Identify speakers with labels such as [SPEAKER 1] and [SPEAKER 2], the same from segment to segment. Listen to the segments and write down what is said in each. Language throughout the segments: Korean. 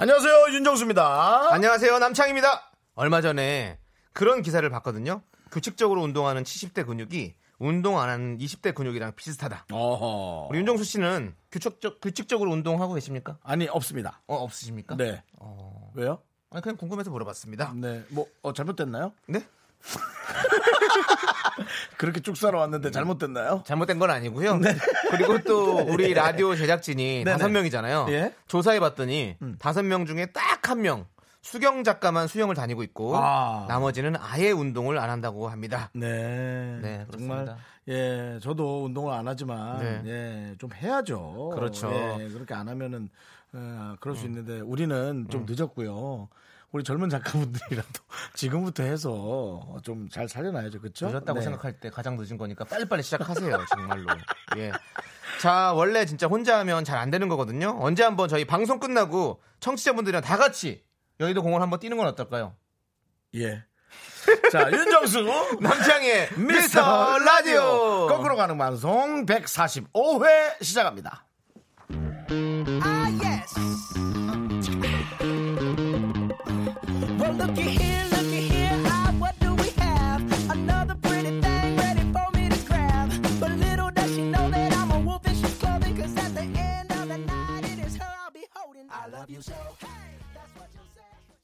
[SPEAKER 1] 안녕하세요 윤정수입니다
[SPEAKER 2] 안녕하세요 남창입니다. 얼마 전에 그런 기사를 봤거든요. 규칙적으로 운동하는 70대 근육이 운동 안 하는 20대 근육이랑 비슷하다.
[SPEAKER 1] 어허
[SPEAKER 2] 우리 윤정수 씨는 규칙적 규칙적으로 운동하고 계십니까?
[SPEAKER 1] 아니 없습니다
[SPEAKER 2] 어 없으십니까?
[SPEAKER 1] 네 왜요?
[SPEAKER 2] 아니 그냥 궁금해서 물어봤습니다.
[SPEAKER 1] 네뭐 어, 잘못됐나요?
[SPEAKER 2] 네?
[SPEAKER 1] 그렇게 쭉 살아왔는데 잘못됐나요?
[SPEAKER 2] 잘못된 건 아니고요. 그리고 또 우리 라디오 제작진이
[SPEAKER 1] 네. 네네.
[SPEAKER 2] 다섯 명이잖아요.
[SPEAKER 1] 예. 음.
[SPEAKER 2] 조사해 봤더니 다섯 명 중에 딱 한 명. 수경 작가만 수영을 다니고 있고
[SPEAKER 1] 아.
[SPEAKER 2] 나머지는 아예 운동을 안 한다고 합니다.
[SPEAKER 1] 네,
[SPEAKER 2] 네,
[SPEAKER 1] 정말
[SPEAKER 2] 그렇습니다. 네.
[SPEAKER 1] 예, 저도 운동을 안 하지만 예, 좀 해야죠.
[SPEAKER 2] 그렇죠. 음.
[SPEAKER 1] 예, 그렇게 안 하면은 어, 그럴 수 있는데 우리는 좀 늦었고요. 우리 젊은 작가분들이라도 지금부터 해서 좀 잘 살려놔야죠, 그렇죠?
[SPEAKER 2] 늦었다고 생각할 때 가장 늦은 거니까 빨리빨리 시작하세요 정말로 예. 자 원래 진짜 혼자 하면 잘 안 되는 거거든요 언제 한번 저희 방송 끝나고 청취자분들이랑 다 같이 여의도 공원 한번 뛰는 건 어떨까요
[SPEAKER 1] 예. 자, 윤정수
[SPEAKER 2] 남창의 미스터 라디오
[SPEAKER 1] 거꾸로 가는 방송 145회 시작합니다.
[SPEAKER 3] Ah, yes. Well, looky here, looky here. Ah, what do we have? Another pretty thing ready for me to grab. But little does she know that I'm a wolf in she's clothing. Cause at the end of the night, it is her I'll be holding. I love you so. Hey, that's what you said.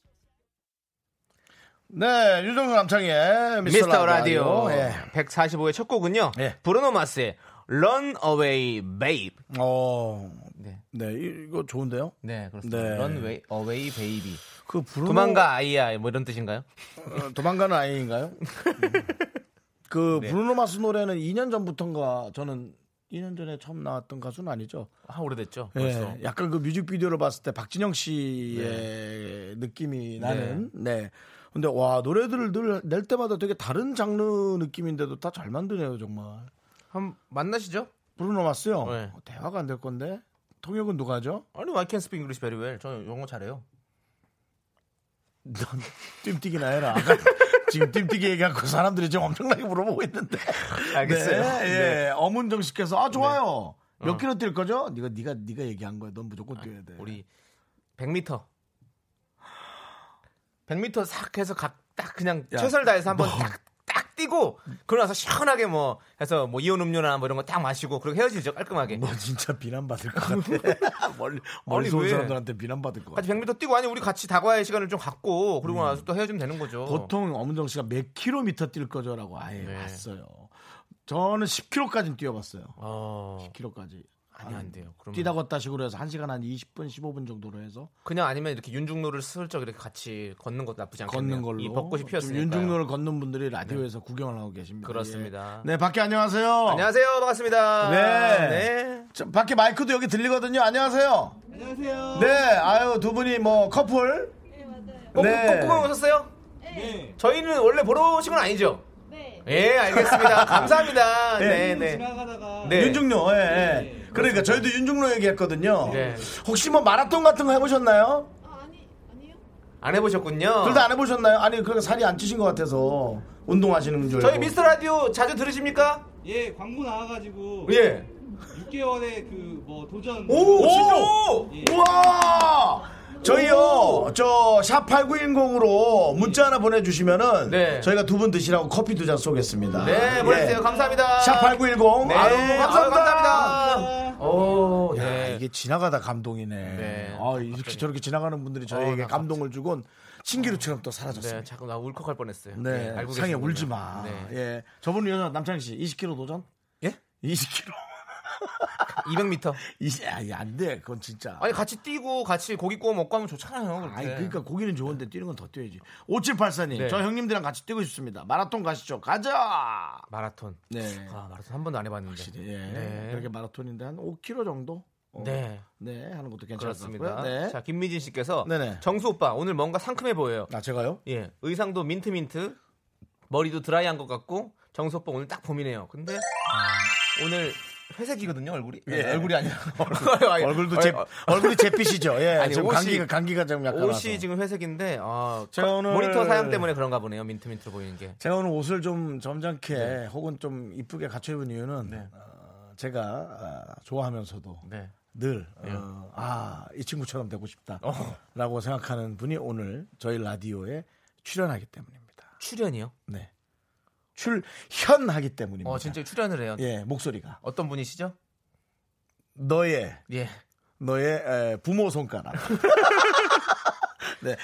[SPEAKER 1] 네, 윤정수 남창의 미스터,
[SPEAKER 2] 미스터 라디오
[SPEAKER 1] 예.
[SPEAKER 2] 145의 첫 곡은요
[SPEAKER 1] 예.
[SPEAKER 2] 브루노 마스의 Run Away Babe
[SPEAKER 1] 어,
[SPEAKER 2] 네,
[SPEAKER 1] 네, 이거 좋은데요?
[SPEAKER 2] 네 그렇습니다
[SPEAKER 1] 네.
[SPEAKER 2] Run Away, Away Baby
[SPEAKER 1] 그 브루노
[SPEAKER 2] 도망가 아이야 뭐 이런 뜻인가요?
[SPEAKER 1] 어, 도망가는 아이인가요? 음. 그
[SPEAKER 2] 네.
[SPEAKER 1] 브루노 마스 노래는 2년 전부터인가 저는 2년 전에 처음 나왔던 가수는 아니죠.
[SPEAKER 2] 아 오래됐죠
[SPEAKER 1] 예,
[SPEAKER 2] 벌써
[SPEAKER 1] 약간 그 뮤직비디오를 봤을 때 박진영
[SPEAKER 2] 네.
[SPEAKER 1] 씨의 느낌이 나는. 네. 근데 와 노래들을 늘 낼 때마다 되게 다른 장르 느낌인데도 다 잘 만드네요 정말.
[SPEAKER 2] 한 만나시죠?
[SPEAKER 1] 브루노 마스요.
[SPEAKER 2] 네.
[SPEAKER 1] 어, 대화가 안 될 건데 통역은 누가 하죠?
[SPEAKER 2] 아니 I can speak English very well. 저 영어 잘해요.
[SPEAKER 1] 넌 뜀뛰기나 해라. 아까 지금 뜀뛰기 얘기하고 사람들이 지금 엄청나게 물어보고 있는데.
[SPEAKER 2] 알겠어요.
[SPEAKER 1] 네, 예.
[SPEAKER 2] 네. 어.
[SPEAKER 1] 엄은정 씨께서 아 좋아요. 몇 킬로 뛸 거죠? 네가 네가 네가 얘기한 거야. 넌 무조건 뛰어야 돼.
[SPEAKER 2] 우리 100m. 100m 싹 해서 각 딱 그냥
[SPEAKER 1] 야,
[SPEAKER 2] 최선을 다해서 한번 딱, 딱 뛰고 그러고 나서 시원하게 뭐 해서 뭐 이온 음료나 뭐 이런 거 딱 마시고 그리고 헤어지죠 깔끔하게.
[SPEAKER 1] 너 진짜 비난받을 것 같아. 멀리 멀리서 온
[SPEAKER 2] 왜?
[SPEAKER 1] 사람들한테 비난받을 것
[SPEAKER 2] 같이
[SPEAKER 1] 같아.
[SPEAKER 2] 100m 뛰고 아니 우리 같이 다과의 시간을 좀 갖고 그러고 나서 또 헤어지면 되는 거죠.
[SPEAKER 1] 음. 보통 엄은정 씨가 몇 킬로미터 뛸 거죠라고 아예
[SPEAKER 2] 네.
[SPEAKER 1] 봤어요. 저는 10킬로까지는 뛰어봤어요.
[SPEAKER 2] 어.
[SPEAKER 1] 10킬로까지.
[SPEAKER 2] 아니 안 돼요. 그러면
[SPEAKER 1] 뛰다 걷다 식으로 해서 1시간 한 20분 15분 정도로 해서
[SPEAKER 2] 그냥 아니면 이렇게 윤중로를 슬쩍 이렇게 같이 걷는 것도 나쁘지 않겠네요.
[SPEAKER 1] 걷는 걸로
[SPEAKER 2] 이 벚꽃이
[SPEAKER 1] 좀
[SPEAKER 2] 피었으니까.
[SPEAKER 1] 윤중로를 걷는 분들이 라디오에서 구경을 하고 계십니다.
[SPEAKER 2] 그렇습니다.
[SPEAKER 1] 예. 네, 밖에 안녕하세요.
[SPEAKER 2] 안녕하세요. 반갑습니다.
[SPEAKER 1] 네.
[SPEAKER 2] 네.
[SPEAKER 1] 저 밖에 마이크도 여기 들리거든요. 안녕하세요. 안녕하세요. 네, 아유 두 분이 뭐 커플.
[SPEAKER 2] 꼼-
[SPEAKER 1] 네.
[SPEAKER 2] 꼼꼼하게 오셨어요? 네. 저희는 원래 보러 오신 건 아니죠? 네. 예, 알겠습니다. 감사합니다. 네, 네. 네.
[SPEAKER 1] 윤중로. 예, 예. 그러니까 저희도 윤중로 얘기했거든요.
[SPEAKER 2] 네.
[SPEAKER 1] 혹시 뭐 마라톤 같은 거 해보셨나요?
[SPEAKER 2] 안 해보셨군요.
[SPEAKER 1] 둘 다 안 해보셨나요? 아니 그러니까 살이 안 찌신 것 같아서 운동하시는 줄.
[SPEAKER 2] 저희
[SPEAKER 1] 알고.
[SPEAKER 2] 미스터 라디오 자주 들으십니까?
[SPEAKER 4] 예, 광고 나와가지고
[SPEAKER 2] 예.
[SPEAKER 4] 6개월에 그 뭐 도전
[SPEAKER 2] 오, 예. 진짜?
[SPEAKER 1] 우와! 저희요, 저, 샵8910으로 문자 하나 보내주시면은,
[SPEAKER 2] 네.
[SPEAKER 1] 저희가 두 분 드시라고 커피 두 잔 쏘겠습니다.
[SPEAKER 2] 네, 보내주세요. 감사합니다.
[SPEAKER 1] 아, 예. 샵8910,
[SPEAKER 2] 네.
[SPEAKER 1] 아유,
[SPEAKER 2] 아유,
[SPEAKER 1] 감사합니다.
[SPEAKER 2] 감사합니다. 오,
[SPEAKER 1] 야,
[SPEAKER 2] 네.
[SPEAKER 1] 이게 지나가다 감동이네.
[SPEAKER 2] 네.
[SPEAKER 1] 아, 이렇게 저렇게 지나가는 분들이 저희에게
[SPEAKER 2] 어, 나
[SPEAKER 1] 감동을 주곤 신기루처럼 또
[SPEAKER 2] 네,
[SPEAKER 1] 사라졌습니다.
[SPEAKER 2] 자꾸 나 울컥할 뻔했어요. 예,
[SPEAKER 1] 네,
[SPEAKER 2] 알고
[SPEAKER 1] 상해
[SPEAKER 2] 계시는군요.
[SPEAKER 1] 울지 마.
[SPEAKER 2] 네.
[SPEAKER 1] 예, 저분 여자 남창희 씨 20kg 도전?
[SPEAKER 2] 예?
[SPEAKER 1] 20kg.
[SPEAKER 2] 200m.
[SPEAKER 1] 이제 아니, 안 돼. 그건 진짜.
[SPEAKER 2] 아니 같이 뛰고 같이 고기 구워 먹고 하면 좋잖아요. 그렇게.
[SPEAKER 1] 아니 그러니까 고기는 좋은데 뛰는 건 더 뛰어야지. 5784님,
[SPEAKER 2] 네.
[SPEAKER 1] 저 형님들이랑 같이 뛰고 싶습니다. 마라톤 가시죠. 가자.
[SPEAKER 2] 마라톤.
[SPEAKER 1] 네.
[SPEAKER 2] 아 마라톤 한 번도 안 해봤는데.
[SPEAKER 1] 예. 그렇게 마라톤인데 한 5km 정도? 어,
[SPEAKER 2] 네.
[SPEAKER 1] 네, 하는 것도 괜찮을 것
[SPEAKER 2] 그렇습니다.
[SPEAKER 1] 같고요. 네.
[SPEAKER 2] 자, 김미진 씨께서
[SPEAKER 1] 네네.
[SPEAKER 2] 정수 오빠 오늘 뭔가 상큼해 보여요.
[SPEAKER 1] 아, 제가요?
[SPEAKER 2] 예. 의상도 민트 민트, 머리도 드라이한 것 같고 정수 오빠 오늘 딱 봄이네요. 근데 아, 오늘 회색이거든요 얼굴이.
[SPEAKER 1] 예.
[SPEAKER 2] 아니, 얼굴이 아니라 어.
[SPEAKER 1] 얼굴도 제 얼굴이 제빛이죠. 예,
[SPEAKER 2] 아니,
[SPEAKER 1] 지금
[SPEAKER 2] 옷이-
[SPEAKER 1] 감기가 감기가 좀 약간 와서.
[SPEAKER 2] 옷이 지금 회색인데 아,
[SPEAKER 1] 제가
[SPEAKER 2] 컴-
[SPEAKER 1] 오늘-
[SPEAKER 2] 모니터 사양 때문에 그런가 보네요. 민트 민트로 보이는 게.
[SPEAKER 1] 제가 오늘 옷을 좀 점잖게
[SPEAKER 2] 네.
[SPEAKER 1] 혹은 좀 이쁘게 갖춰 입은 이유는 어, 제가 아, 좋아하면서도
[SPEAKER 2] 네.
[SPEAKER 1] 늘 어, 아, 이 친구처럼 되고
[SPEAKER 2] 어.
[SPEAKER 1] 싶다라고 생각하는 분이 오늘 저희 라디오에 출연하기 때문입니다.
[SPEAKER 2] 출연이요?
[SPEAKER 1] 네. 출현하기 때문입니다.
[SPEAKER 2] 어 진짜 출연을 해요.
[SPEAKER 1] 예, 목소리가
[SPEAKER 2] 어떤 분이시죠?
[SPEAKER 1] 너의
[SPEAKER 2] 예.
[SPEAKER 1] 너의 에, 부모 손가락. 네.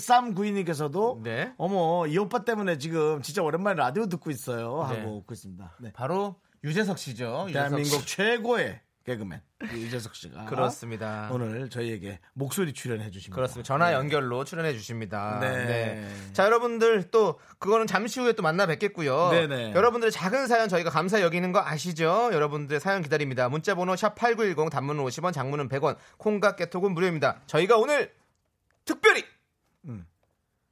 [SPEAKER 1] K7392님께서도
[SPEAKER 2] 네.
[SPEAKER 1] 어머 이 오빠 때문에 지금 진짜 오랜만에 라디오 듣고 있어요 하고
[SPEAKER 2] 네.
[SPEAKER 1] 웃고 있습니다. 네.
[SPEAKER 2] 바로 유재석 씨죠. 유재석
[SPEAKER 1] 대한민국
[SPEAKER 2] 씨.
[SPEAKER 1] 최고의 개그맨 유재석 씨가
[SPEAKER 2] 그렇습니다.
[SPEAKER 1] 오늘 저희에게 목소리 출연해 주십니다.
[SPEAKER 2] 그렇습니다. 전화 연결로 출연해 주십니다.
[SPEAKER 1] 네.
[SPEAKER 2] 네. 자, 여러분들 또 그거는 잠시 후에 또 만나 뵙겠고요.
[SPEAKER 1] 네네.
[SPEAKER 2] 여러분들의 작은 사연 저희가 감사 여기는 거 아시죠? 여러분들의 사연 기다립니다. 문자 번호 샵 8910 단문은 50원, 장문은 100원. 콩과 깨톡은 무료입니다. 저희가 오늘 특별히
[SPEAKER 1] 음.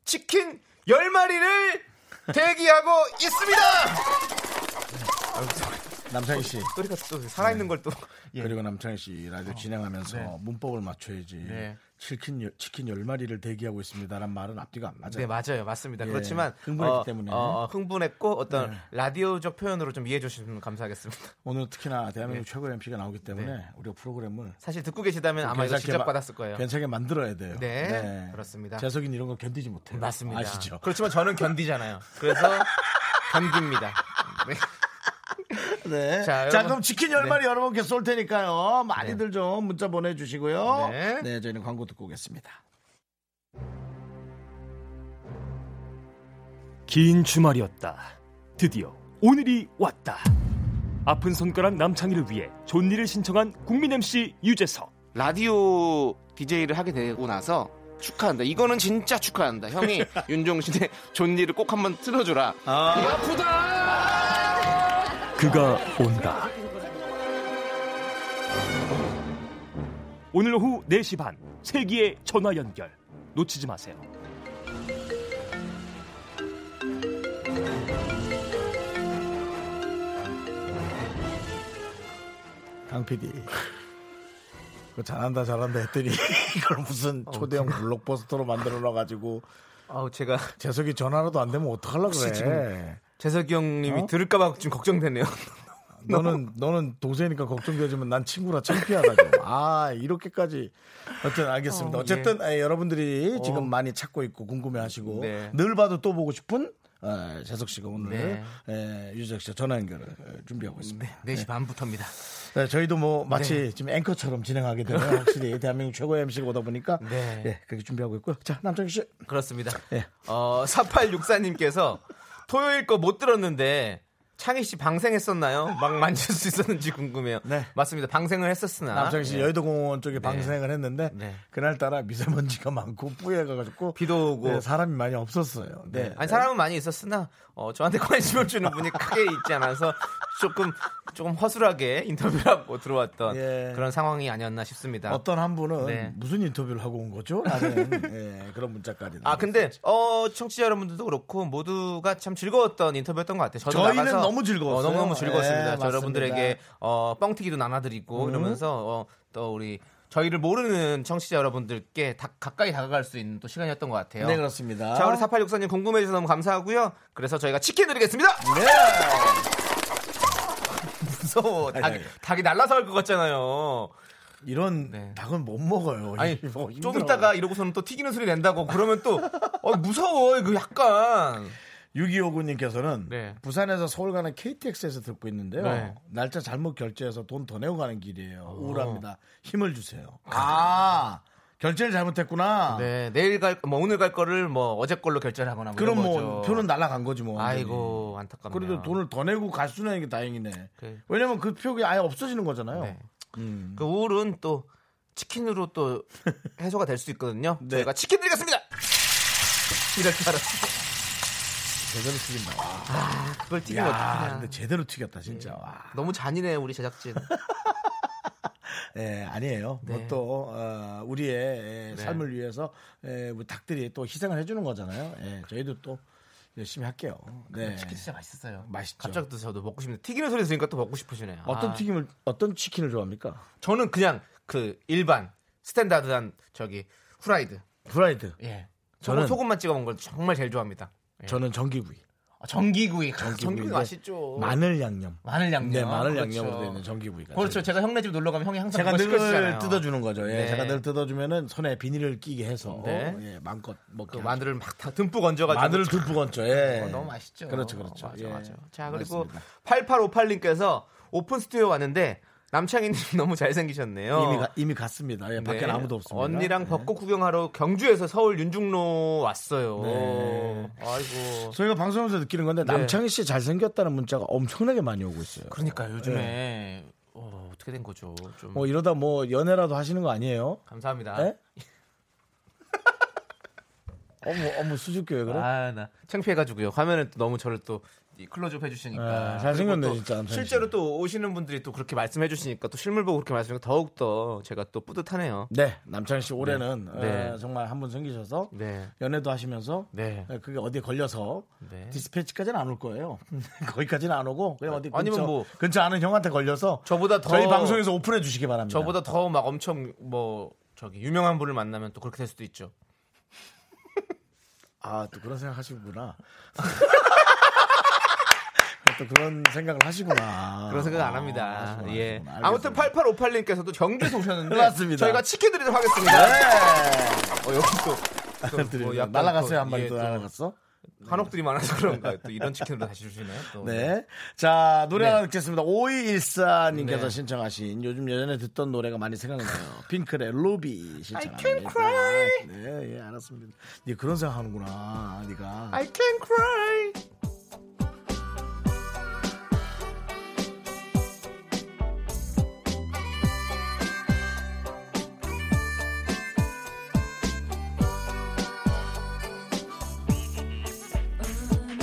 [SPEAKER 2] 치킨 10마리를 대기하고 있습니다.
[SPEAKER 1] 남창희 씨
[SPEAKER 2] 또 이렇게 또 살아있는 걸 또. 예. 어,
[SPEAKER 1] 그리고 남창희 씨 라디오 진행하면서 문법을 맞춰야지.
[SPEAKER 2] 네.
[SPEAKER 1] 치킨 열- 치킨 열 마리를 대기하고 있습니다란 말은 앞뒤가 안 맞아요.
[SPEAKER 2] 네 맞아요 맞습니다
[SPEAKER 1] 예,
[SPEAKER 2] 그렇지만
[SPEAKER 1] 흥분했기 때문에. 네.
[SPEAKER 2] 어, 흥분했고 어떤 라디오적 표현으로 좀 이해해 주시면 감사하겠습니다
[SPEAKER 1] 오늘 특히나 대한민국 최고의 MC가 나오기 때문에 우리가 프로그램을
[SPEAKER 2] 사실 듣고 계시다면 네. 아마 이거
[SPEAKER 1] 괜찮게
[SPEAKER 2] 시작
[SPEAKER 1] 마-
[SPEAKER 2] 받았을 거예요
[SPEAKER 1] 괜찮게 만들어야 돼요.
[SPEAKER 2] 네, 그렇습니다.
[SPEAKER 1] 재석이는 이런 거 견디지 못해요.
[SPEAKER 2] 맞습니다
[SPEAKER 1] 아시죠?
[SPEAKER 2] 그렇지만 저는 견디잖아요 그래서 견딥니다 네.
[SPEAKER 1] 네. 자,
[SPEAKER 2] 자, 여러분.
[SPEAKER 1] 그럼 치킨 열
[SPEAKER 2] 네.
[SPEAKER 1] 마리 여러분께 쏠 테니까요. 많이들 좀 문자 보내주시고요. 네.
[SPEAKER 2] 네.
[SPEAKER 1] 저희는 광고 듣고 오겠습니다.
[SPEAKER 5] 긴 주말이었다. 드디어 오늘이 왔다. 아픈 손가락 남창희를 위해 존니를 신청한 국민 MC 유재석.
[SPEAKER 2] 라디오 DJ를 하게 되고 나서 축하한다 이거는 진짜 축하한다 형이 윤종신의 존니를 꼭 한번 틀어줘라
[SPEAKER 5] 그가 온다. 오늘 오후 4시 반 세기의 전화 연결 놓치지 마세요.
[SPEAKER 1] 강 PD. 그 잘한다 잘한다 했더니 이걸 무슨
[SPEAKER 2] 어,
[SPEAKER 1] 초대형 블록버스터로 만들어 놔가지고
[SPEAKER 2] 아우 제가
[SPEAKER 1] 재석이 전화라도 안 되면 어떡하려고 그래.
[SPEAKER 2] 재석이
[SPEAKER 1] 어?
[SPEAKER 2] 형님이 들을까봐 좀 걱정되네요
[SPEAKER 1] 너는 너는 동생이니까 걱정되지만 난 친구라 창피하다. 좀. 아 이렇게까지 어쨌든 알겠습니다.
[SPEAKER 2] 어,
[SPEAKER 1] 어쨌든 예, 여러분들이 지금 많이 찾고 있고 궁금해하시고
[SPEAKER 2] 네.
[SPEAKER 1] 늘 봐도 또 보고 싶은 어, 재석 씨가 오늘
[SPEAKER 2] 네.
[SPEAKER 1] 예, 유재석 씨 전화 연결을 어, 준비하고 있습니다. 네.
[SPEAKER 2] 4시 반부터입니다
[SPEAKER 1] 저희도 뭐 마치 지금 앵커처럼 진행하게 되면 확실히 대한민국 최고의 MC가 오다 보니까
[SPEAKER 2] 네.
[SPEAKER 1] 예, 그렇게 준비하고 있고요. 자 남정희 씨,
[SPEAKER 2] 그렇습니다.
[SPEAKER 1] 예.
[SPEAKER 2] 어, 4864님께서 토요일 거 못 들었는데 창희 씨 방생했었나요? 막 만질 수 있었는지 궁금해요.
[SPEAKER 1] 네.
[SPEAKER 2] 맞습니다. 방생을 했었으나.
[SPEAKER 1] 남정희 씨
[SPEAKER 2] 예.
[SPEAKER 1] 여의도 공원 쪽에 방생을 했는데
[SPEAKER 2] 네.
[SPEAKER 1] 그날따라 미세먼지가 많고 뿌얘가지고
[SPEAKER 2] 비도 오고.
[SPEAKER 1] 네, 사람이 많이 없었어요. 네.
[SPEAKER 2] 아니 사람은 많이 있었으나 어, 저한테 관심을 주는 분이 크게 있지 않아서 조금 조금 허술하게 인터뷰를 하고 들어왔던
[SPEAKER 1] 예.
[SPEAKER 2] 그런 상황이 아니었나 싶습니다.
[SPEAKER 1] 어떤 한 분은
[SPEAKER 2] 네.
[SPEAKER 1] 무슨 인터뷰를 하고 온 거죠? 라는 예, 그런 문자까지.
[SPEAKER 2] 아 근데 어 청취자 여러분들도 그렇고 모두가 참 즐거웠던 인터뷰였던 것 같아요. 저도
[SPEAKER 1] 저희는
[SPEAKER 2] 나가서
[SPEAKER 1] 너무 즐거웠어요.
[SPEAKER 2] 너무 너무
[SPEAKER 1] 예,
[SPEAKER 2] 즐거웠습니다.
[SPEAKER 1] 맞습니다. 음.
[SPEAKER 2] 저 여러분들에게 어 뻥튀기도 나눠드리고 이러면서 어, 또 우리 저희를 모르는 청취자 여러분들께 다- 가까이 다가갈 수 있는 또 시간이었던 것 같아요.
[SPEAKER 1] 네 그렇습니다.
[SPEAKER 2] 자 우리 4864님 궁금해 주셔서 너무 감사하고요. 그래서 저희가 치킨 드리겠습니다. 무서워.
[SPEAKER 1] 아니,
[SPEAKER 2] 닭이,
[SPEAKER 1] 아니.
[SPEAKER 2] 닭이 날라서 할 것 같잖아요.
[SPEAKER 1] 이런
[SPEAKER 2] 네.
[SPEAKER 1] 닭은 못 먹어요.
[SPEAKER 2] 아니 뭐
[SPEAKER 1] 이거
[SPEAKER 2] 좀
[SPEAKER 1] 힘들어요.
[SPEAKER 2] 있다가 이러고서는 또 튀기는 소리 낸다고 그러면 또 어, 무서워. 이거 약간
[SPEAKER 1] 6259님께서는
[SPEAKER 2] 네.
[SPEAKER 1] 부산에서 서울 가는 KTX에서 듣고 있는데요.
[SPEAKER 2] 네. 어.
[SPEAKER 1] 날짜 잘못 결제해서 돈 더 내고 가는 길이에요. 우울합니다. 힘을 주세요. 아 결제를 잘못했구나.
[SPEAKER 2] 네, 내일 갈, 뭐 오늘 갈 거를 뭐 어제 걸로 결제를 하거나 뭐
[SPEAKER 1] 그럼
[SPEAKER 2] 이런
[SPEAKER 1] 뭐
[SPEAKER 2] 거죠.
[SPEAKER 1] 표는 날라간 거지 뭐. 완전히.
[SPEAKER 2] 아이고 안타깝네요.
[SPEAKER 1] 그래도 돈을 더 내고 갈 수는 있는 게 다행이네.
[SPEAKER 2] 그-
[SPEAKER 1] 왜냐면 그 표가 아예 없어지는 거잖아요.
[SPEAKER 2] 네.
[SPEAKER 1] 음.
[SPEAKER 2] 그 우울은 또 치킨으로 또 해소가 될 수 있거든요.
[SPEAKER 1] 네.
[SPEAKER 2] 저희가 치킨 드리겠습니다. 이렇게 알아.
[SPEAKER 1] 제대로 튀긴다.
[SPEAKER 2] 그걸 튀기면
[SPEAKER 1] 아, 야,
[SPEAKER 2] 어떡하냐. 네.
[SPEAKER 1] 근데 제대로 튀겼다 진짜. 와.
[SPEAKER 2] 너무 잔인해 우리 제작진.
[SPEAKER 1] 예, 아니에요.
[SPEAKER 2] 네.
[SPEAKER 1] 뭐또 어, 우리의 예,
[SPEAKER 2] 네.
[SPEAKER 1] 삶을 위해서 예, 우리 닭들이 또 희생을 해주는 거잖아요. 예, 저희도 또 열심히 할게요. 네.
[SPEAKER 2] 치킨 진짜 맛있었어요.
[SPEAKER 1] 맛있죠.
[SPEAKER 2] 갑자기 또 저도 먹고 싶은데 튀기는 소리 들으니까 또 먹고 싶으시네요.
[SPEAKER 1] 어떤
[SPEAKER 2] 아,
[SPEAKER 1] 튀김을 어떤 치킨을 좋아합니까?
[SPEAKER 2] 저는 그냥 그 일반 스탠다드한 저기 후라이드.
[SPEAKER 1] 프라이드.
[SPEAKER 2] 예.
[SPEAKER 1] 저는-
[SPEAKER 2] 저는 소금만 찍어 먹는 걸 정말 제일 좋아합니다. 예.
[SPEAKER 1] 저는 전기구이.
[SPEAKER 2] 아, 전기구이. 전기구이,
[SPEAKER 1] 전기구이인데
[SPEAKER 2] 맛있죠.
[SPEAKER 1] 마늘 양념.
[SPEAKER 2] 마늘 양념.
[SPEAKER 1] 네, 마늘
[SPEAKER 2] 그렇죠.
[SPEAKER 1] 양념으로 되어 있는 전기구이가.
[SPEAKER 2] 그렇죠. 제가 형네 집 놀러 가면 형이 항상
[SPEAKER 1] 제가
[SPEAKER 2] 그거
[SPEAKER 1] 늘
[SPEAKER 2] 뭐 시켜주잖아요.
[SPEAKER 1] 뜯어주는 거죠. 예,
[SPEAKER 2] 네.
[SPEAKER 1] 제가 늘 뜯어주면은 손에 비닐을 끼게 해서
[SPEAKER 2] 네.
[SPEAKER 1] 예, 마음껏
[SPEAKER 2] 그
[SPEAKER 1] 먹게.
[SPEAKER 2] 마늘을 막 다 듬뿍 얹어가지고 어,
[SPEAKER 1] 마늘 듬뿍 얹죠. 예.
[SPEAKER 2] 너무 맛있죠.
[SPEAKER 1] 그렇죠, 그렇죠.
[SPEAKER 2] 맞아,
[SPEAKER 1] 예.
[SPEAKER 2] 맞아. 자 그리고
[SPEAKER 1] 맞습니다.
[SPEAKER 2] 8858님께서 오픈 스튜디오 왔는데 남창희님 너무 잘생기셨네요.
[SPEAKER 1] 이미 가- 이미 갔습니다. 예, 밖에
[SPEAKER 2] 어. 네.
[SPEAKER 1] 는 아무도 없습니다.
[SPEAKER 2] 언니랑
[SPEAKER 1] 예.
[SPEAKER 2] 벚꽃 구경하러 경주에서 서울 윤중로 왔어요.
[SPEAKER 1] 네.
[SPEAKER 2] 아이고.
[SPEAKER 1] 저희가 방송에서 느끼는 건데
[SPEAKER 2] 네.
[SPEAKER 1] 남창희 씨 잘생겼다는 문자가 엄청나게 많이 오고 있어요.
[SPEAKER 2] 그러니까 요즘에 어, 떻게된 거죠? 좀
[SPEAKER 1] 뭐 이러다 뭐 연애라도 하시는 거 아니에요?
[SPEAKER 2] 감사합니다.
[SPEAKER 1] 예? 어머 어머 수줍게 왜 그래?
[SPEAKER 2] 아, 나 창피해가지고요. 화면에 또 너무 저를 또 이 클로즈업 해주시니까.
[SPEAKER 1] 아, 잘생겼네,
[SPEAKER 2] 그리고 또
[SPEAKER 1] 진짜, 남편 씨.
[SPEAKER 2] 실제로 또 오시는 분들이 또 그렇게 말씀해주시니까 또 실물 보고 그렇게 말씀하니까 더욱더 제가 또 뿌듯하네요.
[SPEAKER 1] 네, 남창희 씨 올해는
[SPEAKER 2] 네.
[SPEAKER 1] 어, 정말 한 분 생기셔서
[SPEAKER 2] 네.
[SPEAKER 1] 연애도 하시면서
[SPEAKER 2] 네.
[SPEAKER 1] 어, 그게 어디에 걸려서
[SPEAKER 2] 네.
[SPEAKER 1] 디스패치까지는 안 올 거예요. 거기까지는 안 오고 그냥 어디 근처,
[SPEAKER 2] 아니면 뭐-
[SPEAKER 1] 근처 아는 형한테 걸려서
[SPEAKER 2] 저보다 더
[SPEAKER 1] 저희 방송에서 오픈해 주시기 바랍니다.
[SPEAKER 2] 저보다 더 막 엄청 뭐 저기 유명한 분을 만나면 또 그렇게 될 수도 있죠.
[SPEAKER 1] 아 또 그런 생각 하시구나. 또 그런 생각을 하시구나.
[SPEAKER 2] 그런 생각 안
[SPEAKER 1] 아,
[SPEAKER 2] 합니다.
[SPEAKER 1] 하시구나,
[SPEAKER 2] 예.
[SPEAKER 1] 하시구나.
[SPEAKER 2] 아무튼
[SPEAKER 1] 알겠습니다.
[SPEAKER 2] 8858님께서도 경주에서 오셨는데
[SPEAKER 1] 맞습니다.
[SPEAKER 2] 저희가 치킨 드리도록 하겠습니다. 어, 역시 또, 또
[SPEAKER 1] 드리는
[SPEAKER 2] 뭐
[SPEAKER 1] 거.
[SPEAKER 2] 약간
[SPEAKER 1] 네, 날라갔어요
[SPEAKER 2] 또,
[SPEAKER 1] 한 마리
[SPEAKER 2] 예,
[SPEAKER 1] 또
[SPEAKER 2] 또
[SPEAKER 1] 날라갔어.
[SPEAKER 2] 한옥들이 많아서 그런가 또 이런 치킨으로 다시 주시네요. 또.
[SPEAKER 1] 네. 자, 노래
[SPEAKER 2] 네.
[SPEAKER 1] 하나 듣겠습니다. 5214님께서
[SPEAKER 2] 네.
[SPEAKER 1] 신청하신 요즘 예전에 듣던 노래가 많이 생각나요. 핑클의 로비 신청합니다. I can cry. 네, 예, 알았습니다. 네, 그런 생각 하는구나. 네가.
[SPEAKER 2] I can cry.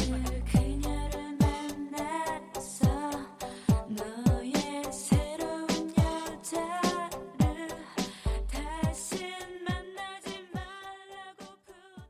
[SPEAKER 6] 오늘 그녀를 만났어 너의 새로운 여자를 다시 만나지 말라고 부탁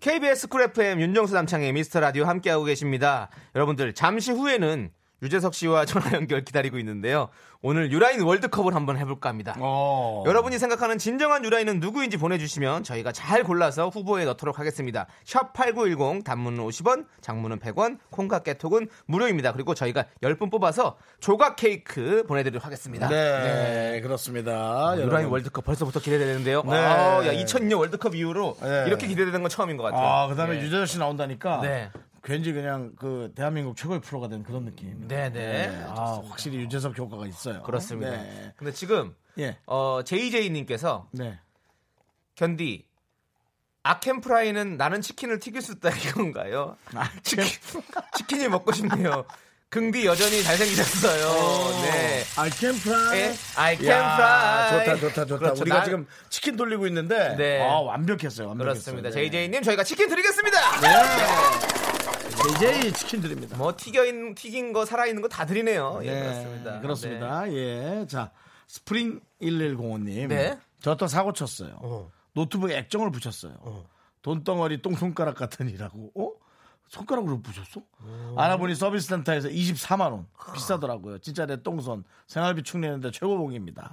[SPEAKER 2] KBS 쿨 FM 윤정수 남창의 미스터 라디오 함께하고 계십니다. 여러분들 잠시 후에는 유재석 씨와 전화 연결 기다리고 있는데요. 오늘 유라인 월드컵을 한번 해볼까 합니다.
[SPEAKER 1] 어.
[SPEAKER 2] 여러분이 생각하는 진정한 유라인은 누구인지 보내주시면 저희가 잘 골라서 후보에 넣도록 하겠습니다. 샵 8910 단문은 50원, 장문은 100원, 콩과 깨톡은 무료입니다. 그리고 저희가 10분 뽑아서 조각 케이크 보내드리도록 하겠습니다.
[SPEAKER 1] 네, 그렇습니다.
[SPEAKER 2] 뭐, 유라인
[SPEAKER 1] 여러분.
[SPEAKER 2] 월드컵 벌써부터 기대되는데요.
[SPEAKER 1] 네.
[SPEAKER 2] 아, 야, 2002년 월드컵 이후로
[SPEAKER 1] 네.
[SPEAKER 2] 이렇게 기대되는 건 처음인 것 같아요.
[SPEAKER 1] 아, 그다음에
[SPEAKER 2] 네.
[SPEAKER 1] 유재석 씨 나온다니까.
[SPEAKER 2] 네.
[SPEAKER 1] 괜지 그냥 그 대한민국 최고의 프로가 된 그런 느낌.
[SPEAKER 2] 네, 네.
[SPEAKER 1] 아, 확실히 유재석 효과가 있어요.
[SPEAKER 2] 그렇습니다.
[SPEAKER 1] 네.
[SPEAKER 2] 근데 지금
[SPEAKER 1] 예.
[SPEAKER 2] 어, JJ님께서
[SPEAKER 1] 네.
[SPEAKER 2] 견디 아켄프라이는 나는 치킨을 튀길 수 있다 이건가요?
[SPEAKER 1] 아,
[SPEAKER 2] 치킨, 치킨이 먹고 싶네요. 긍디 여전히 잘생기셨어요. 네.
[SPEAKER 1] I can fly.
[SPEAKER 2] 예, I can
[SPEAKER 1] 야,
[SPEAKER 2] fly.
[SPEAKER 1] 좋다, 좋다, 좋다.
[SPEAKER 2] 그렇죠.
[SPEAKER 1] 우리가
[SPEAKER 2] 나-
[SPEAKER 1] 지금 치킨 돌리고 있는데,
[SPEAKER 2] 네.
[SPEAKER 1] 아, 완벽했어요. 완벽했어요.
[SPEAKER 2] 그렇습니다.
[SPEAKER 1] 네.
[SPEAKER 2] JJ님 저희가 치킨 드리겠습니다.
[SPEAKER 1] JJ 치킨 드립니다.
[SPEAKER 2] 뭐 튀겨인 튀긴 거 살아있는 거 다 드리네요. 예, 그렇습니다. 네.
[SPEAKER 1] 그렇습니다. 예. 자, 스프링 1105님.
[SPEAKER 2] 네.
[SPEAKER 1] 저 또 사고 쳤어요. 노트북에 액정을 붙였어요. 돈덩어리 똥손가락 같으니라고. 어? 손가락으로 부셨어? 알아보니 서비스 센터에서 24만원. 비싸더라고요. 진짜 내 똥손. 생활비 축내는데 최고봉입니다.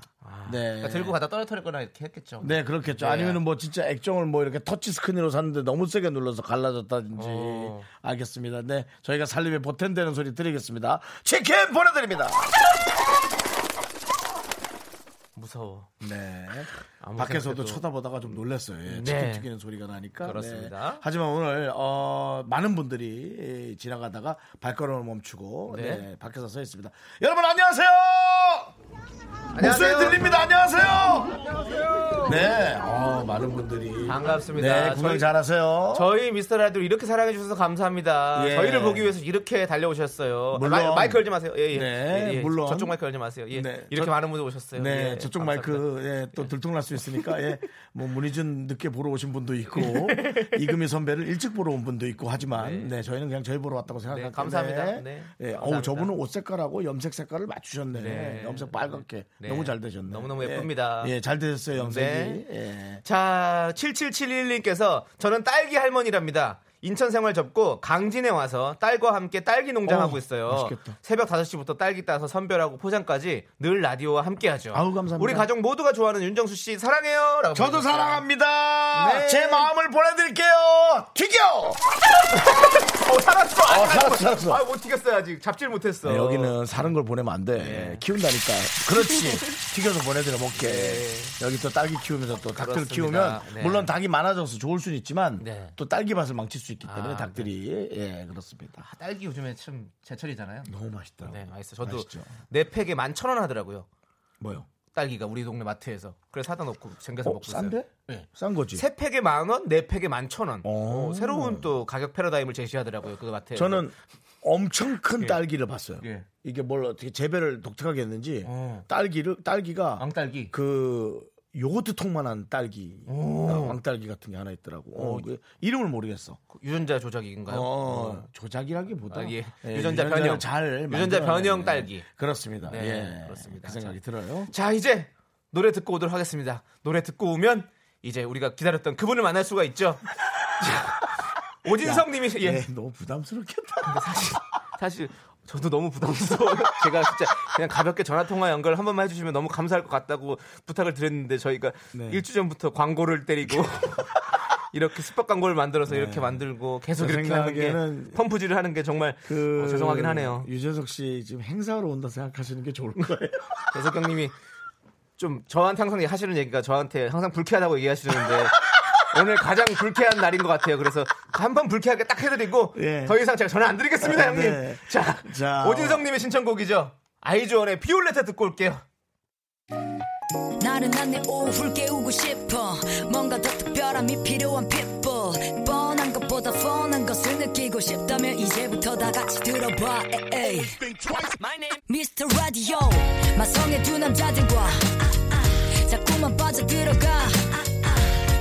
[SPEAKER 1] 네.
[SPEAKER 2] 그러니까 들고 가다 떨어뜨리거나 이렇게 했겠죠.
[SPEAKER 1] 네, 그렇겠죠.
[SPEAKER 2] 네.
[SPEAKER 1] 아니면은 뭐 진짜 액정을 뭐 이렇게 터치 스크린으로 샀는데 너무 세게 눌러서 갈라졌다든지.
[SPEAKER 2] 어.
[SPEAKER 1] 알겠습니다. 네, 저희가 살림에 보탬되는 소리 드리겠습니다. 치킨 보내드립니다.
[SPEAKER 2] 무서워.
[SPEAKER 1] 네.
[SPEAKER 2] 아무
[SPEAKER 1] 밖에서도
[SPEAKER 2] 생각해도-
[SPEAKER 1] 쳐다보다가 좀 놀랐어요.
[SPEAKER 2] 네.
[SPEAKER 1] 예, 치킨 튀기는 소리가 나니까.
[SPEAKER 2] 그렇습니다.
[SPEAKER 1] 네. 하지만 오늘 어, 많은 분들이 예, 지나가다가 발걸음을 멈추고
[SPEAKER 2] 네.
[SPEAKER 1] 네, 밖에서 서 있습니다. 여러분 안녕하세요. 목소리 들립니다. 안녕하세요. 네, 어, 많은 분들이
[SPEAKER 2] 반갑습니다.
[SPEAKER 1] 네, 구명
[SPEAKER 2] 저희-
[SPEAKER 1] 잘하세요.
[SPEAKER 2] 저희 미스터 라디오 이렇게 사랑해 주셔서 감사합니다.
[SPEAKER 1] 예.
[SPEAKER 2] 저희를 보기 위해서 이렇게 달려오셨어요.
[SPEAKER 1] 물론.
[SPEAKER 2] 마이, 마이크 열지 마세요. 예, 예.
[SPEAKER 1] 네,
[SPEAKER 2] 예, 예.
[SPEAKER 1] 물론.
[SPEAKER 2] 저쪽 마이크 열지 마세요. 예.
[SPEAKER 1] 네.
[SPEAKER 2] 이렇게
[SPEAKER 1] 저-
[SPEAKER 2] 많은 분들 오셨어요.
[SPEAKER 1] 네,
[SPEAKER 2] 예,
[SPEAKER 1] 저쪽
[SPEAKER 2] 감사합니다.
[SPEAKER 1] 마이크 예, 또 들통날 수 있으니까 예, 뭐 문희준 늦게 보러 오신 분도 있고 이금희 선배를 일찍 보러 온 분도 있고 하지만 네, 저희는 그냥 저희 보러 왔다고 생각합니다.
[SPEAKER 2] 감사합니다. 네,
[SPEAKER 1] 예,
[SPEAKER 2] 감사합니다.
[SPEAKER 1] 어우 저분은 옷 색깔하고 염색 색깔을 맞추셨네.
[SPEAKER 2] 네.
[SPEAKER 1] 염색 빨갛게
[SPEAKER 2] 네.
[SPEAKER 1] 너무 잘 되셨네.
[SPEAKER 2] 너무너무
[SPEAKER 1] 예.
[SPEAKER 2] 예쁩니다. 네.
[SPEAKER 1] 예, 잘 되셨어요 염색이. 예.
[SPEAKER 2] 자, 7771님께서 저는 딸기 할머니랍니다. 인천 생활 접고 강진에 와서 딸과 함께 딸기 농장하고
[SPEAKER 1] 어,
[SPEAKER 2] 있어요.
[SPEAKER 1] 맛있겠다.
[SPEAKER 2] 새벽 5시부터 딸기 따서 선별하고 포장까지 늘 라디오와 함께 하죠.
[SPEAKER 1] 아우, 감사합니다.
[SPEAKER 2] 우리 가족 모두가 좋아하는 윤정수 씨 사랑해요. 라고
[SPEAKER 1] 저도
[SPEAKER 2] 보내주셨어요.
[SPEAKER 1] 사랑합니다.
[SPEAKER 2] 네.
[SPEAKER 1] 제 마음을 보내드릴게요. 튀겨.
[SPEAKER 2] 어, 살았어. 아,
[SPEAKER 1] 어, 살았어, 살았어.
[SPEAKER 2] 아, 못 튀겼어요. 아직 잡질 못했어.
[SPEAKER 1] 네, 여기는 사는 걸 보내면 안 돼.
[SPEAKER 2] 네.
[SPEAKER 1] 키운다니까. 그렇지. 튀겨서 보내드려 먹게. 여기 또 딸기 키우면서 또 닭들
[SPEAKER 2] 네. 그렇습니다.
[SPEAKER 1] 키우면
[SPEAKER 2] 네.
[SPEAKER 1] 물론 닭이 많아져서 좋을 수는 있지만
[SPEAKER 2] 네.
[SPEAKER 1] 또 딸기 밭을 망칠 수 있기 때문에
[SPEAKER 2] 아,
[SPEAKER 1] 닭들이 예 그렇습니다.
[SPEAKER 2] 아, 딸기 요즘에 참 제철이잖아요.
[SPEAKER 1] 너무 맛있다.
[SPEAKER 2] 네, 맛있어. 저도
[SPEAKER 1] 맛있죠.
[SPEAKER 2] 네 팩에 11,000원 하더라고요.
[SPEAKER 1] 뭐요?
[SPEAKER 2] 딸기가 우리 동네 마트에서. 그래서 사다 놓고 쟁겨서
[SPEAKER 1] 어,
[SPEAKER 2] 먹고 있어요.
[SPEAKER 1] 싼데?
[SPEAKER 2] 네.
[SPEAKER 1] 싼 거지.
[SPEAKER 2] 세 팩에 만 원, 네 팩에 만 천 원.
[SPEAKER 1] 오.
[SPEAKER 2] 어, 새로운 또 가격 패러다임을 제시하더라고요 그 마트에.
[SPEAKER 1] 저는 엄청 큰 딸기를 봤어요.
[SPEAKER 2] 예.
[SPEAKER 1] 이게 뭘 어떻게 재배를 독특하게 했는지
[SPEAKER 2] 어.
[SPEAKER 1] 딸기를 딸기가
[SPEAKER 2] 왕딸기.
[SPEAKER 1] 그 요거트 통만한 딸기
[SPEAKER 2] 오.
[SPEAKER 1] 왕딸기 같은 게 하나 있더라고. 어, 그 이름을 모르겠어.
[SPEAKER 2] 유전자 조작인가요?
[SPEAKER 1] 어, 조작이라기보다
[SPEAKER 2] 아, 예.
[SPEAKER 1] 예,
[SPEAKER 2] 유전자
[SPEAKER 1] 유전자를
[SPEAKER 2] 변형.
[SPEAKER 1] 잘
[SPEAKER 2] 유전자
[SPEAKER 1] 만들어내는- 예. 네.
[SPEAKER 2] 변형 딸기.
[SPEAKER 1] 그렇습니다.
[SPEAKER 2] 네,
[SPEAKER 1] 예.
[SPEAKER 2] 그렇습니다.
[SPEAKER 1] 그 생각이 들어요.
[SPEAKER 2] 자 이제 노래 듣고 오도록 하겠습니다. 노래 듣고 오면 이제 우리가 기다렸던 그분을 만날 수가 있죠. 자, 오진성님이 예.
[SPEAKER 1] 예, 너무 부담스럽겠다.
[SPEAKER 2] 사실 저도 너무 부담스러워요. 제가 진짜 그냥 가볍게 전화 통화 연결 한 번만 해주시면 너무 감사할 것 같다고 부탁을 드렸는데 저희가
[SPEAKER 1] 네.
[SPEAKER 2] 일주 전부터 광고를 때리고 이렇게 스팟 광고를 만들어서 이렇게 만들고 계속
[SPEAKER 1] 네. 제
[SPEAKER 2] 이렇게 하는 게
[SPEAKER 1] 생각에는 그
[SPEAKER 2] 펌프질을 하는 게 정말 어, 죄송하긴 하네요.
[SPEAKER 1] 유재석 씨 지금 행사로 온다 생각하시는 게 좋을 거예요.
[SPEAKER 2] 배석 형님이 좀 저한테 항상 하시는 얘기가 저한테 항상 불쾌하다고 얘기하시는데 오늘 가장 불쾌한 날인 것 같아요. 그래서 한 번 불쾌하게 딱 해드리고
[SPEAKER 1] 예.
[SPEAKER 2] 더 이상 제가 전화 안 드리겠습니다, 형님.
[SPEAKER 1] 네.
[SPEAKER 2] 자,
[SPEAKER 1] 자,
[SPEAKER 2] 오진성님의 신청곡이죠. 아이즈원의 비올레타 듣고 올게요.
[SPEAKER 7] 나른한 내 오후를 깨우고 싶어 뭔가 더 특별함이 필요한 people 뻔한 것보다 뻔한 것을 느끼고 싶다면 이제부터 다 같이 들어봐 에이. Mr. Radio 마성의 두 남자들과 자꾸만 빠져들어가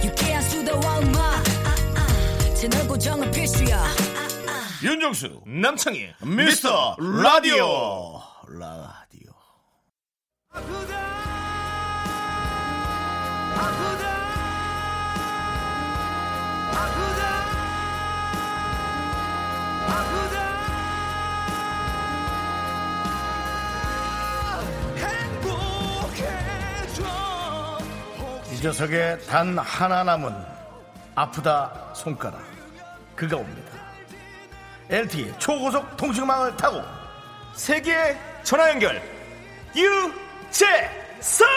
[SPEAKER 7] 유쾌한 수다와 음악 채널 고정은 필수야
[SPEAKER 1] 윤정수 남창희 미스터 라디오 라디오. 유재석의 단 하나 남은 아프다 손가락 그가 옵니다. LTE 초고속 통신망을 타고
[SPEAKER 2] 세계 전화 연결 유재석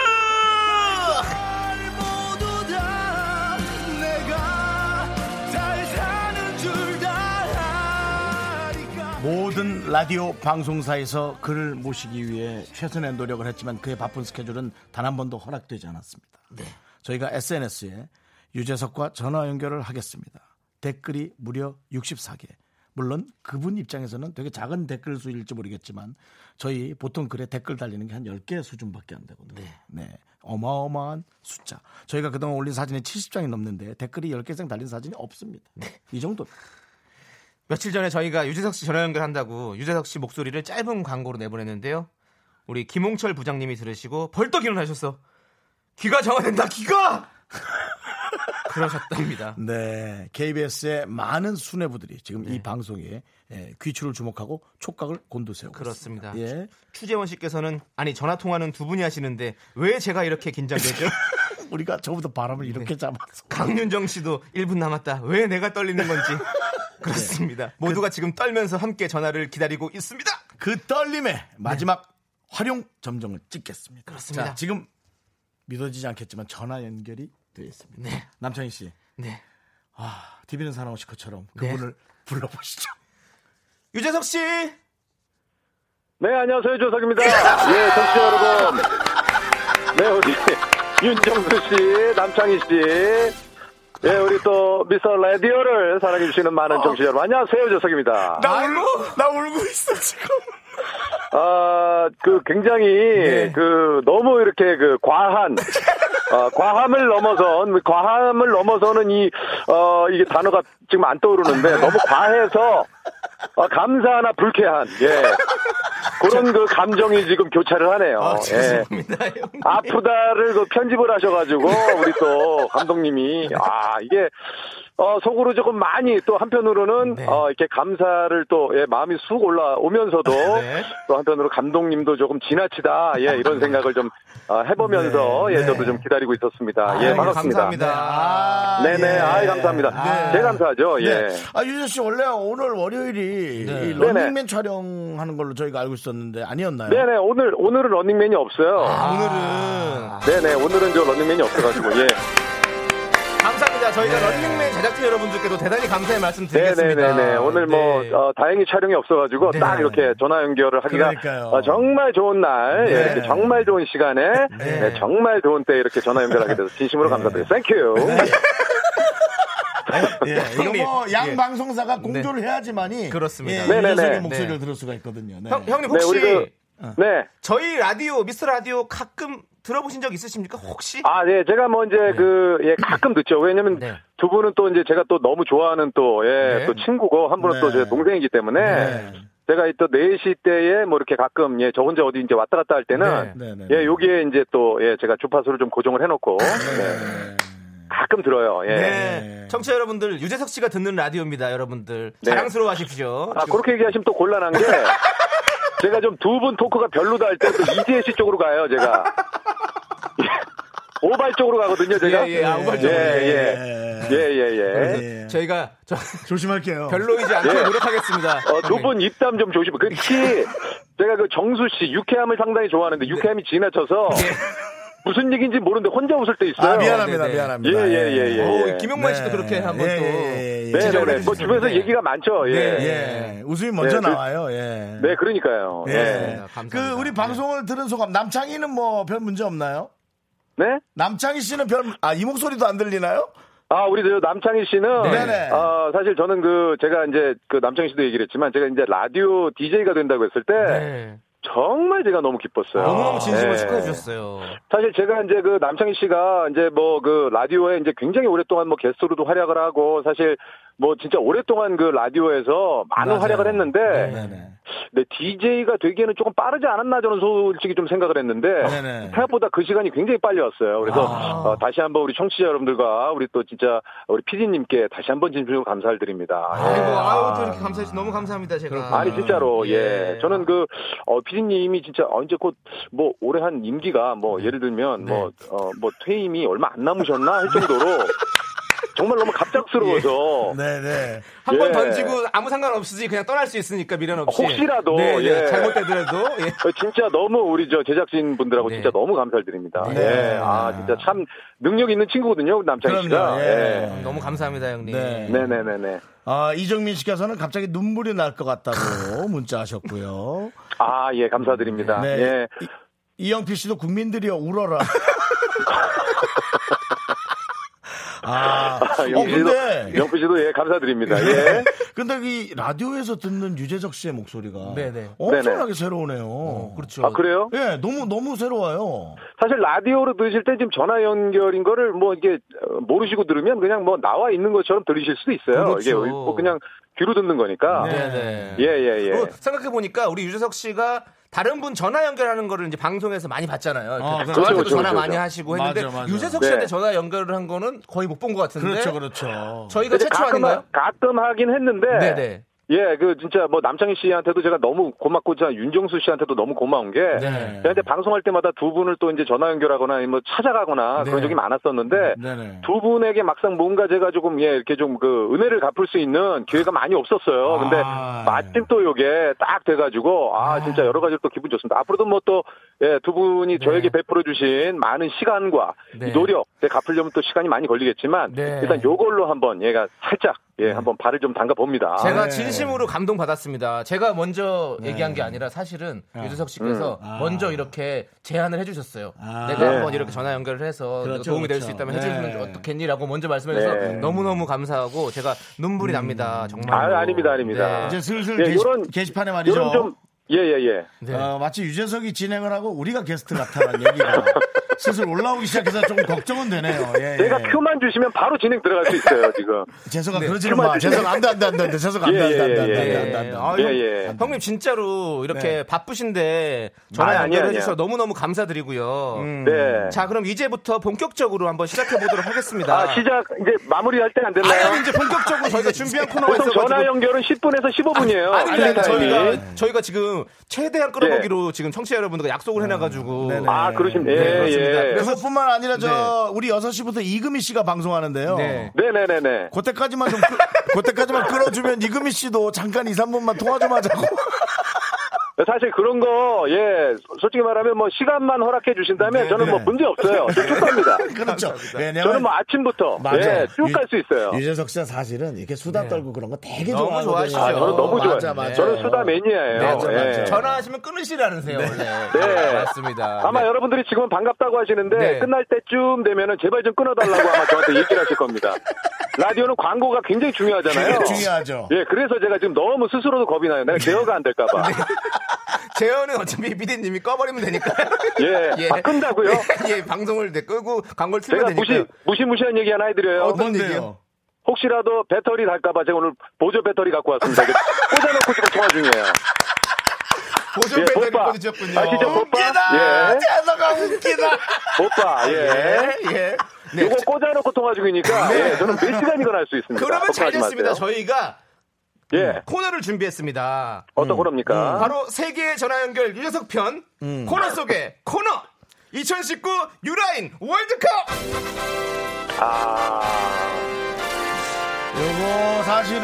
[SPEAKER 1] 모든 라디오 방송사에서 그를 모시기 위해 최선의 노력을 했지만 그의 바쁜 스케줄은 단 한 번도 허락되지 않았습니다. 저희가 SNS에 유재석과 전화 연결을 하겠습니다. 댓글이 무려 64개. 물론 그분 입장에서는 되게 작은 댓글 수일지 모르겠지만 저희 보통 글에 댓글 달리는 게 한 10개 수준밖에 안 되거든요. 네. 어마어마한 숫자. 저희가 그동안 올린 사진이 70장이 넘는데 댓글이 10개 이상 달린 사진이 없습니다.
[SPEAKER 2] 네.
[SPEAKER 1] 이 정도.
[SPEAKER 2] 며칠 전에 저희가 유재석 씨 전화 연결한다고 유재석 씨 목소리를 짧은 광고로 내보냈는데요. 우리 김홍철 부장님이 들으시고 벌떡 일어나셔서 귀가 정화된다 귀가 그러셨답니다.
[SPEAKER 1] 네, KBS의 많은 수뇌부들이 지금
[SPEAKER 2] 네.
[SPEAKER 1] 이 방송에 예, 귀추를 주목하고 촉각을 곤두세우고
[SPEAKER 2] 그렇습니다.
[SPEAKER 1] 있습니다. 예,
[SPEAKER 2] 추재원 씨께서는 아니 전화 통화는 두 분이 하시는데 왜 제가 이렇게 긴장되죠?
[SPEAKER 1] 우리가 저보다
[SPEAKER 2] 네.
[SPEAKER 1] 바람을 이렇게 잡아서
[SPEAKER 2] 강윤정 씨도 1분 남았다. 왜 내가 떨리는 건지
[SPEAKER 8] 네.
[SPEAKER 2] 그렇습니다. 모두가 지금 떨면서 함께 전화를 기다리고 있습니다.
[SPEAKER 1] 그 떨림의 마지막 활용 점정을 찍겠습니다.
[SPEAKER 2] 네. 그렇습니다.
[SPEAKER 1] 자, 지금 믿어지지 않겠지만 전화 연결이 되어 있습니다.
[SPEAKER 2] 네.
[SPEAKER 1] 남창희 씨,
[SPEAKER 2] 네.
[SPEAKER 1] 아, TV는 사랑하고 싶어처럼
[SPEAKER 2] 네.
[SPEAKER 1] 그분을 불러보시죠.
[SPEAKER 2] 유재석 씨
[SPEAKER 8] 네, 안녕하세요. 조석입니다. 예, 청취자 여러분. 네, 우리 윤정수 씨, 남창희 씨. 예, 우리 또 미스터 라디오를 사랑해주시는 많은 정치자 여러분. 안녕하세요, 조석입니다.
[SPEAKER 2] 나 울고 나 울고 있어 지금.
[SPEAKER 8] 아, 그 굉장히
[SPEAKER 2] 네.
[SPEAKER 8] 그 너무 이렇게 그 과한 어, 과함을 넘어선 과함을 넘어서는 이 어, 이게 단어가 지금 안 떠오르는데 너무 과해서 어, 감사하나 불쾌한 예. 그런 그 감정이 지금 교차를 하네요.
[SPEAKER 2] 아,
[SPEAKER 8] 예.
[SPEAKER 2] 죄송합니다. 형.
[SPEAKER 8] 아프다를 그 편집을 하셔가지고 우리 또 감독님이 아 이게 어, 속으로 조금 많이 또 한편으로는
[SPEAKER 2] 네.
[SPEAKER 8] 어, 이렇게 감사를 또 예, 마음이 쑥 올라오면서도
[SPEAKER 2] 네.
[SPEAKER 8] 또 한편으로 감독님도 조금 지나치다 예 이런 생각을 좀 어, 해보면서
[SPEAKER 2] 네,
[SPEAKER 8] 예
[SPEAKER 2] 네.
[SPEAKER 8] 저도 좀 기다리고 있었습니다
[SPEAKER 2] 아,
[SPEAKER 8] 예
[SPEAKER 2] 형님,
[SPEAKER 8] 반갑습니다
[SPEAKER 2] 감사합니다. 아,
[SPEAKER 8] 네네
[SPEAKER 2] 예.
[SPEAKER 8] 아이 감사합니다
[SPEAKER 2] 네.
[SPEAKER 8] 제 감사하죠
[SPEAKER 1] 네.
[SPEAKER 8] 예
[SPEAKER 1] 아, 유재 씨 원래 오늘 월요일이
[SPEAKER 2] 네.
[SPEAKER 1] 이 런닝맨 촬영하는 걸로 저희가 알고 있었는데 아니었나요?
[SPEAKER 8] 네네 오늘 오늘은 런닝맨이 없어요
[SPEAKER 2] 아, 오늘은
[SPEAKER 8] 네네 오늘은 저 런닝맨이 없어가지고 예
[SPEAKER 2] 감사합니다. 저희가 런닝맨 제작진 여러분들께도 대단히 감사의 말씀 드리겠습니다.
[SPEAKER 8] 네. 네네네네. 오늘 뭐,
[SPEAKER 2] 네.
[SPEAKER 8] 어, 다행히 촬영이 없어가지고
[SPEAKER 2] 네.
[SPEAKER 8] 딱 이렇게 전화 연결을 하기가
[SPEAKER 1] 그러니까요.
[SPEAKER 8] 어, 정말 좋은 날, 예,
[SPEAKER 2] 네.
[SPEAKER 8] 이렇게 정말 좋은 시간에,
[SPEAKER 2] 네.
[SPEAKER 8] 네, 정말 좋은 때 이렇게 전화 연결하게 돼서 진심으로 감사드려요. 땡큐.
[SPEAKER 2] 네.
[SPEAKER 1] 예, 이거
[SPEAKER 2] 형님.
[SPEAKER 1] 뭐양
[SPEAKER 2] 예.
[SPEAKER 1] 방송사가 공조를 해야지만이
[SPEAKER 2] 그렇습니다.
[SPEAKER 1] 예,
[SPEAKER 8] 네네네.
[SPEAKER 1] 유재석의 목소리를
[SPEAKER 2] 네.
[SPEAKER 1] 들을 수가 있거든요. 네.
[SPEAKER 2] 형, 형님
[SPEAKER 8] 네,
[SPEAKER 2] 혹시
[SPEAKER 8] 우리 그, 네.
[SPEAKER 2] 저희 라디오 미스터 라디오 가끔 들어보신 적 있으십니까? 혹시?
[SPEAKER 8] 아, 네. 제가 뭐 이제 그, 예, 가끔 듣죠. 왜냐면
[SPEAKER 2] 네.
[SPEAKER 8] 두 분은 또 이제 제가 또 너무 좋아하는 또, 예,
[SPEAKER 2] 네.
[SPEAKER 8] 또 친구고, 한 분은
[SPEAKER 1] 네.
[SPEAKER 8] 또 제 동생이기 때문에.
[SPEAKER 1] 네.
[SPEAKER 8] 제가 또 4시 때에 뭐 이렇게 가끔, 예, 저 혼자 어디 이제 왔다 갔다 할 때는.
[SPEAKER 1] 네네.
[SPEAKER 8] 예, 여기에 이제 또, 예, 제가 주파수를 좀 고정을 해놓고. 네. 가끔 들어요, 예.
[SPEAKER 2] 네. 청취자 여러분들 유재석 씨가 듣는 라디오입니다. 여러분들
[SPEAKER 8] 네.
[SPEAKER 2] 자랑스러워하십시오.
[SPEAKER 8] 아, 그렇게 얘기하시면 또 곤란한 게. 제가 좀 두 분 토크가 별로다 할 때 또 이지혜 씨 쪽으로 가요, 제가. 오발 쪽으로 가거든요, 제가.
[SPEAKER 2] 예, 예, 아, 오발 쪽으로.
[SPEAKER 8] 예, 예.
[SPEAKER 1] 예.
[SPEAKER 8] 예, 예, 예.
[SPEAKER 2] 네.
[SPEAKER 1] 예.
[SPEAKER 2] 저희가 저-
[SPEAKER 1] 조심할게요.
[SPEAKER 2] 별로이지 않게
[SPEAKER 8] 예.
[SPEAKER 2] 노력하겠습니다.
[SPEAKER 8] 어, 두 분 입담 좀 조심. 그, 특히, 제가 그 정수 씨, 유쾌함을 상당히 좋아하는데, 유쾌함이 지나쳐서, 무슨 얘기인지 모르는데 혼자 웃을 때 있어요.
[SPEAKER 1] 아, 미안합니다.
[SPEAKER 2] 네, 네.
[SPEAKER 1] 미안합니다.
[SPEAKER 8] 예, 예, 예, 예.
[SPEAKER 2] 오, 김용만
[SPEAKER 1] 네.
[SPEAKER 2] 어, 씨도 그렇게 한번
[SPEAKER 1] 예,
[SPEAKER 2] 또
[SPEAKER 1] 예, 예, 예.
[SPEAKER 8] 네, 네,
[SPEAKER 2] 지적을
[SPEAKER 8] 네. 뭐
[SPEAKER 2] 해주셨는데.
[SPEAKER 8] 주변에서 얘기가 많죠, 예.
[SPEAKER 1] 예. 웃음이 먼저
[SPEAKER 8] 네, 그-
[SPEAKER 1] 나와요. 예.
[SPEAKER 8] 네, 그러니까요.
[SPEAKER 1] 예.
[SPEAKER 8] 예.
[SPEAKER 2] 감사합니다.
[SPEAKER 1] 그 우리 방송을 들은 소감 남창희는 뭐 별 문제 없나요?
[SPEAKER 8] 네?
[SPEAKER 1] 남창희 씨는 별 아 이 목소리도 안 들리나요?
[SPEAKER 8] 아, 우리 저 남창희 씨는
[SPEAKER 1] 네네.
[SPEAKER 8] 어, 사실 저는 그 제가 이제 그 남창희 씨도 얘기를 했지만 제가 이제 라디오 DJ가 된다고 했을 때
[SPEAKER 2] 네.
[SPEAKER 8] 정말 제가 너무 기뻤어요.
[SPEAKER 2] 너무너무 진심으로
[SPEAKER 8] 예.
[SPEAKER 2] 축하해 주셨어요.
[SPEAKER 8] 사실 제가 이제 그 남창희 씨가 이제 뭐 그 라디오에 이제 굉장히 오랫동안 뭐 게스트로도 활약을 하고 사실 뭐 진짜 오랫동안 그 라디오에서 많은
[SPEAKER 1] 맞아요.
[SPEAKER 8] 활약을 했는데
[SPEAKER 1] 네, 네네.
[SPEAKER 8] 근데 DJ가 되기에는 조금 빠르지 않았나 저는 솔직히 좀 생각을 했는데
[SPEAKER 1] 네네.
[SPEAKER 8] 생각보다 그 시간이 굉장히 빨리 왔어요. 그래서
[SPEAKER 1] 아.
[SPEAKER 8] 어, 다시 한번 우리 청취자 여러분들과 우리 또 진짜 우리 PD님께 다시 한번 진심으로 감사를 드립니다. 예.
[SPEAKER 2] 뭐, 아이고, 아유, 또 이렇게 감사해 주셔서 너무 감사합니다, 제가.
[SPEAKER 8] 아니
[SPEAKER 1] 음,
[SPEAKER 8] 진짜로 예, 저는 그 어, 피디님이 진짜 어, 이제 곧 뭐 올해 한 임기가 뭐
[SPEAKER 1] 네.
[SPEAKER 8] 예를 들면 뭐 어 뭐 퇴임이 얼마 안 남으셨나 할 정도로 정말 너무 갑작스러워서
[SPEAKER 1] 예. 네네.
[SPEAKER 2] 한 번
[SPEAKER 8] 예.
[SPEAKER 2] 던지고 아무 상관 없이 그냥 떠날 수 있으니까 미련 없이.
[SPEAKER 8] 혹시라도,
[SPEAKER 2] 네, 네.
[SPEAKER 8] 예.
[SPEAKER 2] 잘못되더라도 예.
[SPEAKER 8] 어, 진짜 너무 우리 저 제작진 분들하고
[SPEAKER 2] 네.
[SPEAKER 8] 진짜 너무 감사를 드립니다.
[SPEAKER 1] 네.
[SPEAKER 8] 예, 아 진짜 참 능력 있는 친구거든요 남창희
[SPEAKER 1] 그럼요,
[SPEAKER 8] 씨가.
[SPEAKER 1] 예.
[SPEAKER 8] 예.
[SPEAKER 2] 너무 감사합니다, 형님.
[SPEAKER 1] 네.
[SPEAKER 8] 네네네네.
[SPEAKER 1] 아 이정민 씨께서는 갑자기 눈물이 날 것 같다고 문자하셨고요.
[SPEAKER 8] 아 예 감사드립니다.
[SPEAKER 1] 네.
[SPEAKER 8] 예.
[SPEAKER 1] 이, 영필 씨도 국민들이여 울어라. 아, 어,
[SPEAKER 8] 영표 씨도
[SPEAKER 1] 근데
[SPEAKER 8] 영표 씨도 예 감사드립니다. 예.
[SPEAKER 2] 네.
[SPEAKER 1] 근데 이 라디오에서 듣는 유재석 씨의 목소리가
[SPEAKER 2] 네네.
[SPEAKER 1] 엄청나게
[SPEAKER 8] 네네.
[SPEAKER 1] 새로우네요.
[SPEAKER 2] 그렇죠.
[SPEAKER 8] 아 그래요?
[SPEAKER 1] 예, 너무 너무 새로워요.
[SPEAKER 8] 사실 라디오로 들으실 때 지금 전화 연결인 거를 뭐 이게 어, 모르시고 들으면 그냥 뭐 나와 있는 것처럼 들으실 수도 있어요.
[SPEAKER 2] 그렇죠.
[SPEAKER 8] 이게 뭐 그냥 귀로 듣는 거니까.
[SPEAKER 2] 네네.
[SPEAKER 8] 예, 예, 예.
[SPEAKER 2] 생각해 보니까 우리 유재석 씨가 다른 분 전화 연결하는 거를 이제 방송에서 많이 봤잖아요. 이렇게
[SPEAKER 1] 아, 그렇죠,
[SPEAKER 2] 저한테도
[SPEAKER 8] 그렇죠,
[SPEAKER 2] 전화
[SPEAKER 8] 그렇죠.
[SPEAKER 2] 많이 하시고 했는데
[SPEAKER 1] 맞아, 맞아.
[SPEAKER 2] 유재석 씨한테
[SPEAKER 8] 네.
[SPEAKER 2] 전화 연결을 한 거는 거의 못 본 것 같은데.
[SPEAKER 1] 그렇죠, 그렇죠.
[SPEAKER 2] 저희가
[SPEAKER 8] 근데
[SPEAKER 2] 최초
[SPEAKER 8] 가끔, 하,
[SPEAKER 2] 아닌가요?
[SPEAKER 8] 가끔 하긴 했는데.
[SPEAKER 2] 네네.
[SPEAKER 8] 예, 그 진짜 뭐 남창희 씨한테도 제가 너무 고맙고 자 윤정수 씨한테도 너무 고마운 게
[SPEAKER 2] 네.
[SPEAKER 8] 제가 이제 방송할 때마다 두 분을 또 이제 전화 연결하거나 아니면 뭐 찾아가거나
[SPEAKER 2] 네.
[SPEAKER 8] 그런 적이 많았었는데
[SPEAKER 1] 네네.
[SPEAKER 8] 두 분에게 막상 뭔가 제가 조금 예 이렇게 좀 그 은혜를 갚을 수 있는 기회가 많이 없었어요. 근데
[SPEAKER 1] 아,
[SPEAKER 8] 마침 또 요게 딱 돼가지고 아 진짜 여러 가지로 또 기분 좋습니다. 앞으로도 뭐 또 예, 두 분이
[SPEAKER 1] 네.
[SPEAKER 8] 저에게 베풀어 주신 많은 시간과 예,
[SPEAKER 2] 네.
[SPEAKER 8] 이 노력 네, 갚으려면 또 시간이 많이 걸리겠지만
[SPEAKER 2] 네.
[SPEAKER 8] 일단 요걸로 한번 얘가 살짝
[SPEAKER 1] 네.
[SPEAKER 8] 예, 한번 발을 좀 담가 봅니다.
[SPEAKER 2] 제가 진심으로 감동 받았습니다. 제가 먼저 얘기한 게 아니라 사실은 유재석 씨께서
[SPEAKER 1] 네. 아.
[SPEAKER 2] 먼저 이렇게 제안을 해주셨어요.
[SPEAKER 1] 아.
[SPEAKER 2] 내가
[SPEAKER 1] 네.
[SPEAKER 2] 한번 이렇게 전화 연결을 해서
[SPEAKER 1] 그렇죠,
[SPEAKER 2] 도움이 될 수
[SPEAKER 1] 그렇죠.
[SPEAKER 2] 있다면
[SPEAKER 1] 네.
[SPEAKER 2] 해주면 어떻겠니라고 먼저 말씀해서
[SPEAKER 8] 네.
[SPEAKER 2] 너무 너무 감사하고 제가 눈물이
[SPEAKER 1] 음.
[SPEAKER 2] 납니다. 정말. 네.
[SPEAKER 8] 아, 아닙니다, 아닙니다.
[SPEAKER 1] 네. 이제 슬슬
[SPEAKER 8] 예,
[SPEAKER 1] 게시,
[SPEAKER 8] 요런-
[SPEAKER 1] 게시판에 말이죠.
[SPEAKER 8] 이런 좀 예, 예, 예.
[SPEAKER 2] 네.
[SPEAKER 1] 어, 마치 유재석이 진행을 하고 우리가 게스트 같다는 얘기가 슬슬 올라오기 시작해서 조금 걱정은 되네요. 예,
[SPEAKER 8] 내가
[SPEAKER 1] 예.
[SPEAKER 8] 큐만 주시면 바로 진행 들어갈 수 있어요, 지금.
[SPEAKER 1] 재석아 그러지는
[SPEAKER 8] 그만
[SPEAKER 1] 마.
[SPEAKER 8] 주세요.
[SPEAKER 1] 재석 안돼 안돼 안돼 안돼. 재석 안돼
[SPEAKER 8] 예,
[SPEAKER 1] 안돼 안돼
[SPEAKER 8] 예,
[SPEAKER 1] 안돼
[SPEAKER 8] 예,
[SPEAKER 1] 안돼 안돼.
[SPEAKER 2] 아,
[SPEAKER 8] 예,
[SPEAKER 2] 형,
[SPEAKER 8] 예.
[SPEAKER 2] 형님 진짜로 이렇게 바쁘신데
[SPEAKER 8] 아니,
[SPEAKER 2] 전화
[SPEAKER 8] 아니야,
[SPEAKER 2] 연결해
[SPEAKER 8] 아니야.
[SPEAKER 2] 주셔서 너무 너무 감사드리고요.
[SPEAKER 8] 네.
[SPEAKER 2] 자 그럼 이제부터 본격적으로 한번 시작해 보도록 하겠습니다.
[SPEAKER 8] 아, 시작 이제 마무리할 때 안 됐나요?
[SPEAKER 2] 아니, 이제 본격적으로 저희가 준비한 코너가
[SPEAKER 8] 보통
[SPEAKER 2] 있어가지고
[SPEAKER 1] 뭐
[SPEAKER 8] 전화 연결은 10분에서 15분이에요.
[SPEAKER 2] 아니, 아니,
[SPEAKER 8] 타임이.
[SPEAKER 2] 저희가, 저희가 지금 최대한 끌어보기로 지금 청취자 여러분들과 약속을 해놔가지고.
[SPEAKER 1] 네네.
[SPEAKER 8] 네. 아, 그러십니까? 예,
[SPEAKER 2] 네, 그렇습니다.
[SPEAKER 8] 예.
[SPEAKER 2] 그래서-
[SPEAKER 1] 그것뿐만 아니라 저 우리 6시부터 이금희 씨가 방송하는데요.
[SPEAKER 2] 네.
[SPEAKER 8] 네. 네네네네.
[SPEAKER 1] 그때까지만 좀 끌- 그때까지만 끌어주면 이금희 씨도 잠깐 2, 3분만 통화 좀 하자고.
[SPEAKER 8] 사실 그런 거, 예, 솔직히 말하면 뭐 시간만 허락해 주신다면 저는 뭐
[SPEAKER 1] 네.
[SPEAKER 8] 문제 없어요. 저쭉 갑니다.
[SPEAKER 1] 그렇죠. 네, 내가
[SPEAKER 8] 저는 뭐 아침부터,
[SPEAKER 1] 맞아.
[SPEAKER 8] 예, 쭉 갈 수 있어요. 네.
[SPEAKER 1] 유재석 씨가 사실은 이렇게 수다 떨고 그런 거 되게
[SPEAKER 2] 너무
[SPEAKER 1] 좋아하거든요.
[SPEAKER 2] 좋아하시죠.
[SPEAKER 8] 아, 저는 너무 좋아요.
[SPEAKER 1] 맞아, 맞아.
[SPEAKER 8] 저는 수다 매니아예요.
[SPEAKER 2] 네,
[SPEAKER 1] 맞아, 맞아.
[SPEAKER 8] 예.
[SPEAKER 2] 전화하시면 끊으시라는세요, 원래.
[SPEAKER 8] 네.
[SPEAKER 2] 맞습니다.
[SPEAKER 8] 아마
[SPEAKER 2] 네.
[SPEAKER 8] 여러분들이 지금 반갑다고 하시는데
[SPEAKER 2] 네.
[SPEAKER 8] 끝날 때쯤 되면은 제발 좀 끊어달라고 아마 저한테 얘기를 하실 겁니다. 라디오는 광고가 굉장히 중요하잖아요.
[SPEAKER 1] 그게 중요하죠.
[SPEAKER 8] 예, 그래서 제가 지금 너무 스스로도 겁이 나요. 내가 제어가 안 될까봐.
[SPEAKER 2] 재현은 어차피 PD님이 꺼버리면 되니까.
[SPEAKER 8] 예, 아, 끈다고요?
[SPEAKER 2] 예, 방송을 이제 끄고 광고를 틀면
[SPEAKER 8] 제가
[SPEAKER 2] 되니까.
[SPEAKER 8] 무시, 아, 무시무시한 얘기 하나 해드려요.
[SPEAKER 1] 뭔데요?
[SPEAKER 8] 혹시라도 배터리 달까봐 제가 오늘 보조 배터리 갖고 왔습니다. 이거 꽂아놓고 지금 통화 중이에요.
[SPEAKER 2] 보조
[SPEAKER 8] 예,
[SPEAKER 2] 배터리
[SPEAKER 8] 오빠.
[SPEAKER 2] 꺼주셨군요.
[SPEAKER 8] 아, 진짜 오빠?
[SPEAKER 2] 네. 웃기다!
[SPEAKER 8] 예.
[SPEAKER 2] 재현아가 웃기다!
[SPEAKER 8] 오빠, 예.
[SPEAKER 2] 예, 예. 네.
[SPEAKER 8] 요거 꽂아놓고 통화 중이니까 예, 저는 몇 시간이건 할 수 있습니다.
[SPEAKER 2] 그러면 잘
[SPEAKER 8] 걱정하지
[SPEAKER 2] 됐습니다.
[SPEAKER 8] 아, 마세요.
[SPEAKER 2] 저희가
[SPEAKER 8] 예,
[SPEAKER 2] 코너를 준비했습니다.
[SPEAKER 8] 어떤 코너입니까?
[SPEAKER 2] 음. 바로 세계의 전화 연결 유재석 편
[SPEAKER 8] 음.
[SPEAKER 2] 코너 속의 코너 2019 유라인 월드컵
[SPEAKER 8] 아,
[SPEAKER 1] 요거 사실은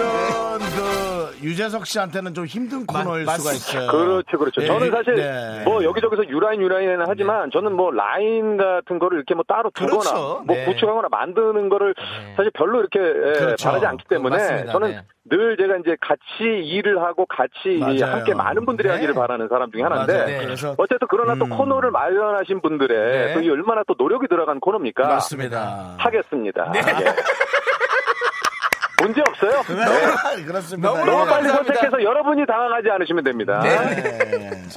[SPEAKER 1] 그 유재석 씨한테는 좀 힘든 코너일
[SPEAKER 2] 맞-
[SPEAKER 1] 수가 있어요.
[SPEAKER 8] 그렇죠, 그렇죠.
[SPEAKER 1] 예,
[SPEAKER 8] 저는 사실
[SPEAKER 1] 네.
[SPEAKER 8] 뭐 여기저기서 유라인 유라인은 하지만 저는 뭐 라인 같은 거를 이렇게 뭐 따로 두거나
[SPEAKER 2] 네. 그렇죠.
[SPEAKER 8] 뭐
[SPEAKER 2] 네.
[SPEAKER 8] 구축하거나 만드는 거를 사실 별로 이렇게 예,
[SPEAKER 1] 그렇죠.
[SPEAKER 8] 바라지 않기 때문에
[SPEAKER 2] 맞습니다.
[SPEAKER 8] 저는
[SPEAKER 2] 네.
[SPEAKER 8] 늘 제가 이제 같이 일을 하고 같이 이
[SPEAKER 1] 맞아요.
[SPEAKER 8] 함께 많은 분들이
[SPEAKER 2] 네.
[SPEAKER 8] 하기를 바라는 사람 중에 하나인데
[SPEAKER 1] 맞아요.
[SPEAKER 2] 네. 음.
[SPEAKER 1] 그래서
[SPEAKER 8] 어쨌든 그러나 또 코너를 마련하신 분들의
[SPEAKER 2] 네.
[SPEAKER 8] 또이 얼마나 또 노력이 들어간 코너입니까?
[SPEAKER 1] 맞습니다.
[SPEAKER 8] 하겠습니다.
[SPEAKER 2] 네.
[SPEAKER 8] 예. 문제 없어요.
[SPEAKER 1] 네, 그렇습니다.
[SPEAKER 2] 너무
[SPEAKER 8] 너무
[SPEAKER 2] 감사합니다.
[SPEAKER 8] 빨리
[SPEAKER 2] 예.
[SPEAKER 8] 선택해서 여러분이 당황하지 않으시면 됩니다.
[SPEAKER 1] 네.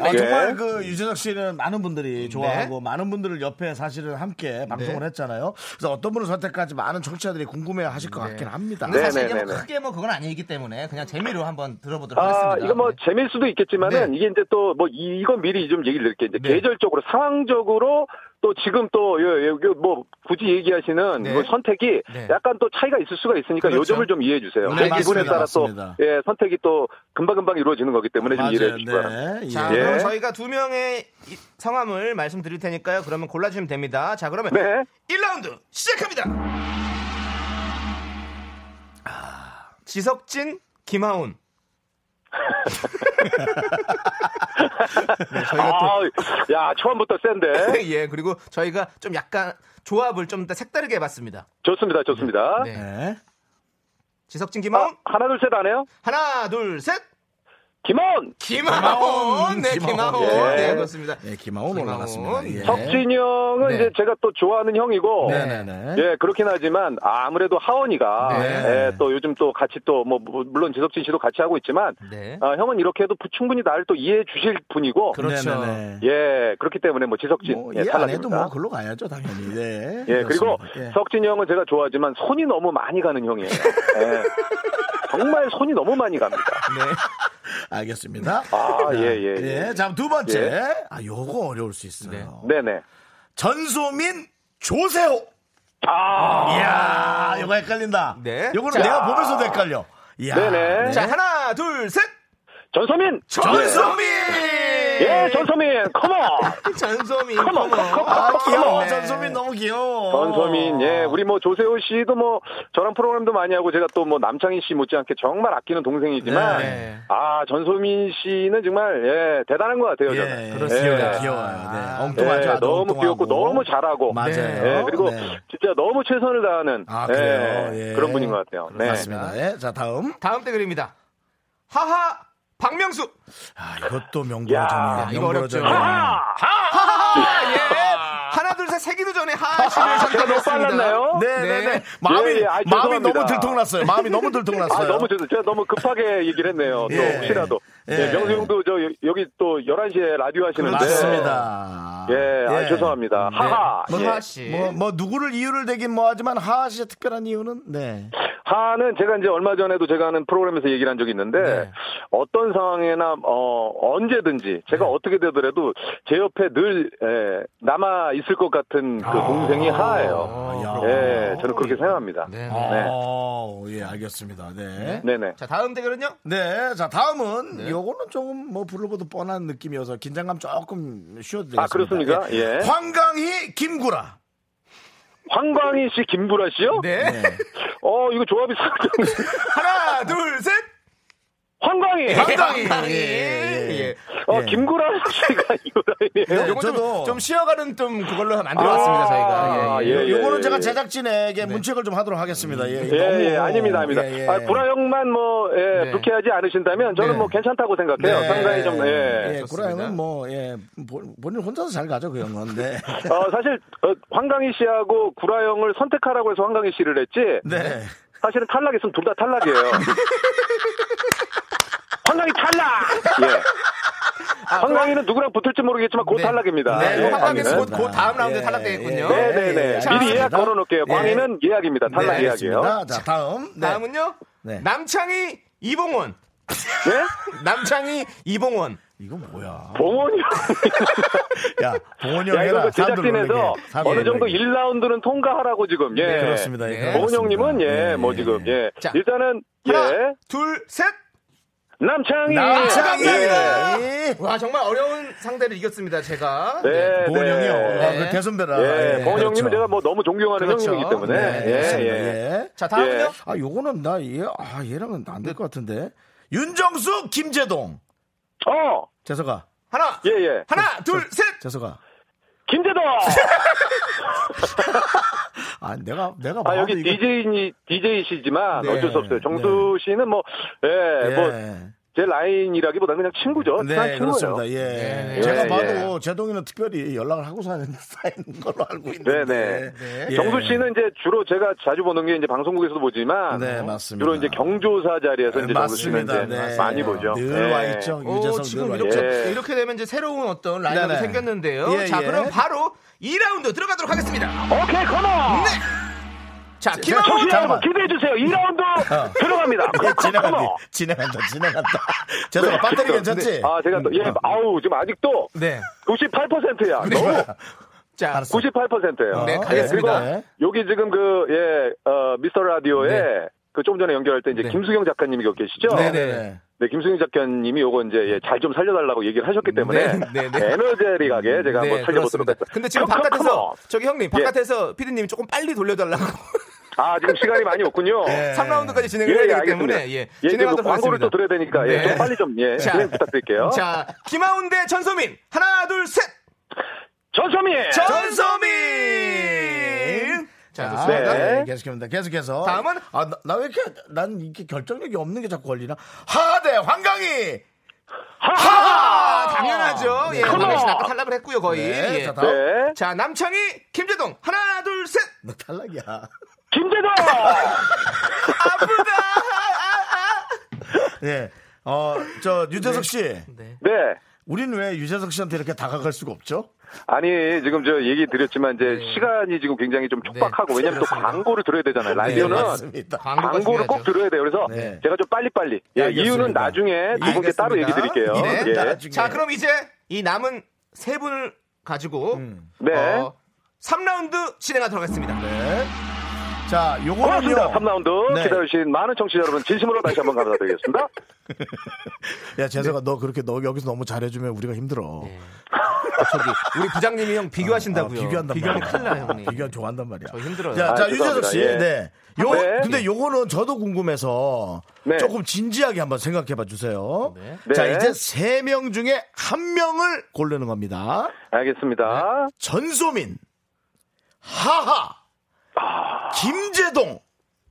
[SPEAKER 1] 아,
[SPEAKER 8] 예.
[SPEAKER 1] 정말 그 유재석 씨는 많은
[SPEAKER 2] 네.
[SPEAKER 1] 분들이 좋아하고 많은 분들을 옆에 사실은 함께 방송을 했잖아요. 그래서 어떤 분을 선택할지 많은 청취자들이 궁금해 하실 것 같긴 합니다.
[SPEAKER 2] 근데
[SPEAKER 8] 네,
[SPEAKER 2] 사실
[SPEAKER 8] 네,
[SPEAKER 2] 이게 뭐
[SPEAKER 8] 네, 네.
[SPEAKER 2] 크게 뭐 그건 아니기 때문에 그냥 재미로 한번 들어보도록
[SPEAKER 8] 아,
[SPEAKER 2] 하겠습니다.
[SPEAKER 8] 이거 뭐
[SPEAKER 2] 네.
[SPEAKER 8] 재미일 수도 있겠지만은
[SPEAKER 2] 네.
[SPEAKER 8] 이게 이제 또 뭐 이건 미리 좀 얘기를 드릴게요. 이제
[SPEAKER 2] 네.
[SPEAKER 8] 계절적으로 상황적으로 또 지금 또뭐 굳이 얘기하시는
[SPEAKER 2] 네.
[SPEAKER 8] 뭐 선택이
[SPEAKER 2] 네.
[SPEAKER 8] 약간 또 차이가 있을 수가 있으니까
[SPEAKER 2] 그렇죠.
[SPEAKER 8] 요점을 좀 이해해 주세요.
[SPEAKER 1] 네,
[SPEAKER 8] 그 기분에
[SPEAKER 1] 맞습니다.
[SPEAKER 8] 따라 또
[SPEAKER 1] 맞습니다.
[SPEAKER 8] 예, 선택이 또 금방금방 이루어지는 거기 때문에 좀 이해해
[SPEAKER 1] 맞아요.
[SPEAKER 8] 주시기 바랍니다.
[SPEAKER 1] 네.
[SPEAKER 2] 자,
[SPEAKER 1] 예.
[SPEAKER 2] 그럼
[SPEAKER 8] 예.
[SPEAKER 2] 저희가 두 명의 이- 성함을 말씀드릴 테니까요. 그러면 골라주시면 됩니다. 자, 그러면
[SPEAKER 8] 네.
[SPEAKER 2] 1라운드 시작합니다. 아, 지석진, 김하운.
[SPEAKER 8] 아, 야, 처음부터 센데.
[SPEAKER 2] 예, 그리고 저희가 좀 약간 조합을 좀 더 색다르게 해봤습니다.
[SPEAKER 8] 좋습니다, 좋습니다.
[SPEAKER 2] 네.
[SPEAKER 1] 네.
[SPEAKER 2] 지석진,
[SPEAKER 8] 아,
[SPEAKER 2] 김하운.
[SPEAKER 8] 하나, 둘, 셋 안 해요?
[SPEAKER 2] 하나, 둘, 셋.
[SPEAKER 8] 김원!
[SPEAKER 2] 김하온. 네, 김하온.
[SPEAKER 8] 예.
[SPEAKER 2] 네, 그렇습니다.
[SPEAKER 1] 네, 김하온 올라갔습니다. 예.
[SPEAKER 8] 석진이 형은
[SPEAKER 2] 네.
[SPEAKER 8] 이제 제가 또 좋아하는 형이고,
[SPEAKER 1] 네네네.
[SPEAKER 8] 예, 그렇긴 하지만 아, 무래도 하원이가
[SPEAKER 2] 네.
[SPEAKER 8] 예, 또 요즘 또 같이 또 뭐 물론 지석진 씨도 같이 하고 있지만
[SPEAKER 2] 네.
[SPEAKER 8] 아, 형은 이렇게 해도 충분히 나를 또 이해해 주실 분이고
[SPEAKER 2] 그렇죠.
[SPEAKER 1] 네네네.
[SPEAKER 8] 예, 그렇기 때문에 뭐 지석진
[SPEAKER 1] 뭐,
[SPEAKER 8] 예,
[SPEAKER 1] 이해 안 해도
[SPEAKER 8] 탈락입니다.
[SPEAKER 1] 뭐 글로 가야죠 당연히. 네.
[SPEAKER 8] 예, 그리고
[SPEAKER 1] 그렇습니다. 예.
[SPEAKER 8] 석진이 형은 제가 좋아하지만 손이 너무 많이 가는 형이에요. 예. 정말 손이 너무 많이 갑니다.
[SPEAKER 2] 네.
[SPEAKER 1] 예. 알겠습니다.
[SPEAKER 8] 아, 예, 예, 예.
[SPEAKER 1] 예, 자, 두 번째.
[SPEAKER 8] 예.
[SPEAKER 1] 아, 요거 어려울 수 있어요.
[SPEAKER 8] 네네.
[SPEAKER 1] 전소민 조세호.
[SPEAKER 8] 아,
[SPEAKER 1] 이야, 요거 헷갈린다.
[SPEAKER 2] 네.
[SPEAKER 1] 요거는 내가 보면서도 헷갈려. 이야.
[SPEAKER 8] 네네.
[SPEAKER 2] 자, 하나, 둘, 셋.
[SPEAKER 8] 전소민!
[SPEAKER 2] 전소민!
[SPEAKER 8] 예, 전소민, 컴온!
[SPEAKER 2] 전소민
[SPEAKER 8] 컴온, 컴온,
[SPEAKER 2] 아,
[SPEAKER 1] 귀여워.
[SPEAKER 2] 귀여워.
[SPEAKER 1] 전소민 너무 귀여워.
[SPEAKER 8] 전소민,
[SPEAKER 1] 아.
[SPEAKER 8] 예, 우리 뭐 조세호 씨도 뭐 저랑 프로그램도 많이 하고 제가 또 뭐 남창희 씨 못지않게 정말 아끼는 동생이지만
[SPEAKER 2] 네.
[SPEAKER 8] 아 전소민 씨는 정말 예 대단한 것 같아요. 저는.
[SPEAKER 1] 예,
[SPEAKER 2] 그렇습니다.
[SPEAKER 1] 예, 귀여워요. 네.
[SPEAKER 2] 아,
[SPEAKER 1] 엉뚱하죠.
[SPEAKER 8] 예,
[SPEAKER 1] 아주
[SPEAKER 8] 너무
[SPEAKER 1] 엉뚱하고.
[SPEAKER 8] 귀엽고 너무 잘하고
[SPEAKER 1] 맞아요.
[SPEAKER 8] 예, 그리고
[SPEAKER 1] 네.
[SPEAKER 8] 진짜 너무 최선을 다하는
[SPEAKER 1] 아,
[SPEAKER 8] 예,
[SPEAKER 1] 그래요? 예.
[SPEAKER 8] 그런 분인 것 같아요. 네.
[SPEAKER 1] 맞습니다. 예, 자 다음.
[SPEAKER 2] 다음 댓글입니다. 하하 박명수.
[SPEAKER 1] 아, 이것도 명불허전이야.
[SPEAKER 2] 이거 어렵죠.
[SPEAKER 1] 명불허전이야.
[SPEAKER 2] 하하 예. 하나 둘 셋 세기도 전에 하시면
[SPEAKER 8] 아, 제가 너무 빨랐나요?
[SPEAKER 1] 네, 네,
[SPEAKER 2] 네.
[SPEAKER 1] 네. 마음이
[SPEAKER 8] 예, 예, 아,
[SPEAKER 1] 마음이
[SPEAKER 8] 죄송합니다.
[SPEAKER 1] 너무 들통났어요. 마음이 너무 들통났어요.
[SPEAKER 8] 아, 너무 죄송. 제가 너무 급하게 얘기를 했네요. 또
[SPEAKER 1] 예.
[SPEAKER 8] 혹시라도
[SPEAKER 1] 예.
[SPEAKER 8] 예, 명수 형도 저 여- 여기 또 11시에 라디오 하시는데
[SPEAKER 1] 맞습니다.
[SPEAKER 8] 예, 아, 죄송합니다. 하하.
[SPEAKER 1] 뭐,
[SPEAKER 8] 예.
[SPEAKER 2] 하하 씨.
[SPEAKER 1] 뭐, 뭐 누구를 이유를 대긴 뭐하지만 하하 씨의 특별한 이유는 네.
[SPEAKER 8] 하는 제가 이제 얼마 전에도 제가 하는 프로그램에서 얘기를 한 적이 있는데
[SPEAKER 2] 네.
[SPEAKER 8] 어떤 상황에나 어 언제든지
[SPEAKER 2] 네.
[SPEAKER 8] 제가 어떻게 되더라도 제 옆에 늘 예, 남아 있을 것 같은 그
[SPEAKER 2] 아.
[SPEAKER 8] 동생이 하예요.
[SPEAKER 1] 아, 야.
[SPEAKER 8] 예, 저는 그렇게 생각합니다.
[SPEAKER 2] 네. 네.
[SPEAKER 8] 네.
[SPEAKER 1] 어, 예, 알겠습니다. 네. 네.
[SPEAKER 8] 네네.
[SPEAKER 2] 자 다음 댓글은요.
[SPEAKER 1] 자, 다음은
[SPEAKER 8] 네.
[SPEAKER 1] 요거는 조금 뭐 불러봐도 뻔한 느낌이어서 긴장감 조금 쉬어도 되겠습니다.
[SPEAKER 8] 아, 그렇습니까? 예.
[SPEAKER 1] 황강희 김구라.
[SPEAKER 8] 황광희 씨, 김부라 씨요?
[SPEAKER 2] 네.
[SPEAKER 8] 어, 이거 조합이 상당히.
[SPEAKER 2] 하나 둘 셋.
[SPEAKER 8] 황광희!
[SPEAKER 2] 네. 황당이.
[SPEAKER 8] 예,
[SPEAKER 1] 황당이.
[SPEAKER 2] 예.
[SPEAKER 8] 어,
[SPEAKER 1] 예.
[SPEAKER 8] 김구라 씨가 이거 라인이에요.
[SPEAKER 1] 네,
[SPEAKER 2] 요거
[SPEAKER 1] 저도-
[SPEAKER 2] 좀, 좀 쉬어가는 좀 그걸로 만들어봤습니다 저희가. 예, 예.
[SPEAKER 8] 아, 예, 예,
[SPEAKER 1] 요거는
[SPEAKER 8] 예,
[SPEAKER 1] 제가
[SPEAKER 8] 예.
[SPEAKER 1] 제작진에게 문책을 좀 하도록 하겠습니다. 예,
[SPEAKER 8] 예,
[SPEAKER 1] 네. 너무-
[SPEAKER 8] 예, 아닙니다, 아닙니다.
[SPEAKER 1] 예, 예.
[SPEAKER 8] 아, 구라 형만 뭐, 예,
[SPEAKER 2] 네.
[SPEAKER 8] 불쾌하지 않으신다면 저는
[SPEAKER 2] 네.
[SPEAKER 8] 뭐 괜찮다고 생각해요. 상당히 좀, 예.
[SPEAKER 1] 예, 구라 형은 뭐, 예, 본- 본인 혼자서 잘 가죠, 그 형은. 네.
[SPEAKER 8] 어, 사실, 어, 황강희 씨하고 구라 형을 선택하라고 해서 황강희 씨를 했지,
[SPEAKER 1] 네.
[SPEAKER 8] 사실은 탈락했으면 둘 다 탈락이에요. 황강희 탈락! 예.
[SPEAKER 1] 아,
[SPEAKER 8] 황강희는 누구랑 붙을지 모르겠지만 곧
[SPEAKER 2] 네.
[SPEAKER 8] 탈락입니다.
[SPEAKER 2] 네,
[SPEAKER 8] 예,
[SPEAKER 2] 황광에서 곧,
[SPEAKER 1] 알겠습니다.
[SPEAKER 2] 곧 다음 라운드에
[SPEAKER 1] 예,
[SPEAKER 2] 탈락되겠군요.
[SPEAKER 1] 예, 예.
[SPEAKER 8] 네네네.
[SPEAKER 1] 자,
[SPEAKER 8] 미리 예약
[SPEAKER 1] 알겠습니다.
[SPEAKER 8] 걸어놓을게요.
[SPEAKER 1] 예.
[SPEAKER 8] 광희는 예약입니다. 탈락
[SPEAKER 1] 네,
[SPEAKER 8] 예약이에요.
[SPEAKER 1] 알겠습니다. 자, 다음. 네.
[SPEAKER 2] 다음은요.
[SPEAKER 1] 네.
[SPEAKER 2] 남창희 이봉원.
[SPEAKER 8] 네?
[SPEAKER 2] 남창희 이봉원.
[SPEAKER 1] 이거 뭐야?
[SPEAKER 8] 봉원이
[SPEAKER 1] 야, 동원이 형
[SPEAKER 8] 야, 이거
[SPEAKER 1] 해라.
[SPEAKER 8] 그
[SPEAKER 1] 사람들
[SPEAKER 8] 제작진에서
[SPEAKER 1] 놀래게. 사람들
[SPEAKER 8] 어느 정도
[SPEAKER 1] 놀래게.
[SPEAKER 8] 1라운드는 통과하라고 지금, 예.
[SPEAKER 1] 네, 그렇습니다. 예,
[SPEAKER 2] 네.
[SPEAKER 1] 그렇습니다.
[SPEAKER 8] 봉원형님은, 예,
[SPEAKER 1] 예,
[SPEAKER 8] 뭐
[SPEAKER 1] 예,
[SPEAKER 8] 지금,
[SPEAKER 1] 예.
[SPEAKER 8] 예.
[SPEAKER 2] 자.
[SPEAKER 8] 일단은,
[SPEAKER 2] 하나,
[SPEAKER 8] 예.
[SPEAKER 2] 둘, 셋.
[SPEAKER 1] 네.
[SPEAKER 8] 남창희!
[SPEAKER 2] 아,
[SPEAKER 1] 남창희!
[SPEAKER 8] 예.
[SPEAKER 2] 와 정말 어려운 상대를 이겼습니다 제가.
[SPEAKER 8] 네, 네.
[SPEAKER 1] 동원 형이요. 아,
[SPEAKER 2] 네.
[SPEAKER 1] 그 대선배라.
[SPEAKER 8] 예, 봉원
[SPEAKER 1] 그렇죠.
[SPEAKER 8] 형님은 제가 뭐 너무 존경하는
[SPEAKER 2] 그렇죠.
[SPEAKER 8] 형님이기 때문에.
[SPEAKER 1] 네,
[SPEAKER 8] 예,
[SPEAKER 1] 그렇습니다.
[SPEAKER 8] 예.
[SPEAKER 1] 예.
[SPEAKER 2] 자 다음은요.
[SPEAKER 8] 예.
[SPEAKER 1] 아, 요거는 나 얘, 아, 얘랑은 안 될 것 같은데. 윤정수, 김재동.
[SPEAKER 8] 어!
[SPEAKER 1] 재석아,
[SPEAKER 2] 하나,
[SPEAKER 8] 예, 예.
[SPEAKER 2] 하나, 둘, 셋.
[SPEAKER 1] 재석아.
[SPEAKER 8] 김재동!
[SPEAKER 1] 아, 내가, 내가
[SPEAKER 8] 아,
[SPEAKER 1] 봐도
[SPEAKER 8] 여기
[SPEAKER 1] 이거-
[SPEAKER 8] DJ니, DJ시지만
[SPEAKER 1] 네.
[SPEAKER 8] 어쩔 수 없어요. 정수 씨는 뭐, 예,
[SPEAKER 1] 예.
[SPEAKER 8] 뭐, 제 라인이라기보다는 그냥 친구죠. 친한
[SPEAKER 1] 네,
[SPEAKER 8] 친구예요.
[SPEAKER 1] 그렇습니다. 예.
[SPEAKER 2] 네.
[SPEAKER 1] 제가
[SPEAKER 8] 예,
[SPEAKER 1] 봐도 제동이는 특별히 연락을 하고 사는 사이인 걸로 알고 있는데.
[SPEAKER 8] 네,
[SPEAKER 2] 네.
[SPEAKER 1] 예.
[SPEAKER 8] 정수 씨는 이제 주로 제가 자주 보는 게 이제 방송국에서도 보지만
[SPEAKER 1] 네, 맞습니다.
[SPEAKER 8] 주로 이제 경조사 자리에서 이제 정수 씨는
[SPEAKER 1] 예. 맞습니다.
[SPEAKER 8] 이제
[SPEAKER 1] 네.
[SPEAKER 8] 많이 보죠.
[SPEAKER 1] 늘
[SPEAKER 8] 예.
[SPEAKER 1] 와 있죠.
[SPEAKER 2] 오,
[SPEAKER 1] 그 유재석
[SPEAKER 2] 어, 지금
[SPEAKER 1] 늘 와.
[SPEAKER 2] 이렇게
[SPEAKER 1] 있죠.
[SPEAKER 8] 예.
[SPEAKER 2] 이렇게 되면 이제 새로운 어떤 라인업이
[SPEAKER 1] 네네.
[SPEAKER 2] 생겼는데요.
[SPEAKER 1] 예,
[SPEAKER 2] 자
[SPEAKER 1] 예.
[SPEAKER 2] 그럼 바로 2라운드 들어가도록 하겠습니다.
[SPEAKER 8] 오케이, 컴온!
[SPEAKER 2] 자
[SPEAKER 1] 제가
[SPEAKER 2] 김하고
[SPEAKER 8] 정수 여러분
[SPEAKER 1] 네. 잠깐만.
[SPEAKER 8] 기대해 주세요. 2라운드 들어갑니다.
[SPEAKER 1] 예,
[SPEAKER 8] 컴온!
[SPEAKER 1] 진행한다, 진행한다, 진행한다. 죄송합니다. 배터리 괜찮지?
[SPEAKER 8] 네.
[SPEAKER 1] 음.
[SPEAKER 8] 아, 제가 또, 예, 아우, 지금 아직도
[SPEAKER 2] 네.
[SPEAKER 8] 98%야. 너무
[SPEAKER 2] 자
[SPEAKER 1] 알았어.
[SPEAKER 8] 98%예요.
[SPEAKER 2] 네, 가겠습니다.
[SPEAKER 1] 네.
[SPEAKER 8] 여기 지금 그, 예, 어, 미스터 라디오에
[SPEAKER 2] 네.
[SPEAKER 8] 그 조금 전에 연결할 때 이제
[SPEAKER 2] 네.
[SPEAKER 8] 김수경 작가님이 여기 계시죠?
[SPEAKER 2] 네, 네.
[SPEAKER 1] 네.
[SPEAKER 8] 네, 김수경 작가님이 요거 이제 예, 잘 좀 살려달라고 얘기를 하셨기 때문에
[SPEAKER 2] 네, 네, 네.
[SPEAKER 8] 에너제리하게 제가 한번 살려보도록 아,
[SPEAKER 2] 그렇습니다.
[SPEAKER 8] 했어요.
[SPEAKER 2] 근데 지금
[SPEAKER 8] 컴- 컴온!
[SPEAKER 2] 바깥에서 저기
[SPEAKER 8] 예.
[SPEAKER 2] 형님 바깥에서 피디님이 조금 빨리 돌려달라고
[SPEAKER 8] 아 지금 시간이 많이 없군요.
[SPEAKER 1] 예.
[SPEAKER 2] 3라운드까지
[SPEAKER 8] 예,
[SPEAKER 2] 진행을
[SPEAKER 8] 예,
[SPEAKER 2] 해야 되기
[SPEAKER 8] 알겠습니다.
[SPEAKER 2] 네. 때문에 예,
[SPEAKER 8] 이제 뭐
[SPEAKER 2] 진행하도록
[SPEAKER 8] 광고를
[SPEAKER 2] 하겠습니다.
[SPEAKER 8] 또 들어야 되니까 예,
[SPEAKER 2] 네.
[SPEAKER 8] 좀 빨리 좀 예,
[SPEAKER 2] 자.
[SPEAKER 8] 진행 부탁드릴게요.
[SPEAKER 2] 자 김하운대 전소민 하나 둘 셋.
[SPEAKER 8] 전소민.
[SPEAKER 2] 전소민. 자
[SPEAKER 1] 아,
[SPEAKER 2] 좋습니다.
[SPEAKER 8] 네.
[SPEAKER 1] 네, 계속합니다. 계속해서.
[SPEAKER 2] 다음은?
[SPEAKER 1] 아, 나 왜 이렇게, 난 이렇게 결정력이 없는 게 자꾸 걸리나? 하대, 황강희!
[SPEAKER 2] 아, 당연하죠. 예,
[SPEAKER 8] 컴온!
[SPEAKER 2] 박민 씨 아까 탈락을 했고요, 거의.
[SPEAKER 1] 네,
[SPEAKER 2] 예.
[SPEAKER 1] 자, 다음.
[SPEAKER 8] 네.
[SPEAKER 2] 자, 남창희, 김재동, 하나, 둘, 셋.
[SPEAKER 1] 너 탈락이야.
[SPEAKER 8] 김재동.
[SPEAKER 2] 아프다. 아,
[SPEAKER 1] 네. 어, 저, 유재석 씨.
[SPEAKER 2] 아. 네.
[SPEAKER 8] 네.
[SPEAKER 1] 우린 왜 유재석 씨한테 이렇게 다가갈 수가 없죠?
[SPEAKER 8] 아니 지금 저 얘기 드렸지만 이제 시간이 지금 굉장히 좀 촉박하고 왜냐면 또 광고를 들어야 되잖아요. 라디오는
[SPEAKER 1] 네, 맞습니다.
[SPEAKER 2] 광고가
[SPEAKER 8] 광고를 꼭
[SPEAKER 2] 중요하죠.
[SPEAKER 8] 들어야 돼요. 그래서
[SPEAKER 1] 네.
[SPEAKER 8] 제가 좀 빨리빨리. 예,
[SPEAKER 1] 알겠습니다.
[SPEAKER 8] 이유는 나중에 두 분께
[SPEAKER 2] 알겠습니다.
[SPEAKER 8] 따로 얘기 드릴게요.
[SPEAKER 2] 네.
[SPEAKER 8] 예.
[SPEAKER 1] 나중에.
[SPEAKER 2] 자, 그럼 이제 이 남은 세 분을 가지고
[SPEAKER 8] 네.
[SPEAKER 2] 어, 3라운드 진행하도록 하겠습니다.
[SPEAKER 1] 네. 자, 요거는요.
[SPEAKER 8] 고맙습니다. 3라운드
[SPEAKER 1] 네.
[SPEAKER 8] 기다려주신 많은 청취자 여러분 진심으로 다시 한번 감사드리겠습니다.
[SPEAKER 1] 야, 재석아, 너 그렇게 너 여기서 너무 잘해주면 우리가 힘들어.
[SPEAKER 2] 저기 우리 부장님이 형 비교하신다고요.
[SPEAKER 1] 아, 비교한단
[SPEAKER 2] 비교하면
[SPEAKER 1] 말이야.
[SPEAKER 2] 큰일 나요, 형님.
[SPEAKER 1] 비교한 좋아한단 말이야.
[SPEAKER 2] 저 힘들어요.
[SPEAKER 1] 자,
[SPEAKER 8] 아,
[SPEAKER 1] 자
[SPEAKER 8] 죄송합니다.
[SPEAKER 1] 유재석 씨.
[SPEAKER 8] 예.
[SPEAKER 1] 네. 요,
[SPEAKER 8] 네.
[SPEAKER 1] 근데 요거는 저도 궁금해서
[SPEAKER 8] 네.
[SPEAKER 1] 조금 진지하게 한번 생각해 봐 주세요.
[SPEAKER 2] 네.
[SPEAKER 1] 자,
[SPEAKER 8] 네.
[SPEAKER 1] 이제 세 명 중에 한 명을 고르는 겁니다. 네.
[SPEAKER 8] 알겠습니다.
[SPEAKER 1] 전소민, 하하, 김재동.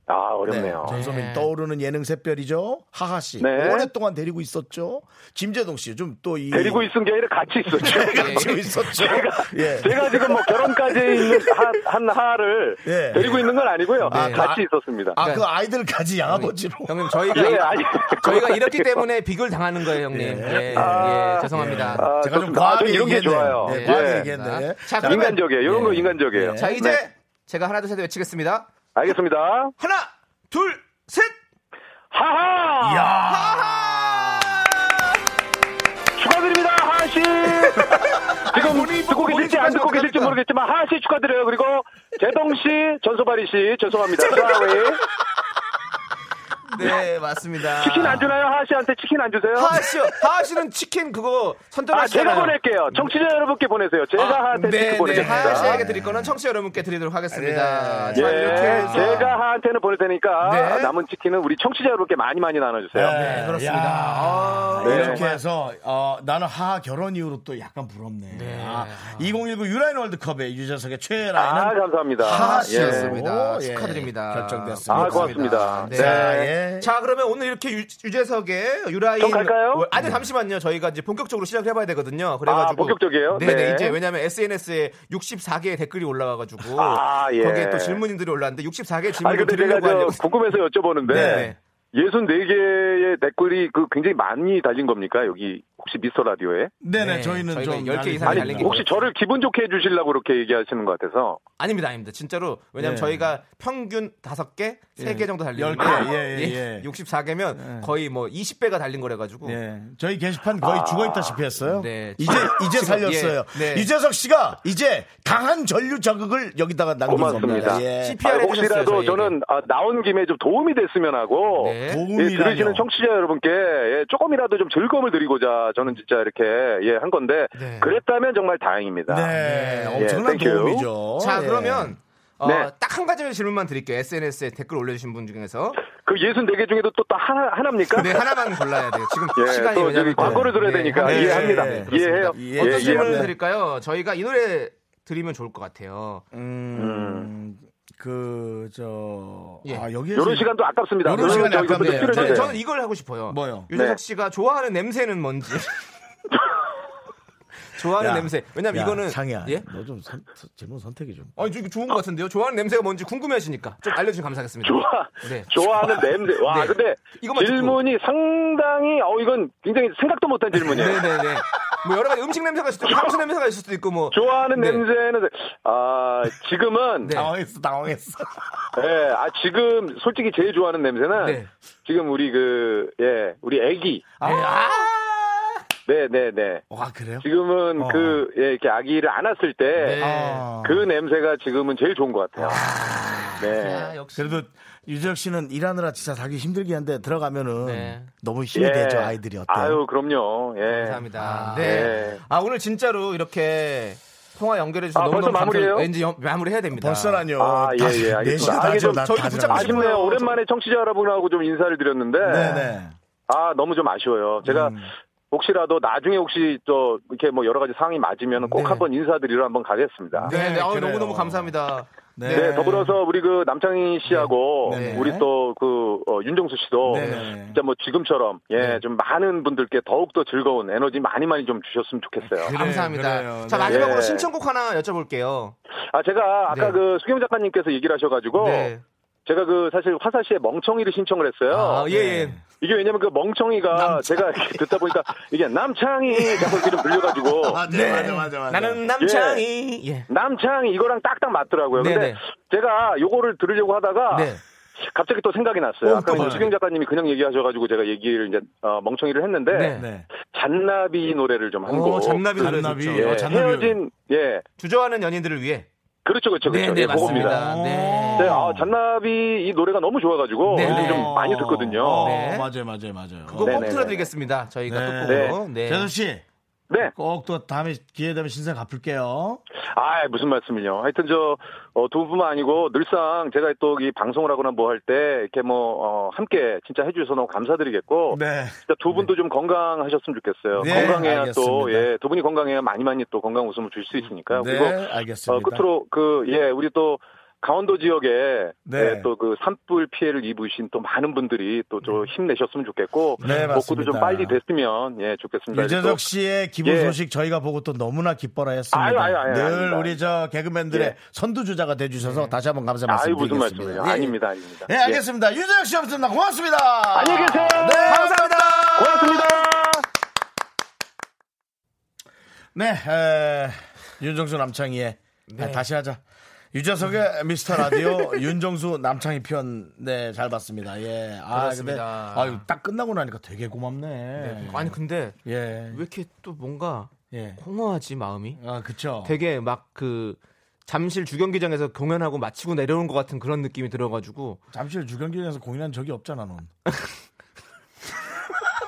[SPEAKER 8] 아, 어렵네요.
[SPEAKER 1] 네, 전소민 떠오르는 예능 샛별이죠. 하하 씨.
[SPEAKER 8] 네.
[SPEAKER 1] 오랫동안 데리고 있었죠. 김재동 씨. 좀 또 이.
[SPEAKER 8] 데리고 있은 게 아니라 같이 있었죠.
[SPEAKER 1] 데리고 있었죠. 예.
[SPEAKER 8] 제가 지금 뭐 결혼까지 있는 한, 한 하를
[SPEAKER 1] 예.
[SPEAKER 8] 데리고 있는 건 아니고요.
[SPEAKER 1] 네. 아,
[SPEAKER 8] 같이 있었습니다.
[SPEAKER 1] 아,
[SPEAKER 2] 네.
[SPEAKER 1] 그 아이들까지 양아버지로.
[SPEAKER 2] 형님 저희가
[SPEAKER 8] 예,
[SPEAKER 2] 이-
[SPEAKER 8] 아니,
[SPEAKER 2] 저희가
[SPEAKER 8] 그건
[SPEAKER 2] 이렇기
[SPEAKER 8] 아니고.
[SPEAKER 2] 때문에 비교를 당하는 거예요, 형님. 예, 예,
[SPEAKER 8] 아,
[SPEAKER 2] 죄송합니다.
[SPEAKER 8] 아,
[SPEAKER 1] 제가 좀
[SPEAKER 8] 좋습니다. 아,
[SPEAKER 1] 과하게
[SPEAKER 8] 좀 이런 게
[SPEAKER 1] 얘기했네요.
[SPEAKER 8] 좋아요.
[SPEAKER 1] 네,
[SPEAKER 8] 예.
[SPEAKER 1] 과하게
[SPEAKER 2] 자,
[SPEAKER 1] 얘기했네. 자,
[SPEAKER 2] 그러면-
[SPEAKER 8] 인간적이에요. 이런 거 인간적이에요.
[SPEAKER 1] 예.
[SPEAKER 2] 자 이제
[SPEAKER 8] 네.
[SPEAKER 2] 제가 하나 둘셋 외치겠습니다.
[SPEAKER 8] 알겠습니다.
[SPEAKER 2] 하나, 둘, 셋.
[SPEAKER 8] 하하! 축하드립니다, 하하씨! 지금 듣고 계실지 안 듣고 계실지 모르겠지만, 하하씨 축하드려요. 그리고 재동씨, 전소바리씨, 죄송합니다. 사와웨이.
[SPEAKER 2] 네 맞습니다.
[SPEAKER 8] 치킨 안 주나요? 하하씨한테 치킨 안 주세요?
[SPEAKER 2] 하하 씨, 하하 씨는 치킨 그거
[SPEAKER 8] 아,
[SPEAKER 2] 선전하시잖아요.
[SPEAKER 8] 제가 보낼게요. 청취자 여러분께 보내세요. 제가 하한테
[SPEAKER 2] 네,
[SPEAKER 8] 치킨
[SPEAKER 2] 네,
[SPEAKER 8] 보내겠습니다.
[SPEAKER 2] 하하 씨에게 드릴 거는 청취 자 여러분께 드리도록 하겠습니다.
[SPEAKER 1] 네.
[SPEAKER 8] 예,
[SPEAKER 2] 자, 이렇게 해서
[SPEAKER 8] 제가 하한테는 보낼 테니까
[SPEAKER 2] 네.
[SPEAKER 8] 남은 치킨은 우리 청취자 여러분께 많이 많이 나눠주세요.
[SPEAKER 1] 네, 그렇습니다. 아,
[SPEAKER 8] 네.
[SPEAKER 1] 이렇게 해서 어, 나는 하하 결혼 이후로 또 약간 부럽네. 아, 2019 유라인 월드컵에 유재석의 최애
[SPEAKER 8] 아,
[SPEAKER 1] 라인은
[SPEAKER 8] 감사합니다.
[SPEAKER 1] 하하
[SPEAKER 8] 예.
[SPEAKER 2] 씨였습니다.
[SPEAKER 1] 오, 예.
[SPEAKER 2] 축하드립니다.
[SPEAKER 1] 결정됐습니다.
[SPEAKER 8] 아, 고맙습니다.
[SPEAKER 2] 네.
[SPEAKER 1] 자, 예.
[SPEAKER 2] 자, 그러면 오늘 이렇게 유, 유재석의 유라인
[SPEAKER 8] 좀 갈까요? 네.
[SPEAKER 2] 월- 아니 잠시만요. 저희가 이제 본격적으로 시작해 봐야 되거든요. 그래 가지고
[SPEAKER 8] 아, 본격적이에요?
[SPEAKER 2] 네, 네.
[SPEAKER 8] 네.
[SPEAKER 2] 이제 왜냐면 SNS에 64개의 댓글이 올라와 가지고
[SPEAKER 8] 아, 예.
[SPEAKER 2] 거기에 또 질문인들이 올랐는데 64개의
[SPEAKER 8] 아,
[SPEAKER 2] 질문을
[SPEAKER 8] 근데 제가
[SPEAKER 2] 드리려고
[SPEAKER 8] 저
[SPEAKER 2] 하려고
[SPEAKER 8] 궁금해서 여쭤보는데
[SPEAKER 2] 네.
[SPEAKER 8] 64개의 댓글이 그 굉장히 많이 달린 겁니까? 여기 혹시 미스터 라디오에?
[SPEAKER 1] 네네,
[SPEAKER 2] 네,
[SPEAKER 1] 저희는
[SPEAKER 2] 저희가
[SPEAKER 1] 좀.
[SPEAKER 2] 10개 이상이
[SPEAKER 1] 아니,
[SPEAKER 2] 달린 게
[SPEAKER 8] 혹시 저를 기분 좋게 해주시려고 그렇게 얘기하시는 것 같아서.
[SPEAKER 2] 아닙니다, 아닙니다. 진짜로. 왜냐면
[SPEAKER 1] 예.
[SPEAKER 2] 저희가 평균 5개, 3개 정도 달리는데
[SPEAKER 1] 열 개, 예, 예, 예.
[SPEAKER 2] 64개면 거의 뭐 20배가 달린 거래 가지고
[SPEAKER 1] 예. 저희 게시판 거의
[SPEAKER 8] 아.
[SPEAKER 1] 죽어있다시피 했어요.
[SPEAKER 2] 네.
[SPEAKER 1] 이제, 이제
[SPEAKER 2] 지금,
[SPEAKER 1] 살렸어요.
[SPEAKER 2] 예, 네.
[SPEAKER 1] 유재석 씨가 이제 강한 전류 자극을 여기다가 남긴
[SPEAKER 8] 고맙습니다.
[SPEAKER 1] 겁니다. 예.
[SPEAKER 8] 아,
[SPEAKER 2] CPR 해
[SPEAKER 8] 혹시라도 저는 아, 나온 김에 좀 도움이 됐으면 하고
[SPEAKER 2] 네.
[SPEAKER 8] 예,
[SPEAKER 1] 도움이라뇨.
[SPEAKER 8] 들으시는 청취자 여러분께 예, 조금이라도 좀 즐거움을 드리고자 저는 진짜 이렇게 예, 한 건데
[SPEAKER 2] 네.
[SPEAKER 8] 그랬다면 정말 다행입니다.
[SPEAKER 1] 네, 엄청난
[SPEAKER 8] 땡큐.
[SPEAKER 1] 도움이죠.
[SPEAKER 2] 자
[SPEAKER 1] 예.
[SPEAKER 2] 그러면 어,
[SPEAKER 8] 네.
[SPEAKER 2] 딱 한 가지 질문만 드릴게요. SNS에 댓글 올려주신 분 중에서
[SPEAKER 8] 그 64개 중에도 또, 또 하나, 하나입니까?
[SPEAKER 2] 네 하나만 골라야 돼요. 지금
[SPEAKER 8] 예,
[SPEAKER 2] 시간이
[SPEAKER 8] 또 저기
[SPEAKER 2] 왜냐면
[SPEAKER 8] 광고를 들어야
[SPEAKER 2] 네,
[SPEAKER 8] 되니까
[SPEAKER 2] 네,
[SPEAKER 8] 이해합니다.
[SPEAKER 2] 네, 그렇습니다.
[SPEAKER 8] 이해해요.
[SPEAKER 1] 예,
[SPEAKER 2] 어떤
[SPEAKER 1] 예,
[SPEAKER 2] 질문을
[SPEAKER 1] 예.
[SPEAKER 2] 드릴까요? 저희가 이 노래 드리면 좋을 것 같아요.
[SPEAKER 8] 네.
[SPEAKER 1] 음, 그, 저.
[SPEAKER 2] 예.
[SPEAKER 1] 아, 여기에서.
[SPEAKER 8] 이런 시간도 아깝습니다.
[SPEAKER 1] 요런 시간이
[SPEAKER 8] 저희 분들
[SPEAKER 1] 아깝네요.
[SPEAKER 8] 필요해요.
[SPEAKER 2] 저는, 저는 이걸 하고 싶어요.
[SPEAKER 1] 뭐요?
[SPEAKER 2] 유재석
[SPEAKER 8] 네.
[SPEAKER 2] 씨가 좋아하는 냄새는 뭔지. 좋아하는
[SPEAKER 1] 야,
[SPEAKER 2] 냄새. 왜냐면
[SPEAKER 1] 야,
[SPEAKER 2] 이거는
[SPEAKER 1] 상이야.
[SPEAKER 2] 예?
[SPEAKER 1] 너좀 질문 선택이 좀.
[SPEAKER 2] 아니 저 이거 좋은 것 같은데요. 좋아하는 냄새가 뭔지 궁금해하시니까 좀 알려주면 감사하겠습니다.
[SPEAKER 8] 좋아,
[SPEAKER 2] 네.
[SPEAKER 8] 좋아하는 냄새. 와,
[SPEAKER 2] 네.
[SPEAKER 8] 근데
[SPEAKER 2] 이것만
[SPEAKER 8] 질문이 상당히, 어, 이건 굉장히 생각도 못한 질문이에요.
[SPEAKER 2] 네네네. 뭐 여러 가지 음식 냄새가 있을 수도 있고 향수 냄새가 있을 수도 있고 뭐.
[SPEAKER 8] 좋아하는
[SPEAKER 2] 네.
[SPEAKER 8] 냄새는, 아, 지금은,
[SPEAKER 2] 네.
[SPEAKER 1] 당황했어, 당황했어.
[SPEAKER 8] 예, 아, 지금, 솔직히 제일 좋아하는 냄새는,
[SPEAKER 2] 네.
[SPEAKER 8] 지금 우리 그, 예, 우리 애기.
[SPEAKER 2] 아,
[SPEAKER 8] 네, 네, 네.
[SPEAKER 1] 와, 그래요?
[SPEAKER 8] 지금은
[SPEAKER 1] 어.
[SPEAKER 8] 그, 예, 이렇게 아기를 안았을 때,
[SPEAKER 2] 네.
[SPEAKER 1] 아.
[SPEAKER 8] 그 냄새가 지금은 제일 좋은 것 같아요. 네.
[SPEAKER 2] 야, 역시.
[SPEAKER 1] 그래도 유재석 씨는 일하느라 진짜 살기 힘들긴 한데 들어가면은
[SPEAKER 2] 네.
[SPEAKER 1] 너무 힘이 되죠, 아이들이 어때요?
[SPEAKER 8] 예. 아유, 그럼요. 예.
[SPEAKER 2] 감사합니다.
[SPEAKER 1] 아,
[SPEAKER 2] 네.
[SPEAKER 8] 네.
[SPEAKER 2] 아 오늘 진짜로 이렇게 통화 연결해 주셔서
[SPEAKER 8] 아,
[SPEAKER 2] 너무너무
[SPEAKER 8] 벌써 마무리예요?
[SPEAKER 2] 왠지 연- 마무리해야 됩니다.
[SPEAKER 1] 벌써라뇨.
[SPEAKER 8] 아, 예, 예, 알겠습니다.
[SPEAKER 1] 내시간
[SPEAKER 8] 아, 이게
[SPEAKER 1] 다죠,
[SPEAKER 8] 좀
[SPEAKER 1] 나-
[SPEAKER 2] 저희도
[SPEAKER 1] 다
[SPEAKER 2] 붙잡고
[SPEAKER 1] 들어가죠.
[SPEAKER 8] 아쉽네요. 오랜만에 청취자 여러분하고 좀 인사를 드렸는데,
[SPEAKER 1] 네네.
[SPEAKER 8] 아, 너무 좀 아쉬워요. 제가 혹시라도 나중에 혹시 또 이렇게 뭐 여러 가지 상황이 맞으면 꼭
[SPEAKER 2] 네.
[SPEAKER 8] 한번 인사드리러 한번 가겠습니다.
[SPEAKER 2] 네, 네. 아우,
[SPEAKER 1] 그래요.
[SPEAKER 2] 너무너무 감사합니다.
[SPEAKER 1] 네.
[SPEAKER 8] 네. 더불어서 우리 그 남창희 씨하고
[SPEAKER 1] 네. 네.
[SPEAKER 8] 우리 또 그 윤정수 씨도
[SPEAKER 1] 네.
[SPEAKER 8] 진짜 뭐 지금처럼 예, 좀 많은 분들께 더욱더 즐거운 에너지 많이 많이 좀 주셨으면 좋겠어요.
[SPEAKER 1] 그래.
[SPEAKER 2] 감사합니다.
[SPEAKER 1] 그래요.
[SPEAKER 2] 자
[SPEAKER 1] 네.
[SPEAKER 2] 마지막으로
[SPEAKER 8] 예.
[SPEAKER 2] 신청곡 하나 여쭤볼게요.
[SPEAKER 8] 아, 제가 아까
[SPEAKER 2] 네.
[SPEAKER 8] 그 수경 작가님께서 얘기를 하셔가지고
[SPEAKER 2] 네.
[SPEAKER 8] 제가 그 사실 화사 씨의 멍청이를 신청을 했어요.
[SPEAKER 2] 아, 예, 예.
[SPEAKER 8] 이게 왜냐면 그 멍청이가 제가 이렇게 듣다 보니까 이게 남창이 자꾸 이렇게 좀 불려가지고
[SPEAKER 1] 맞아, 맞아, 맞아, 맞아.
[SPEAKER 2] 나는 남창이. 예.
[SPEAKER 8] 남창이 이거랑 딱딱 맞더라고요. 근데
[SPEAKER 2] 네네.
[SPEAKER 8] 제가 요거를 들으려고 하다가
[SPEAKER 2] 네.
[SPEAKER 8] 갑자기 또 생각이 났어요.
[SPEAKER 1] 어,
[SPEAKER 8] 아까
[SPEAKER 1] 또 뭐야?
[SPEAKER 8] 이제 수경 작가님이 그냥 얘기하셔가지고 제가 얘기를 이제 어, 멍청이를 했는데
[SPEAKER 2] 네.
[SPEAKER 1] 네.
[SPEAKER 8] 잔나비 노래를 좀 한 곡.
[SPEAKER 2] 오, 잔나비 노래
[SPEAKER 1] 잔나비.
[SPEAKER 2] 좋죠.
[SPEAKER 8] 예,
[SPEAKER 1] 어, 잔나비.
[SPEAKER 8] 헤어진 예
[SPEAKER 2] 주저하는 연인들을 위해.
[SPEAKER 8] 그렇죠, 그렇죠,
[SPEAKER 2] 네,
[SPEAKER 8] 그렇죠.
[SPEAKER 2] 네,
[SPEAKER 8] 예, 그겁니다.
[SPEAKER 2] 맞습니다. 네.
[SPEAKER 8] 네, 아, 잔나비 이 노래가 너무 좋아가지고
[SPEAKER 2] 네,
[SPEAKER 8] 요즘
[SPEAKER 2] 네.
[SPEAKER 8] 좀 많이 듣거든요.
[SPEAKER 1] 어,
[SPEAKER 2] 네.
[SPEAKER 1] 맞아요, 맞아요, 맞아요.
[SPEAKER 2] 그거
[SPEAKER 8] 네,
[SPEAKER 2] 꼭
[SPEAKER 8] 네,
[SPEAKER 2] 틀어드리겠습니다. 저희가
[SPEAKER 1] 네.
[SPEAKER 2] 끝곡으로. 네.
[SPEAKER 1] 재선 씨,
[SPEAKER 8] 네,
[SPEAKER 1] 꼭 또 다음에 기회 되면 신세 갚을게요.
[SPEAKER 8] 아 무슨 말씀이요? 하여튼 저 어, 두 분뿐만 아니고 늘상 제가 또 이 방송을 하거나 뭐 할 때 이렇게 뭐 어, 함께 진짜 해주셔서 너무 감사드리겠고
[SPEAKER 1] 네.
[SPEAKER 8] 진짜 두 분도 좀 건강하셨으면 좋겠어요.
[SPEAKER 1] 네,
[SPEAKER 8] 건강해야 또
[SPEAKER 1] 알겠습니다.
[SPEAKER 8] 예, 두 분이 건강해야 많이 많이 또 건강 웃음을 주실 수 있으니까요.
[SPEAKER 1] 네,
[SPEAKER 8] 그리고
[SPEAKER 1] 알겠습니다.
[SPEAKER 8] 어, 끝으로 그 예, 우리 또 강원도 지역에
[SPEAKER 1] 네.
[SPEAKER 8] 또 그 산불 피해를 입으신 또 많은 분들이 또 좀 힘내셨으면 좋겠고
[SPEAKER 1] 네,
[SPEAKER 8] 복구도
[SPEAKER 1] 맞습니다.
[SPEAKER 8] 좀 빨리 됐으면 예 좋겠습니다. 또-
[SPEAKER 1] 유재석 씨의 기분
[SPEAKER 8] 예.
[SPEAKER 1] 소식 저희가 보고 또 너무나 기뻐라 했습니다.
[SPEAKER 8] 아유, 아유, 아유,
[SPEAKER 1] 늘
[SPEAKER 8] 아닙니다.
[SPEAKER 1] 우리 저 개그맨들의
[SPEAKER 8] 예.
[SPEAKER 1] 선두주자가 돼주셔서 다시 한번 감사
[SPEAKER 8] 아유 무슨
[SPEAKER 1] 말씀드리겠습니다.
[SPEAKER 8] 말씀이에요?
[SPEAKER 1] 예.
[SPEAKER 8] 아닙니다, 아닙니다.
[SPEAKER 1] 예,
[SPEAKER 8] 예.
[SPEAKER 1] 알겠습니다. 유재석 씨 없습니다. 고맙습니다.
[SPEAKER 8] 안녕히 계세요.
[SPEAKER 1] 네, 감사합니다.
[SPEAKER 8] 고맙습니다.
[SPEAKER 1] 네, 에, 윤정수 남창희의
[SPEAKER 2] 네.
[SPEAKER 1] 아, 다시 하자. 유재석의 미스터 라디오 윤정수 남창희 편, 네, 잘 봤습니다. 예. 아, 근데,
[SPEAKER 2] 그렇습니다.
[SPEAKER 1] 아유, 딱 끝나고 나니까 되게 고맙네.
[SPEAKER 2] 아니 근데
[SPEAKER 1] 예.
[SPEAKER 2] 왜 이렇게 또 뭔가
[SPEAKER 1] 예.
[SPEAKER 2] 공허하지 마음이?
[SPEAKER 1] 아, 그쵸.
[SPEAKER 2] 어. 되게 막 그 잠실 주경기장에서 공연하고 마치고 내려오는 것 같은 그런 느낌이 들어가지고
[SPEAKER 1] 잠실 주경기장에서 공연한 적이 없잖아, 넌.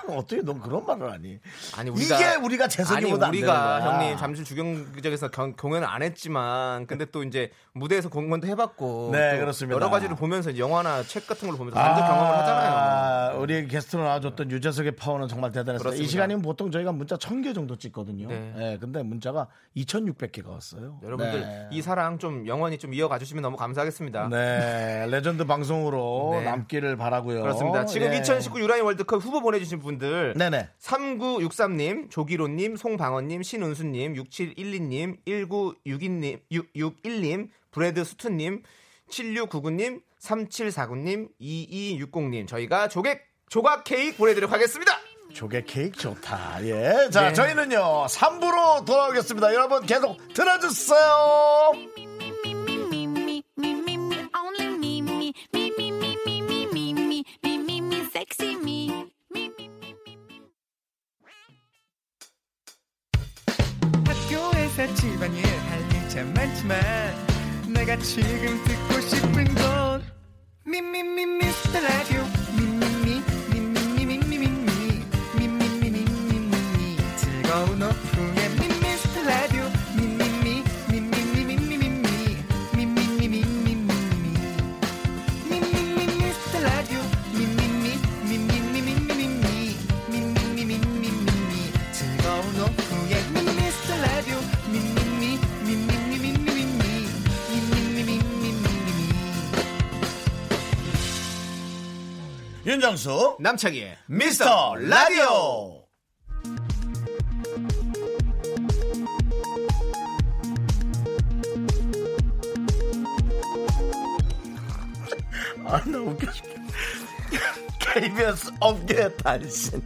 [SPEAKER 1] 어떻게 넌 그런 말을 하니?
[SPEAKER 2] 아니
[SPEAKER 1] 이게 우리가 재석이보다 안
[SPEAKER 2] 아니 우리가
[SPEAKER 1] 되는 거야.
[SPEAKER 2] 형님 잠실 주경기장에서 경- 공연을 안 했지만 근데 또 이제 무대에서 공연도 해봤고
[SPEAKER 1] 네,
[SPEAKER 2] 또
[SPEAKER 1] 그렇습니다.
[SPEAKER 2] 여러 가지를 보면서 이제 영화나 책 같은 걸 보면서 완전 경험을 하잖아요.
[SPEAKER 1] 아, 우리 게스트로 나와줬던 유재석의 파워는 정말 대단했어요. 이
[SPEAKER 2] 그렇습니다.
[SPEAKER 1] 시간이면 보통 저희가 문자 1000개 정도 찍거든요. 네.
[SPEAKER 2] 네.
[SPEAKER 1] 근데 문자가 2600개가 왔어요.
[SPEAKER 2] 여러분들
[SPEAKER 1] 네.
[SPEAKER 2] 이 사랑 좀 영원히 좀 이어가 주시면 너무 감사하겠습니다.
[SPEAKER 1] 네, 레전드 방송으로
[SPEAKER 2] 네.
[SPEAKER 1] 남기를 바라고요.
[SPEAKER 2] 그렇습니다. 지금
[SPEAKER 1] 예.
[SPEAKER 2] 2019 유라인 월드컵 후보 보내주신 분들
[SPEAKER 1] 네네.
[SPEAKER 2] 3963님, 조기로님, 송방원님, 신은수님, 6712님, 1962님, 661님, 브레드스투님, 7699님, 3749님, 2260님. 저희가 조객, 조각 케이크 보내드리도록 하겠습니다.
[SPEAKER 1] 조개 케이크 좋다. 예. 자,
[SPEAKER 2] 네.
[SPEAKER 1] 저희는요, 3부로 돌아오겠습니다. 여러분 계속 들어주세요.
[SPEAKER 3] 학교에서 집안일 할 일 참 많지만 내가 지금 듣고 싶은 건 미미미 미스터 라디오 미미미 미미미 미미미 미미미 미미미 즐거운 오후에 미스터 라디오 미미미 미미미 미미미 미미미 미미미
[SPEAKER 1] 윤정수,
[SPEAKER 2] 남창희의
[SPEAKER 1] 미스터 라디오. 아, 나 웃겨 죽겠네. KBS 업계 단신.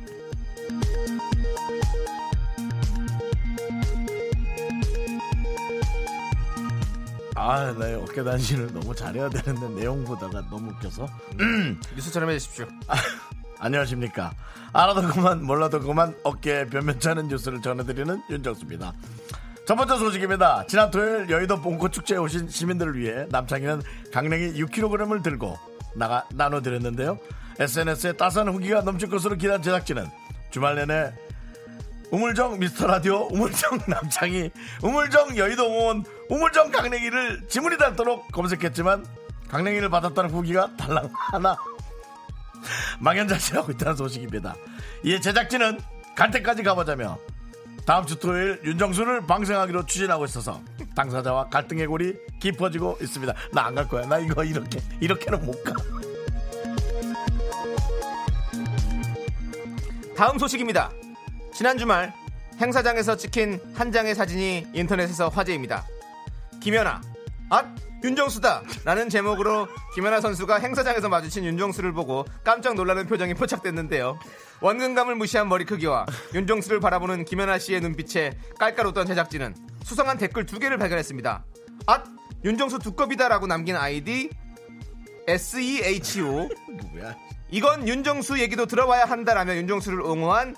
[SPEAKER 1] 아, 나 어깨 단신을 너무 잘해야 되는데 내용 보다가 너무 웃겨서.
[SPEAKER 2] 뉴스처럼 해주십시오.
[SPEAKER 1] 안녕하십니까. 알아도 그만 몰라도 그만 어깨에 변변찮은 뉴스를 전해드리는 윤정수입니다. 첫 번째 소식입니다. 지난 토요일 여의도 봉고축제에 오신 시민들을 위해 남창희는 강냉이 6kg을 들고 나가 나눠드렸는데요. SNS에 따스한 후기가 넘칠 것으로 기대한 제작진은 주말 내내 우물정 미스터라디오 우물정 남창희 우물정 여의도공원 우물정 강냉이를 지문이 닳도록 검색했지만 강냉이를 받았다는 후기가 달랑 하나 망연자실하고 있다는 소식입니다. 이에 제작진은 갈 때까지 가보자며 다음 주 토요일 윤정수를 방송하기로 추진하고 있어서 당사자와 갈등의 골이 깊어지고 있습니다. 나 안 갈 거야. 나 이거 이렇게 이렇게는 못 가.
[SPEAKER 2] 다음 소식입니다. 지난 주말 행사장에서 찍힌 한 장의 사진이 인터넷에서 화제입니다. 김연아, 앗 윤정수다 라는 제목으로 김연아 선수가 행사장에서 마주친 윤정수를 보고 깜짝 놀라는 표정이 포착됐는데요. 원근감을 무시한 머리 크기와 윤정수를 바라보는 김연아 씨의 눈빛에 깔깔 웃던 제작진은 수상한 댓글 두 개를 발견했습니다. 앗 윤정수 두껍이다라고 남긴 아이디 E SEHO
[SPEAKER 1] 누구야?
[SPEAKER 2] 이건 윤정수 얘기도 들어봐야 한다라며 윤정수를 옹호한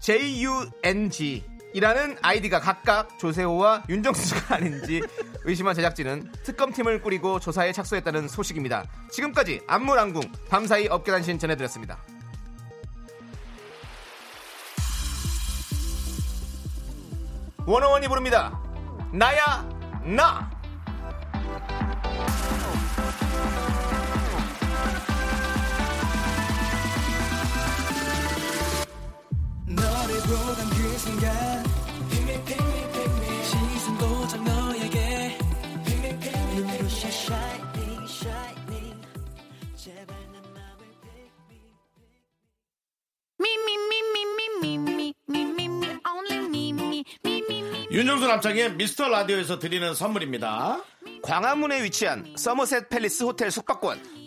[SPEAKER 2] JUNG 이라는 아이디가 각각 조세호와 윤정수가 아닌지 의심한 제작진은 특검팀을 꾸리고 조사에 착수했다는 소식입니다. 지금까지 안무랑궁 밤사이 업계단신 전해드렸습니다. 원어원이 부릅니다. 나야 나.
[SPEAKER 3] 너를 보던 그 순간 Pick me, pick me, pick me 시선 고정 너에게 Pick me, pick me, pick me shining, shining 제발 난 남을 pick me
[SPEAKER 1] 윤정수 남창의 미스터 라디오에서 드리는 선물입니다.
[SPEAKER 2] 광화문에 위치한 서머셋 팰리스 호텔 숙박권,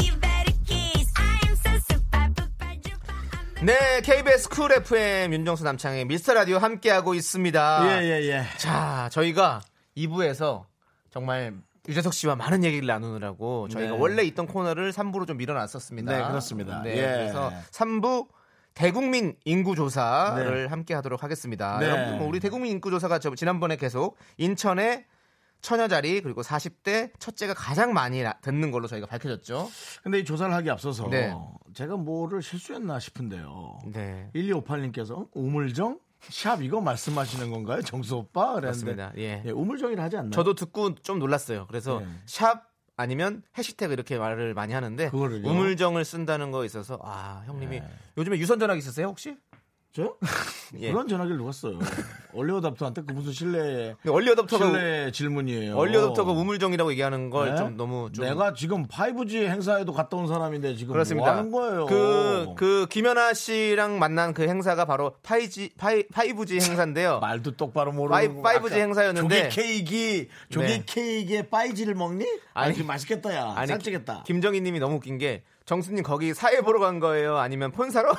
[SPEAKER 2] 네, KBS 쿨 FM 윤정수 남창의 미스터 라디오 함께하고 있습니다.
[SPEAKER 1] 예, 예.
[SPEAKER 2] 자, 저희가 2부에서 정말 유재석 씨와 많은 얘기를 나누느라고 저희가
[SPEAKER 1] 네.
[SPEAKER 2] 원래 있던 코너를 3부로 좀 밀어놨었습니다.
[SPEAKER 1] 네, 그렇습니다.
[SPEAKER 2] 네,
[SPEAKER 1] 예.
[SPEAKER 2] 그래서 3부 대국민 인구 조사를 함께 하도록 하겠습니다.
[SPEAKER 1] 네.
[SPEAKER 2] 여러분, 뭐 우리 대국민 인구 조사가 저 지난번에 계속 인천에 처녀 자리 그리고 40대 첫째가 가장 많이 나- 듣는 걸로 저희가 밝혀졌죠.
[SPEAKER 1] 근데 이 조사를 하기 앞서서
[SPEAKER 2] 네.
[SPEAKER 1] 제가 뭐를 실수했나 싶은데요.
[SPEAKER 2] 네.
[SPEAKER 1] 1258님께서 어? 우물정 샵 이거 말씀하시는 건가요? 정수 오빠 그랬는데
[SPEAKER 2] 맞습니다. 예.
[SPEAKER 1] 우물정이라 하지 않나요?
[SPEAKER 2] 저도 듣고 좀 놀랐어요. 그래서
[SPEAKER 1] 네.
[SPEAKER 2] 샵 아니면 해시태그 이렇게 말을 많이 하는데
[SPEAKER 1] 그거를요? 네.
[SPEAKER 2] 우물정을 쓴다는 거에 있어서 아 형님이 요즘에 유선 전화기 있으세요 혹시?
[SPEAKER 1] 저요?
[SPEAKER 2] 예.
[SPEAKER 1] 그런 전화기를 누가 써요? 얼리어답터한테 그분수 실내
[SPEAKER 2] 근데 얼리어답터가 우-
[SPEAKER 1] 실내 질문이에요.
[SPEAKER 2] 얼리어답터가 우물정이라고 얘기하는 걸
[SPEAKER 1] 네?
[SPEAKER 2] 좀 너무 좀
[SPEAKER 1] 내가 지금 5G 행사에도 갔다 온 사람인데 지금 뭐
[SPEAKER 2] 그렇습니다.
[SPEAKER 1] 하는 거예요?
[SPEAKER 2] 그, 그 김연아 씨랑 만난 그 행사가 바로 5G, 5G 행사인데요.
[SPEAKER 1] 말도 똑바로
[SPEAKER 2] 파이-
[SPEAKER 1] 모르고
[SPEAKER 2] 5G 행사였는데.
[SPEAKER 1] 조개 케이크 조개
[SPEAKER 2] 네.
[SPEAKER 1] 케이크에 빠이지를 먹니?
[SPEAKER 2] 아니.
[SPEAKER 1] 아니 맛있겠다 야.
[SPEAKER 2] 아니,
[SPEAKER 1] 살찌겠다.
[SPEAKER 2] 김정희님이 너무 웃긴 게 정수님 거기 사회 보러 간 거예요? 아니면 폰 사러?
[SPEAKER 1] 어.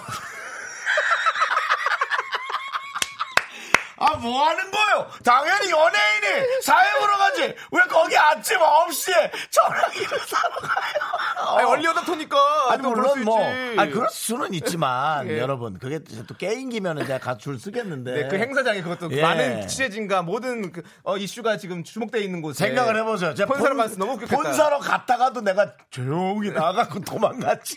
[SPEAKER 1] 아, 뭐 하는 거요? 당연히 연예인이 사회보러 가지. 왜 거기 아침 9시에 전화기를 사러 가요?
[SPEAKER 2] 아니 얼리어답터니까.
[SPEAKER 1] 아니,
[SPEAKER 2] 또 그럴
[SPEAKER 1] 물론
[SPEAKER 2] 수
[SPEAKER 1] 뭐.
[SPEAKER 2] 있지.
[SPEAKER 1] 아니, 그럴 수는 있지만,
[SPEAKER 2] 예.
[SPEAKER 1] 여러분. 그게 또 게임기면은 제가 가출 쓰겠는데.
[SPEAKER 2] 네, 그 행사장에 그것도
[SPEAKER 1] 예.
[SPEAKER 2] 많은 취재진과 모든 그, 어, 이슈가 지금 주목돼 있는 곳에
[SPEAKER 1] 생각을 해보세요. 제가
[SPEAKER 2] 본사로 가서 너무 웃겼겠다. 네.
[SPEAKER 1] 본사로 갔다가도 내가 조용히 나가고 도망갔지.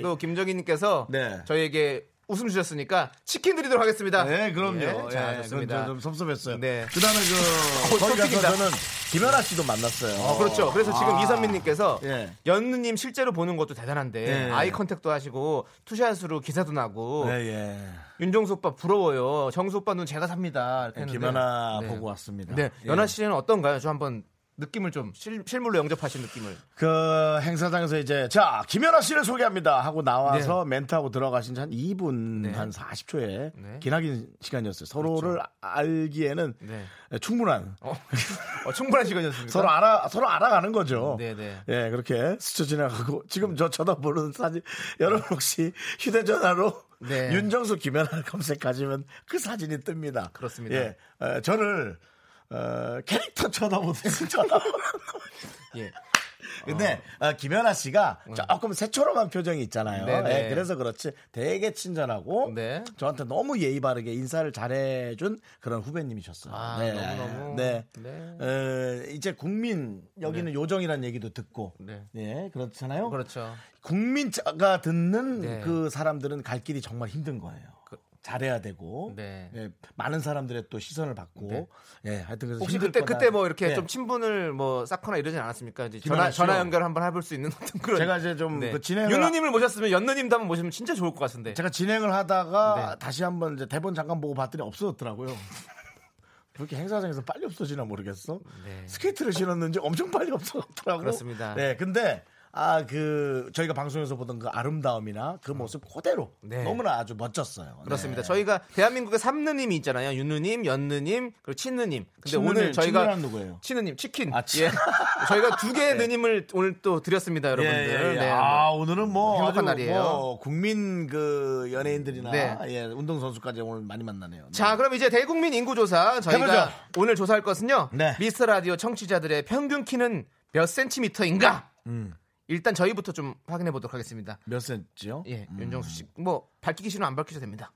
[SPEAKER 2] 또 김정희님께서
[SPEAKER 1] 네.
[SPEAKER 2] 저희에게 웃음 주셨으니까 치킨 드리도록 하겠습니다.
[SPEAKER 1] 네,
[SPEAKER 2] 예,
[SPEAKER 1] 그럼요.
[SPEAKER 2] 자,
[SPEAKER 1] 예,
[SPEAKER 2] 좋습니다.
[SPEAKER 1] 그건 좀 섭섭했어요.
[SPEAKER 2] 네.
[SPEAKER 1] 그 다음에 그,
[SPEAKER 2] 어,
[SPEAKER 1] 거기 가서
[SPEAKER 2] 섭섭이다.
[SPEAKER 1] 저는 김연아 씨도 만났어요.
[SPEAKER 2] 어, 그렇죠. 그래서 지금
[SPEAKER 1] 아.
[SPEAKER 2] 이선민님께서
[SPEAKER 1] 예.
[SPEAKER 2] 연느님 실제로 보는 것도 대단한데
[SPEAKER 1] 예.
[SPEAKER 2] 아이 컨택도 하시고 투샷으로 기사도 나고
[SPEAKER 1] 예, 예.
[SPEAKER 2] 윤정수 오빠 부러워요. 정수 오빠 눈 제가 삽니다. 이렇게 했는데.
[SPEAKER 1] 김연아
[SPEAKER 2] 네.
[SPEAKER 1] 보고 왔습니다.
[SPEAKER 2] 네,
[SPEAKER 1] 예.
[SPEAKER 2] 연아 씨는 어떤가요? 저 한번 느낌을 좀 실, 실물로 영접하신 느낌을.
[SPEAKER 1] 그 행사장에서 이제 자 김연아 씨를 소개합니다 하고 나와서 멘트하고 들어가신 지 한 2분 한 40초에
[SPEAKER 2] 네. 그렇죠.
[SPEAKER 1] 기나긴 시간이었어요. 서로를 알기에는 예,
[SPEAKER 2] 네.
[SPEAKER 1] 충분한
[SPEAKER 2] 어, 어, 충분한 시간이었습니다.
[SPEAKER 1] 서로 알아 서로 알아가는 거죠.
[SPEAKER 2] 음, 네네. 네.
[SPEAKER 1] 예 그렇게 스쳐 지나가고 지금 저 쳐다보는 사진 여러분 혹시 휴대전화로
[SPEAKER 2] 네.
[SPEAKER 1] 윤정수 김연아 검색하시면 그 사진이 뜹니다.
[SPEAKER 2] 그렇습니다.
[SPEAKER 1] 예 어, 저를 어, 캐릭터 쳐다보듯이 쳐다보는
[SPEAKER 2] 예.
[SPEAKER 1] 근데 어, 김연아 씨가 조금 새초롬한 표정이 있잖아요.
[SPEAKER 2] 음. 네네.
[SPEAKER 1] 예, 그래서 그렇지 되게 친절하고
[SPEAKER 2] 네.
[SPEAKER 1] 저한테 너무 예의 바르게 인사를 잘해준 그런 후배님이셨어요.
[SPEAKER 2] 아, 너무너무.
[SPEAKER 1] 네.
[SPEAKER 2] 네.
[SPEAKER 1] 어, 이제 국민 여기는 요정이라는 얘기도 듣고
[SPEAKER 2] 네.
[SPEAKER 1] 예 그렇잖아요.
[SPEAKER 2] 그렇죠.
[SPEAKER 1] 국민가 듣는
[SPEAKER 2] 네. 그
[SPEAKER 1] 그 사람들은 갈 길이 정말 힘든 거예요. 잘해야 되고
[SPEAKER 2] 네.
[SPEAKER 1] 예, 많은 사람들의 또 시선을 받고
[SPEAKER 2] 네.
[SPEAKER 1] 예 하여튼 그래서
[SPEAKER 2] 혹시
[SPEAKER 1] 힘들
[SPEAKER 2] 그때
[SPEAKER 1] 거다.
[SPEAKER 2] 그때 뭐 이렇게
[SPEAKER 1] 예.
[SPEAKER 2] 좀 친분을 뭐 쌓거나 이러진 않았습니까? 이제 전화
[SPEAKER 1] 김연아 씨요?
[SPEAKER 2] 전화 연결 한번 해볼 수 있는 어떤 그런. 네.
[SPEAKER 1] 제가 이제 좀그 진행을
[SPEAKER 2] 윤우님을 모셨으면 연느님도 한번 모시면 진짜 좋을 것 같은데.
[SPEAKER 1] 제가 진행을 하다가
[SPEAKER 2] 네.
[SPEAKER 1] 다시 한번 이제 대본 잠깐 보고 봤더니 없어졌더라고요. 그렇게 행사장에서 빨리 없어지나 모르겠어.
[SPEAKER 2] 네.
[SPEAKER 1] 스케이트를 신었는지 엄청 빨리 없어졌더라고요.
[SPEAKER 2] 그렇습니다.
[SPEAKER 1] 네, 근데 아 그 저희가 방송에서 보던 그 아름다움이나 그 모습 그대로
[SPEAKER 2] 네.
[SPEAKER 1] 너무나 아주 멋졌어요.
[SPEAKER 2] 그렇습니다.
[SPEAKER 1] 네.
[SPEAKER 2] 저희가 대한민국의 삼느님이 있잖아요. 윤느님, 연느님, 그리고 친느님. 근데
[SPEAKER 1] 친느님,
[SPEAKER 2] 오늘 저희가
[SPEAKER 1] 친느란 누구예요?
[SPEAKER 2] 친느님, 치킨.
[SPEAKER 1] 아, 치- 네.
[SPEAKER 2] 예. 저희가 두 개의 느님을 오늘 또 드렸습니다,
[SPEAKER 1] 예,
[SPEAKER 2] 여러분들.
[SPEAKER 1] 예, 예.
[SPEAKER 2] 네,
[SPEAKER 1] 아 오늘은 뭐
[SPEAKER 2] 행복한
[SPEAKER 1] 아주
[SPEAKER 2] 날이에요.
[SPEAKER 1] 뭐 국민 그 연예인들이나
[SPEAKER 2] 네.
[SPEAKER 1] 예, 운동선수까지 오늘 많이 만나네요. 네.
[SPEAKER 2] 자, 그럼 이제 대국민 인구조사 저희가
[SPEAKER 1] 해보죠.
[SPEAKER 2] 오늘 조사할 것은요.
[SPEAKER 1] 네.
[SPEAKER 2] 미스터 라디오 청취자들의 평균 키는 몇 센티미터인가?
[SPEAKER 1] 음,
[SPEAKER 2] 일단 저희부터 좀 확인해 보도록 하겠습니다.
[SPEAKER 1] 몇 센치요?
[SPEAKER 2] 예,
[SPEAKER 1] 음.
[SPEAKER 2] 윤정수 씨. 뭐 밝히기 싫으면 안 밝히셔도 됩니다.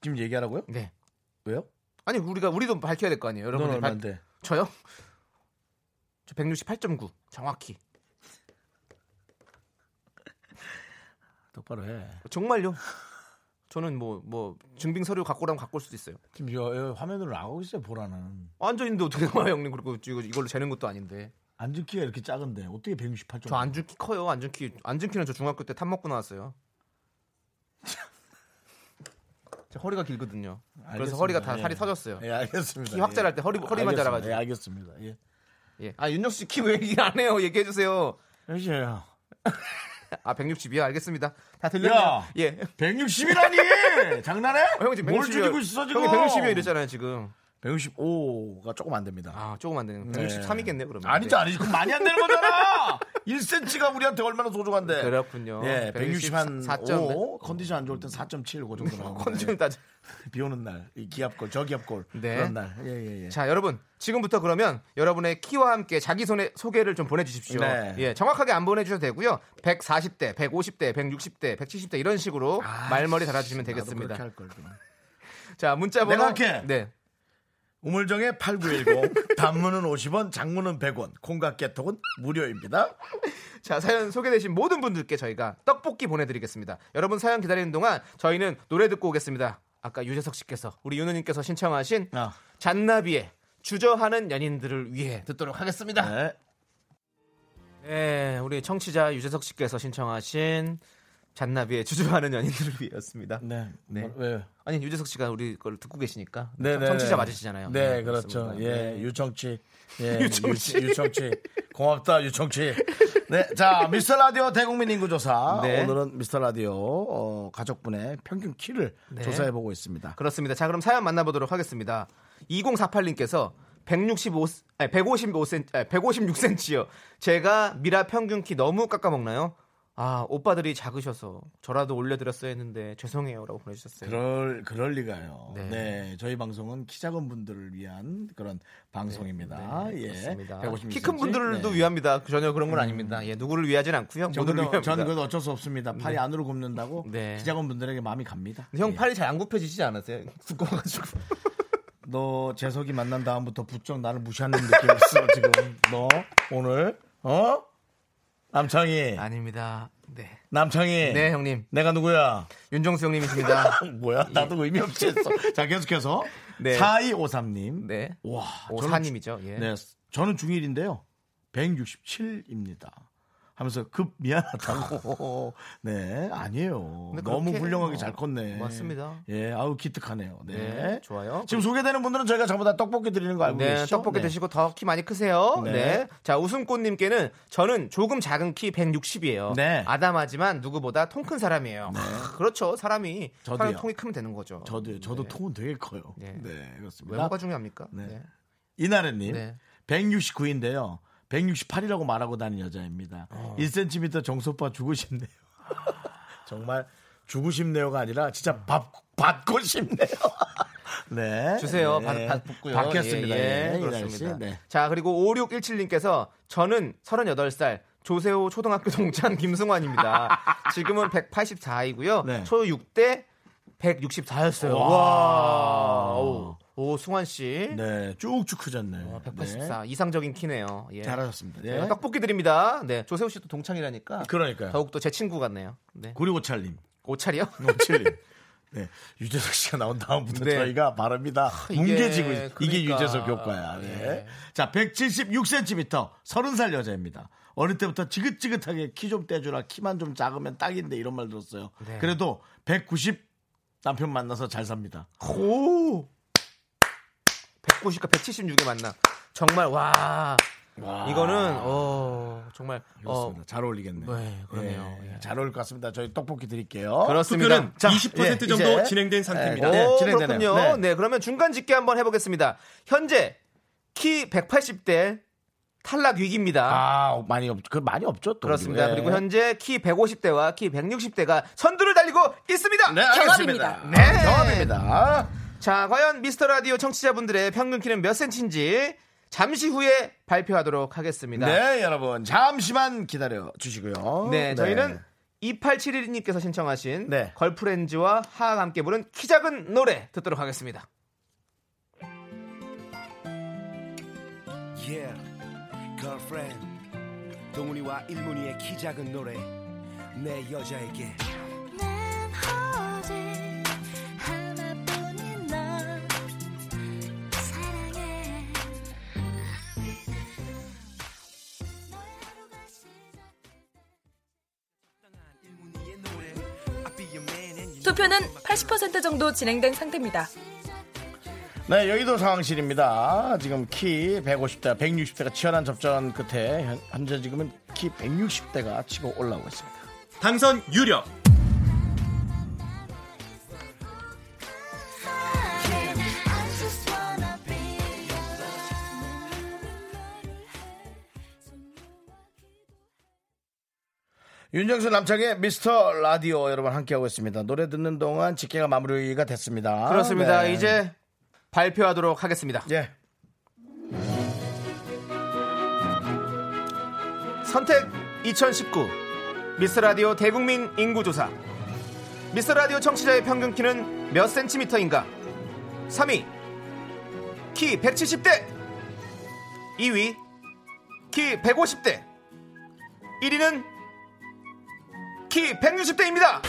[SPEAKER 1] 지금 얘기하라고요?
[SPEAKER 2] 네.
[SPEAKER 1] 왜요?
[SPEAKER 2] 아니 우리가 우리도 밝혀야 될 거 아니에요.
[SPEAKER 1] 넌
[SPEAKER 2] 여러분들 밝...
[SPEAKER 1] 얼마인데?
[SPEAKER 2] 저요? 저 168.9 정확히.
[SPEAKER 1] 똑바로 해.
[SPEAKER 2] 정말요? 저는 뭐 뭐 증빙 서류 갖고 오라면 갖고 올 수도 있어요.
[SPEAKER 1] 지금 여, 여, 화면으로 나가고 있어요 보라는.
[SPEAKER 2] 앉아 있는데 어떻게 나와요, 형님? 그리고 이거- 이걸로 재는 것도 아닌데.
[SPEAKER 1] 앉은 키가 이렇게 작은데 어떻게 168점?
[SPEAKER 2] 저 안준 키 커요. 안준 키 안준 키는 저 중학교 때 탐 먹고 나왔어요. 제 허리가 길거든요. 그래서
[SPEAKER 1] 알겠습니다.
[SPEAKER 2] 허리가 다
[SPEAKER 1] 예.
[SPEAKER 2] 살이 터졌어요.
[SPEAKER 1] 예, 알겠습니다.
[SPEAKER 2] 키 확대할 때 허리- 허리만
[SPEAKER 1] 알겠습니다.
[SPEAKER 2] 자라가지고.
[SPEAKER 1] 예, 알겠습니다. 예.
[SPEAKER 2] 예. 아 윤정수 씨 키 왜 얘기 안 해요? 얘기해 주세요.
[SPEAKER 1] 여보세요.
[SPEAKER 2] 아 160이요. 알겠습니다. 다 들렸나요?
[SPEAKER 1] 야!
[SPEAKER 2] 예.
[SPEAKER 1] 160이라니! 장난해?
[SPEAKER 2] 어, 형 지금
[SPEAKER 1] 뭘
[SPEAKER 2] 160이요.
[SPEAKER 1] 죽이고 있어, 지금?
[SPEAKER 2] 형이 160이요 이랬잖아요 지금.
[SPEAKER 1] 165가 조금 안 됩니다.
[SPEAKER 2] 아 조금 안 되는.
[SPEAKER 1] 네.
[SPEAKER 2] 163이겠네요 그러면.
[SPEAKER 1] 아니지, 아니지. 그럼 많이 안 되는 거잖아! 1cm가 우리한테 얼마나
[SPEAKER 2] 네.
[SPEAKER 1] 소중한데.
[SPEAKER 2] 그렇군요.
[SPEAKER 1] 예, 164.5
[SPEAKER 2] 164.5.
[SPEAKER 1] 컨디션 안 좋을 땐 4.7, 그 정도 나오고. 예,
[SPEAKER 2] 컨디션 따져.
[SPEAKER 1] 비 오는 날, 이 기압골, 저기압골.
[SPEAKER 2] 네.
[SPEAKER 1] 그런 날. 예, 예, 예.
[SPEAKER 2] 자 여러분 지금부터 그러면 여러분의 키와 함께 자기 손에 소개를 좀 보내주십시오.
[SPEAKER 1] 네.
[SPEAKER 2] 예 정확하게 안 보내주셔도 되고요. 140대, 150대, 160대, 170대 이런 식으로 말머리 달아주시면 되겠습니다.
[SPEAKER 1] 나도 그렇게 할 걸. 좀.
[SPEAKER 2] 자 문자번호
[SPEAKER 1] 내가 할게.
[SPEAKER 2] 네
[SPEAKER 1] 우물정의 8910, 단문은 50원, 장문은 100원, 콩과 깨톡은 무료입니다.
[SPEAKER 2] 자 사연 소개되신 모든 분들께 저희가 떡볶이 보내드리겠습니다. 여러분 사연 기다리는 동안 저희는 노래 듣고 오겠습니다. 아까 유재석 씨께서 우리 윤호님께서 신청하신
[SPEAKER 1] 아.
[SPEAKER 2] 잔나비의 주저하는 연인들을 위해 듣도록 하겠습니다.
[SPEAKER 1] 네.
[SPEAKER 2] 네, 우리 청취자 유재석 씨께서 신청하신 잔나비의 주저하는 연인들을 위해였습니다.
[SPEAKER 1] 네.
[SPEAKER 2] 네.
[SPEAKER 1] 뭐, 왜?
[SPEAKER 2] 아니 유재석 씨가 우리 걸 듣고 계시니까
[SPEAKER 1] 네, 네,
[SPEAKER 2] 청취자
[SPEAKER 1] 네.
[SPEAKER 2] 맞으시잖아요.
[SPEAKER 1] 네,
[SPEAKER 2] 네,
[SPEAKER 1] 그렇죠.
[SPEAKER 2] 그렇습니다.
[SPEAKER 1] 예,
[SPEAKER 2] 네.
[SPEAKER 1] 유청취. 예, 유청취. 유청취. 고맙다, 유청취. 네, 자, 미스터 라디오 대국민 인구조사.
[SPEAKER 2] 네.
[SPEAKER 1] 오늘은 미스터 라디오 어, 가족분의 평균 키를
[SPEAKER 2] 네.
[SPEAKER 1] 조사해 보고 있습니다.
[SPEAKER 2] 그렇습니다. 자, 그럼 사연 만나보도록 하겠습니다. 2048님께서 165, 아니, 155cm, 아니, 156cm요. 제가 미라 평균 키 너무 깎아먹나요? 아, 오빠들이 작으셔서 저라도 올려드렸어야 했는데 죄송해요라고 보내주셨어요.
[SPEAKER 1] 그럴 그럴 리가요.
[SPEAKER 2] 네.
[SPEAKER 1] 네. 저희 방송은 키 작은 분들을 위한 그런 방송입니다.
[SPEAKER 2] 네,
[SPEAKER 1] 예.
[SPEAKER 2] 그렇습니다.
[SPEAKER 1] 156
[SPEAKER 2] 키 큰
[SPEAKER 1] cm?
[SPEAKER 2] 분들도
[SPEAKER 1] 네.
[SPEAKER 2] 위합니다. 전혀 그런 건 아닙니다. 예, 누구를 위하진 않고요. 모두를 위합니다.
[SPEAKER 1] 저는, 저는 그건 어쩔 수 없습니다. 팔이 안으로 굽는다고
[SPEAKER 2] 뭐 네.
[SPEAKER 1] 키 작은 분들에게 마음이 갑니다.
[SPEAKER 2] 근데 형
[SPEAKER 1] 예.
[SPEAKER 2] 팔이 잘 안 굽혀지지 않았어요? 두꺼워가지고.
[SPEAKER 1] 너 재석이 만난 다음부터 부쩍 나를 무시하는 느낌이었어 지금 너 오늘 어 남창희
[SPEAKER 2] 예, 아닙니다. 네.
[SPEAKER 1] 남창희
[SPEAKER 2] 네, 형님.
[SPEAKER 1] 내가 누구야 어,
[SPEAKER 2] 윤정수 형님이십니다.
[SPEAKER 1] 뭐야 나도 의미 없이 했어 자 계속해서
[SPEAKER 2] 예. 네.
[SPEAKER 1] 4253님
[SPEAKER 2] 네.
[SPEAKER 1] 와
[SPEAKER 2] 오,
[SPEAKER 1] 저는
[SPEAKER 2] 사님이죠. 예.
[SPEAKER 1] 주- 네 저는 중1인데요 167입니다 하면서 급 미안하다고 네 아니에요
[SPEAKER 2] 근데
[SPEAKER 1] 너무
[SPEAKER 2] 그렇게
[SPEAKER 1] 훌륭하게
[SPEAKER 2] 뭐,
[SPEAKER 1] 잘 컸네
[SPEAKER 2] 맞습니다.
[SPEAKER 1] 예 아우 기특하네요 네,
[SPEAKER 2] 네, 좋아요.
[SPEAKER 1] 지금 소개되는 분들은 저희가 전부 다 떡볶이 드리는 거 알고
[SPEAKER 2] 네,
[SPEAKER 1] 계시죠?
[SPEAKER 2] 떡볶이
[SPEAKER 1] 네.
[SPEAKER 2] 드시고 더 키 많이 크세요. 네.
[SPEAKER 1] 네.
[SPEAKER 2] 자, 웃음꽃님께는 저는 조금 작은 키 160이에요.
[SPEAKER 1] 네.
[SPEAKER 2] 아담하지만 누구보다 통 큰 사람이에요. 아, 그렇죠. 사람이
[SPEAKER 1] 저도요.
[SPEAKER 2] 사람 통이 크면 되는 거죠.
[SPEAKER 1] 저도 저도 통은 되게 커요.
[SPEAKER 2] 네.
[SPEAKER 1] 네, 그렇습니다.
[SPEAKER 2] 외모가 중요합니까?
[SPEAKER 1] 네.
[SPEAKER 2] 네.
[SPEAKER 1] 이나래님
[SPEAKER 2] 네.
[SPEAKER 1] 169인데요. 168이라고 말하고 다니는 여자입니다.
[SPEAKER 2] 어.
[SPEAKER 1] 1cm 정소빠 주고 싶네요. 정말 주고 싶네요가 아니라 진짜 밥 받고 싶네요. 음. 네.
[SPEAKER 2] 주세요.
[SPEAKER 1] 네.
[SPEAKER 2] 받, 받, 받고요.
[SPEAKER 1] 받겠습니다.
[SPEAKER 2] 예, 예,
[SPEAKER 1] 예, 이나래 씨.
[SPEAKER 2] 그렇습니다.
[SPEAKER 1] 네.
[SPEAKER 2] 자, 그리고 5617님께서 저는 38살 조세호 초등학교 동창 김승환입니다. 지금은 184이고요.
[SPEAKER 1] 네.
[SPEAKER 2] 초6 때 164였어요.
[SPEAKER 1] 와.
[SPEAKER 2] 와. 오, 오, 승환 씨.
[SPEAKER 1] 네, 쭉쭉 크셨네요.
[SPEAKER 2] 어, 184 이상적인 키네요. 예.
[SPEAKER 1] 네. 잘하셨습니다.
[SPEAKER 2] 제가
[SPEAKER 1] 네.
[SPEAKER 2] 떡볶이 드립니다. 네, 조세호 씨도 동창이라니까
[SPEAKER 1] 그러니까요.
[SPEAKER 2] 더욱 더 제 친구 같네요. 네,
[SPEAKER 1] 구리고찰님,
[SPEAKER 2] 오찰이요?
[SPEAKER 1] 노칠님. 네. 유재석 씨가 나온 다음부터
[SPEAKER 2] 네.
[SPEAKER 1] 저희가 발음이 다
[SPEAKER 2] 이게
[SPEAKER 1] 뭉개지고 있어요. 이게
[SPEAKER 2] 그러니까.
[SPEAKER 1] 유재석 효과야. 네.
[SPEAKER 2] 네.
[SPEAKER 1] 자, 176cm, 30살 여자입니다. 어릴 때부터 지긋지긋하게 키 좀 떼주라. 키만 좀 작으면 딱인데 이런 말 들었어요.
[SPEAKER 2] 네.
[SPEAKER 1] 그래도 190 남편 만나서 잘 삽니다.
[SPEAKER 2] 오, 190과 176에 만나 정말 와
[SPEAKER 1] 아.
[SPEAKER 2] 이거는 어 정말 어
[SPEAKER 1] 그렇습니다. 잘 어울리겠네요.
[SPEAKER 2] 네, 그러네요.
[SPEAKER 1] 예,
[SPEAKER 2] 예.
[SPEAKER 1] 잘 어울릴 것 같습니다. 저희 떡볶이 드릴게요.
[SPEAKER 2] 그렇습니다.
[SPEAKER 9] 투표는 20%
[SPEAKER 1] 예,
[SPEAKER 9] 정도
[SPEAKER 1] 이제.
[SPEAKER 9] 진행된 상태입니다.
[SPEAKER 1] 예, 네,
[SPEAKER 2] 오,
[SPEAKER 1] 진행되네요.
[SPEAKER 2] 그렇군요.
[SPEAKER 1] 네.
[SPEAKER 2] 네. 그러면 중간 집계 한번 해보겠습니다. 현재 키 180대 탈락 위기입니다.
[SPEAKER 1] 아 많이 없, 그 많이 없죠. 또
[SPEAKER 2] 그렇습니다.
[SPEAKER 1] 예.
[SPEAKER 2] 그리고 현재 키 150대와 키 160대가 선두를 달리고 있습니다.
[SPEAKER 1] 네, 알겠습니다.
[SPEAKER 2] 경합입니다. 네.
[SPEAKER 1] 네, 경합입니다.
[SPEAKER 2] 자, 과연 미스터 라디오 청취자분들의 평균 키는 몇 센치인지 잠시 후에 발표하도록 하겠습니다.
[SPEAKER 1] 네, 여러분 잠시만 기다려 주시고요.
[SPEAKER 2] 네, 저희는 2871님께서 신청하신
[SPEAKER 1] 어? 네.
[SPEAKER 2] 걸프렌즈와 하하가 함께 부른 키 작은 노래 듣도록 하겠습니다.
[SPEAKER 10] Yeah, girlfriend. 동훈이와 일문이의 키 작은 노래. 내 여자에게.
[SPEAKER 6] 난 오직 하나뿐인 널 사랑해 너의 하루가
[SPEAKER 11] 투표는 80% 정도 진행된 상태입니다.
[SPEAKER 1] 네, 여의도 상황실입니다. 지금 키 150대, 160대가 치열한 접전 끝에 현- 현재 지금은 키 160대가 치고 올라오고 있습니다.
[SPEAKER 9] 당선 유력
[SPEAKER 6] 시작해 I just wanna be your love
[SPEAKER 1] 윤정수 남창의 미스터 라디오 여러분 함께하고 있습니다. 노래 듣는 동안 집계가 마무리가 됐습니다.
[SPEAKER 2] 그렇습니다.
[SPEAKER 1] 네.
[SPEAKER 2] 이제 발표하도록 하겠습니다.
[SPEAKER 1] 예.
[SPEAKER 2] 선택 2019 미스 라디오 대국민 인구 조사. 미스 라디오 청취자의 평균 키는 몇 센티미터인가? 3위 키 170대. 2위 키 150대. 1위는 키 160대입니다.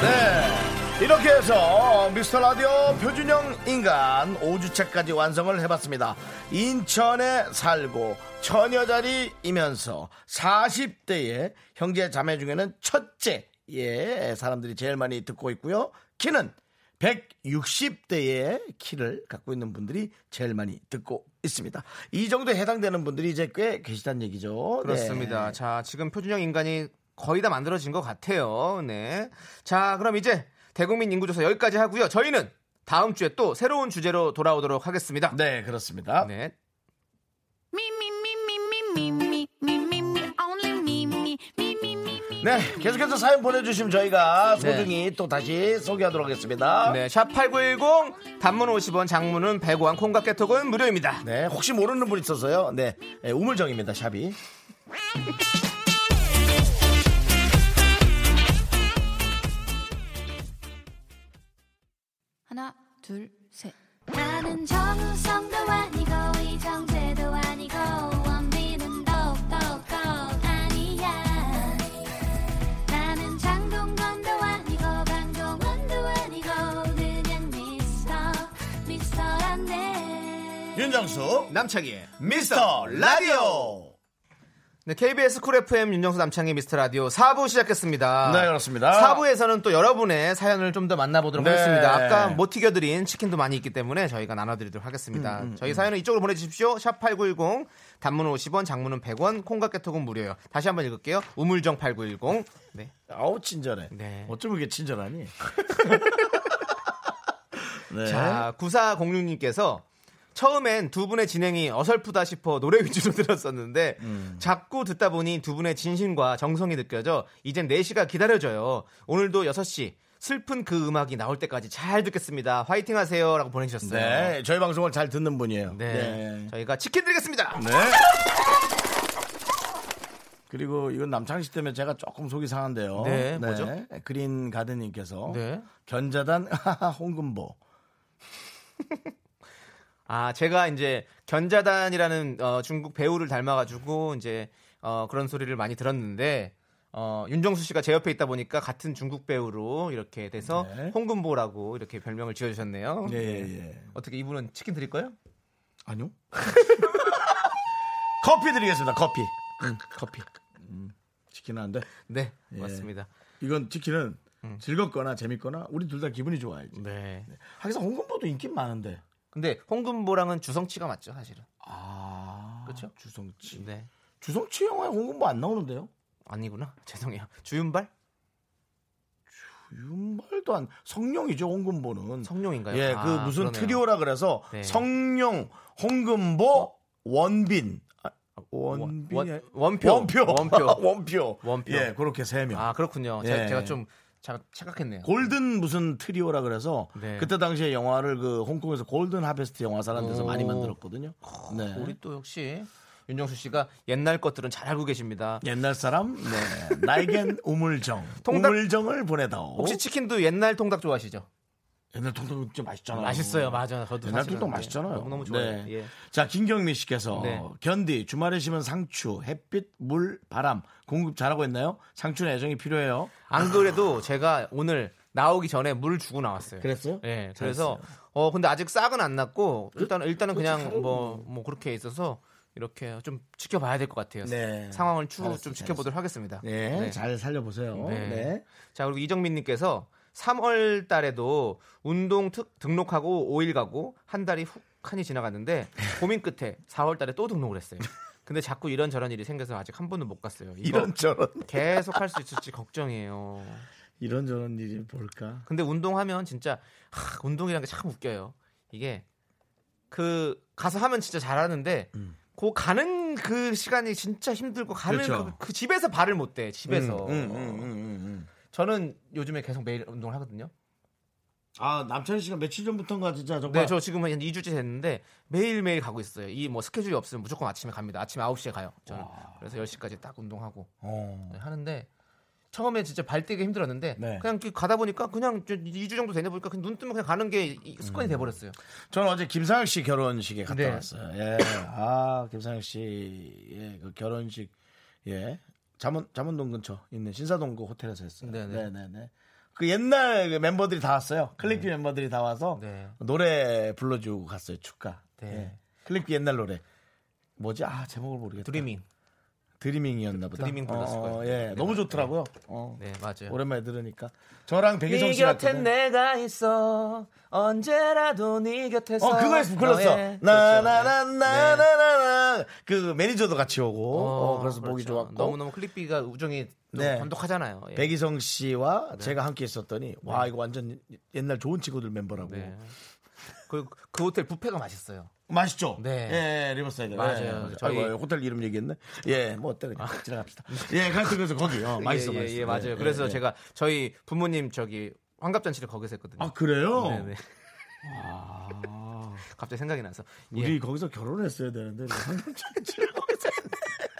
[SPEAKER 1] 네. 이렇게 해서 미스터 라디오 표준형 인간 5주차까지 완성을 해봤습니다. 인천에 살고 처녀자리이면서 40대의 형제 자매 중에는 첫째, 예, 사람들이 제일 많이 듣고 있고요. 키는 160대의 키를 갖고 있는 분들이 제일 많이 듣고 있습니다. 이 정도 해당되는 분들이 이제 꽤 계시다는 얘기죠. 네.
[SPEAKER 2] 그렇습니다. 자, 지금 표준형 인간이 거의 다 만들어진 것 같아요. 네. 자, 그럼 이제 대국민 인구조사 여기까지 하고요. 저희는 다음 주에 또 새로운 주제로 돌아오도록 하겠습니다.
[SPEAKER 1] 네, 그렇습니다.
[SPEAKER 2] 네.
[SPEAKER 6] Me me me me me me me me me only me me me me me
[SPEAKER 1] 네, 계속해서 사연 보내주시면 저희가 소중히 또 다시 소개하도록 하겠습니다.
[SPEAKER 2] 네,
[SPEAKER 1] 네.
[SPEAKER 2] 샵8910 단문 50원, 장문은 100원, 콩과 깨톡은 무료입니다.
[SPEAKER 1] 네, 혹시 모르는 분 있어서요. 네, 네, 우물정입니다, 샵이.
[SPEAKER 6] 하나 둘 셋. 나는 정우성도 아니고 이정재도 아니고 원빈은 더욱더 아니야. 나는 장동건도 아니고 방종원도 아니고 그냥 미스터 미스터란데.
[SPEAKER 1] 윤정수,
[SPEAKER 2] 남창희의
[SPEAKER 1] 미스터 라디오.
[SPEAKER 2] 네, KBS 쿨 FM 윤정수 남창희 미스터 라디오 4부 시작했습니다.
[SPEAKER 1] 네, 그렇습니다.
[SPEAKER 2] 4부에서는 또 여러분의 사연을 좀 더 만나보도록
[SPEAKER 1] 네.
[SPEAKER 2] 하겠습니다. 아까 못 튀겨드린 치킨도 많이 있기 때문에 저희가 나눠드리도록 하겠습니다.
[SPEAKER 1] 음,
[SPEAKER 2] 저희 사연은 이쪽으로 보내주십시오. 샵8910 단문은 50원, 장문은 100원, 콩과 깨톡은 무료예요. 다시 한번 읽을게요. 우물정 8910. 네.
[SPEAKER 1] 아우, 친절해.
[SPEAKER 2] 네.
[SPEAKER 1] 어쩜 이렇게 친절하니? 네.
[SPEAKER 2] 자, 9406님께서 처음엔 두 분의 진행이 어설프다 싶어 노래 위주로 들었었는데
[SPEAKER 1] 음.
[SPEAKER 2] 자꾸 듣다 보니 두 분의 진심과 정성이 느껴져 이젠 4시가 기다려져요. 오늘도 6시 슬픈 그 음악이 나올 때까지 잘 듣겠습니다. 화이팅 하세요. 라고 보내주셨어요.
[SPEAKER 1] 네, 저희 방송을 잘 듣는 분이에요.
[SPEAKER 2] 네.
[SPEAKER 1] 네.
[SPEAKER 2] 저희가 치킨 드리겠습니다.
[SPEAKER 1] 네. 그리고 이건 남창희 씨 때문에 제가 조금 속이 상한데요.
[SPEAKER 2] 네, 뭐죠?
[SPEAKER 1] 그린 가든님께서
[SPEAKER 2] 네.
[SPEAKER 1] 견자단 홍금보.
[SPEAKER 2] 아, 제가 이제 견자단이라는 어, 중국 배우를 닮아가지고 이제 어, 그런 소리를 많이 들었는데 어, 윤정수 씨가 제 옆에 있다 보니까 같은 중국 배우로 이렇게 돼서
[SPEAKER 1] 네.
[SPEAKER 2] 홍금보라고 이렇게 별명을 지어주셨네요.
[SPEAKER 1] 예, 예, 예.
[SPEAKER 2] 어떻게 이분은 치킨 드릴까요?
[SPEAKER 1] 아니요. 커피 드리겠습니다. 커피. 음, 커피. 음, 치킨은 안 돼.
[SPEAKER 2] 네,
[SPEAKER 1] 예.
[SPEAKER 2] 맞습니다.
[SPEAKER 1] 이건 치킨은 즐겁거나 재밌거나 우리 둘 다 기분이 좋아야지.
[SPEAKER 2] 네.
[SPEAKER 1] 하기사 홍금보도 인기 많은데.
[SPEAKER 2] 근데 홍금보랑은 주성치가 맞죠, 사실은. 그렇죠?
[SPEAKER 1] 아, 주성치.
[SPEAKER 2] 네.
[SPEAKER 1] 주성치 영화에 공금부 안 나오는데요?
[SPEAKER 2] 아니구나. 죄송해요. 주윤발?
[SPEAKER 1] 주윤발도 안 성룡이죠 홍금보는.
[SPEAKER 2] 성룡인가요?
[SPEAKER 1] 예, 그
[SPEAKER 2] 아,
[SPEAKER 1] 무슨
[SPEAKER 2] 그러네요.
[SPEAKER 1] 트리오라 그래서
[SPEAKER 2] 네. 어?
[SPEAKER 1] 성룡, 홍금보, 원빈. 아, 원빈
[SPEAKER 2] 원- 원표.
[SPEAKER 1] 원표
[SPEAKER 2] 원표.
[SPEAKER 1] 원표
[SPEAKER 2] 원표.
[SPEAKER 1] 예 그렇게 세명
[SPEAKER 2] 아, 그렇군요. 제가,
[SPEAKER 1] 예.
[SPEAKER 2] 제가 좀 자- 착각했네요.
[SPEAKER 1] 골든 무슨 트리오라 그래서
[SPEAKER 2] 네.
[SPEAKER 1] 그때 당시에 영화를 그 홍콩에서 골든 하베스트 영화사라는 데서
[SPEAKER 2] 오.
[SPEAKER 1] 많이 만들었거든요. 네.
[SPEAKER 2] 우리 또 역시 윤정수 씨가 옛날 것들은 잘 알고 계십니다.
[SPEAKER 1] 옛날 사람 네. 나에겐 우물정
[SPEAKER 2] 통닭-
[SPEAKER 1] 우물정을 보내다오.
[SPEAKER 2] 혹시 치킨도 옛날 통닭 좋아하시죠?
[SPEAKER 1] 옛날 통닭 진짜 맛있잖아요.
[SPEAKER 2] 맛있어요. 맞아요. 저도
[SPEAKER 1] 옛날
[SPEAKER 2] 사실은
[SPEAKER 1] 통닭
[SPEAKER 2] 네,
[SPEAKER 1] 맛있잖아요.
[SPEAKER 2] 너무너무 좋아요.
[SPEAKER 1] 네.
[SPEAKER 2] 예.
[SPEAKER 1] 자 김경미 씨께서
[SPEAKER 2] 네.
[SPEAKER 1] 견디 주말에 심은 상추 햇빛 물 바람 공급 잘하고 있나요? 상추는 애정이 필요해요.
[SPEAKER 2] 안 그래도 제가 오늘 나오기 전에 물 주고 나왔어요.
[SPEAKER 1] 그랬어요?
[SPEAKER 2] 예. 그래서 어 근데 아직 싹은 안 났고 일단
[SPEAKER 1] 그렇죠.
[SPEAKER 2] 일단은 그냥 뭐 뭐 그렇게 있어서 이렇게 좀 지켜봐야 될 것 같아요.
[SPEAKER 1] 네.
[SPEAKER 2] 상황을 추후
[SPEAKER 1] 잘했어,
[SPEAKER 2] 좀 지켜보도록 하겠습니다.
[SPEAKER 1] 네,
[SPEAKER 2] 네.
[SPEAKER 1] 잘 살려보세요.
[SPEAKER 2] 네.
[SPEAKER 1] 네.
[SPEAKER 2] 자, 그리고 이정민님께서 3월 달에도 운동 특, 등록하고 5일 가고 한 달이 훅 한이 지나갔는데 고민 끝에 4월 달에 또 등록을 했어요. 근데 자꾸 이런저런 일이 생겨서 아직 한 번도 못 갔어요. 이거
[SPEAKER 1] 이런저런
[SPEAKER 2] 계속 할 수 있을지 걱정이에요.
[SPEAKER 1] 이런저런 일이 뭘까?
[SPEAKER 2] 근데 운동하면 진짜 하, 운동이란 게 참 웃겨요. 이게 그 가서 하면 진짜 잘하는데 그 가는 그 시간이 진짜 힘들고 가는 그
[SPEAKER 1] 음. 그렇죠.
[SPEAKER 2] 그 집에서 발을 못 대. 집에서.
[SPEAKER 1] 음, 음, 음, 음, 음.
[SPEAKER 2] 저는 요즘에 계속 매일 운동을 하거든요.
[SPEAKER 1] 아 남찬 씨가 며칠 전부터인가 진짜 정말
[SPEAKER 2] 네, 저 지금 한 2주째 됐는데 매일매일 가고 있어요. 이 뭐 스케줄이 없으면 무조건 아침에 갑니다. 아침 9시에 가요. 저는. 그래서 10시까지 딱 운동하고
[SPEAKER 1] 어.
[SPEAKER 2] 네, 하는데 처음에 진짜 발뛰기 힘들었는데
[SPEAKER 1] 네.
[SPEAKER 2] 그냥 이렇게 가다 보니까 그냥 2주 정도 되다 보니까 그냥 눈 뜨면 그냥 가는 게 이-
[SPEAKER 1] 음.
[SPEAKER 2] 습관이 돼 버렸어요.
[SPEAKER 1] 저는 어제 김상혁 씨 결혼식에 갔다
[SPEAKER 2] 네.
[SPEAKER 1] 왔어요. 예. 아, 김상혁 씨의 그 결혼식 예. 잠원 잠원동 근처 있는 신사동 그 호텔에서 했어요.
[SPEAKER 2] 네네.
[SPEAKER 1] 네, 네, 네. 그 옛날 그 멤버들이 다 왔어요. 클릭비 멤버들이 다 와서
[SPEAKER 2] 네.
[SPEAKER 1] 노래 불러주고 갔어요. 축가.
[SPEAKER 2] 네.
[SPEAKER 1] 예. 클릭비 옛날 노래. 뭐지? 아, 제목을 모르겠다.
[SPEAKER 2] 드리밍.
[SPEAKER 1] 드리밍이었나 보다.
[SPEAKER 2] 드리밍 불렀을
[SPEAKER 1] 어,
[SPEAKER 2] 거예요.
[SPEAKER 1] 예.
[SPEAKER 2] 네,
[SPEAKER 1] 너무
[SPEAKER 2] 맞아요.
[SPEAKER 1] 좋더라고요. 어.
[SPEAKER 2] 네, 맞아요.
[SPEAKER 1] 오랜만에 들으니까. 저랑 백인성
[SPEAKER 2] 네
[SPEAKER 1] 씨가
[SPEAKER 2] 곁엔 내가 있어 언제라도 네 곁에서
[SPEAKER 1] 어 그거 했어 불렀어
[SPEAKER 2] 너의- 그렇죠. 네.
[SPEAKER 1] 나나나나나나 그 매니저도 같이 오고 어, 그래서 보기
[SPEAKER 2] 그렇죠.
[SPEAKER 1] 좋았고
[SPEAKER 2] 너무너무 클릭비가 우정이 좀
[SPEAKER 1] 네.
[SPEAKER 2] 돈독하잖아요. 예. 네.
[SPEAKER 1] 백이성 씨와 제가 함께 있었더니 와 이거 완전 옛날 좋은 친구들 멤버라고
[SPEAKER 2] 네. 그, 그 호텔 뷔페가 맛있어요.
[SPEAKER 1] 맛있죠
[SPEAKER 2] 네.
[SPEAKER 1] 예 리버사이드
[SPEAKER 2] 맞아요.
[SPEAKER 1] 예, 맞아요.
[SPEAKER 2] 저희- 아.
[SPEAKER 1] 아이고, 호텔 이름 얘기했네 예뭐 어때 그냥 지나갑시다 예 그래서 그래서 거기 어, 맛있어
[SPEAKER 2] 예, 예,
[SPEAKER 1] 맛있어
[SPEAKER 2] 예, 맞아요.
[SPEAKER 1] 예,
[SPEAKER 2] 그래서
[SPEAKER 1] 예.
[SPEAKER 2] 제가 저희 부모님 저기 환갑잔치를 거기서 했거든요.
[SPEAKER 1] 아 그래요 아.
[SPEAKER 2] 네네. 갑자기 생각이 나서 예.
[SPEAKER 1] 우리 거기서 결혼했어야 되는데 우리 상담잔치를 거기서 했네.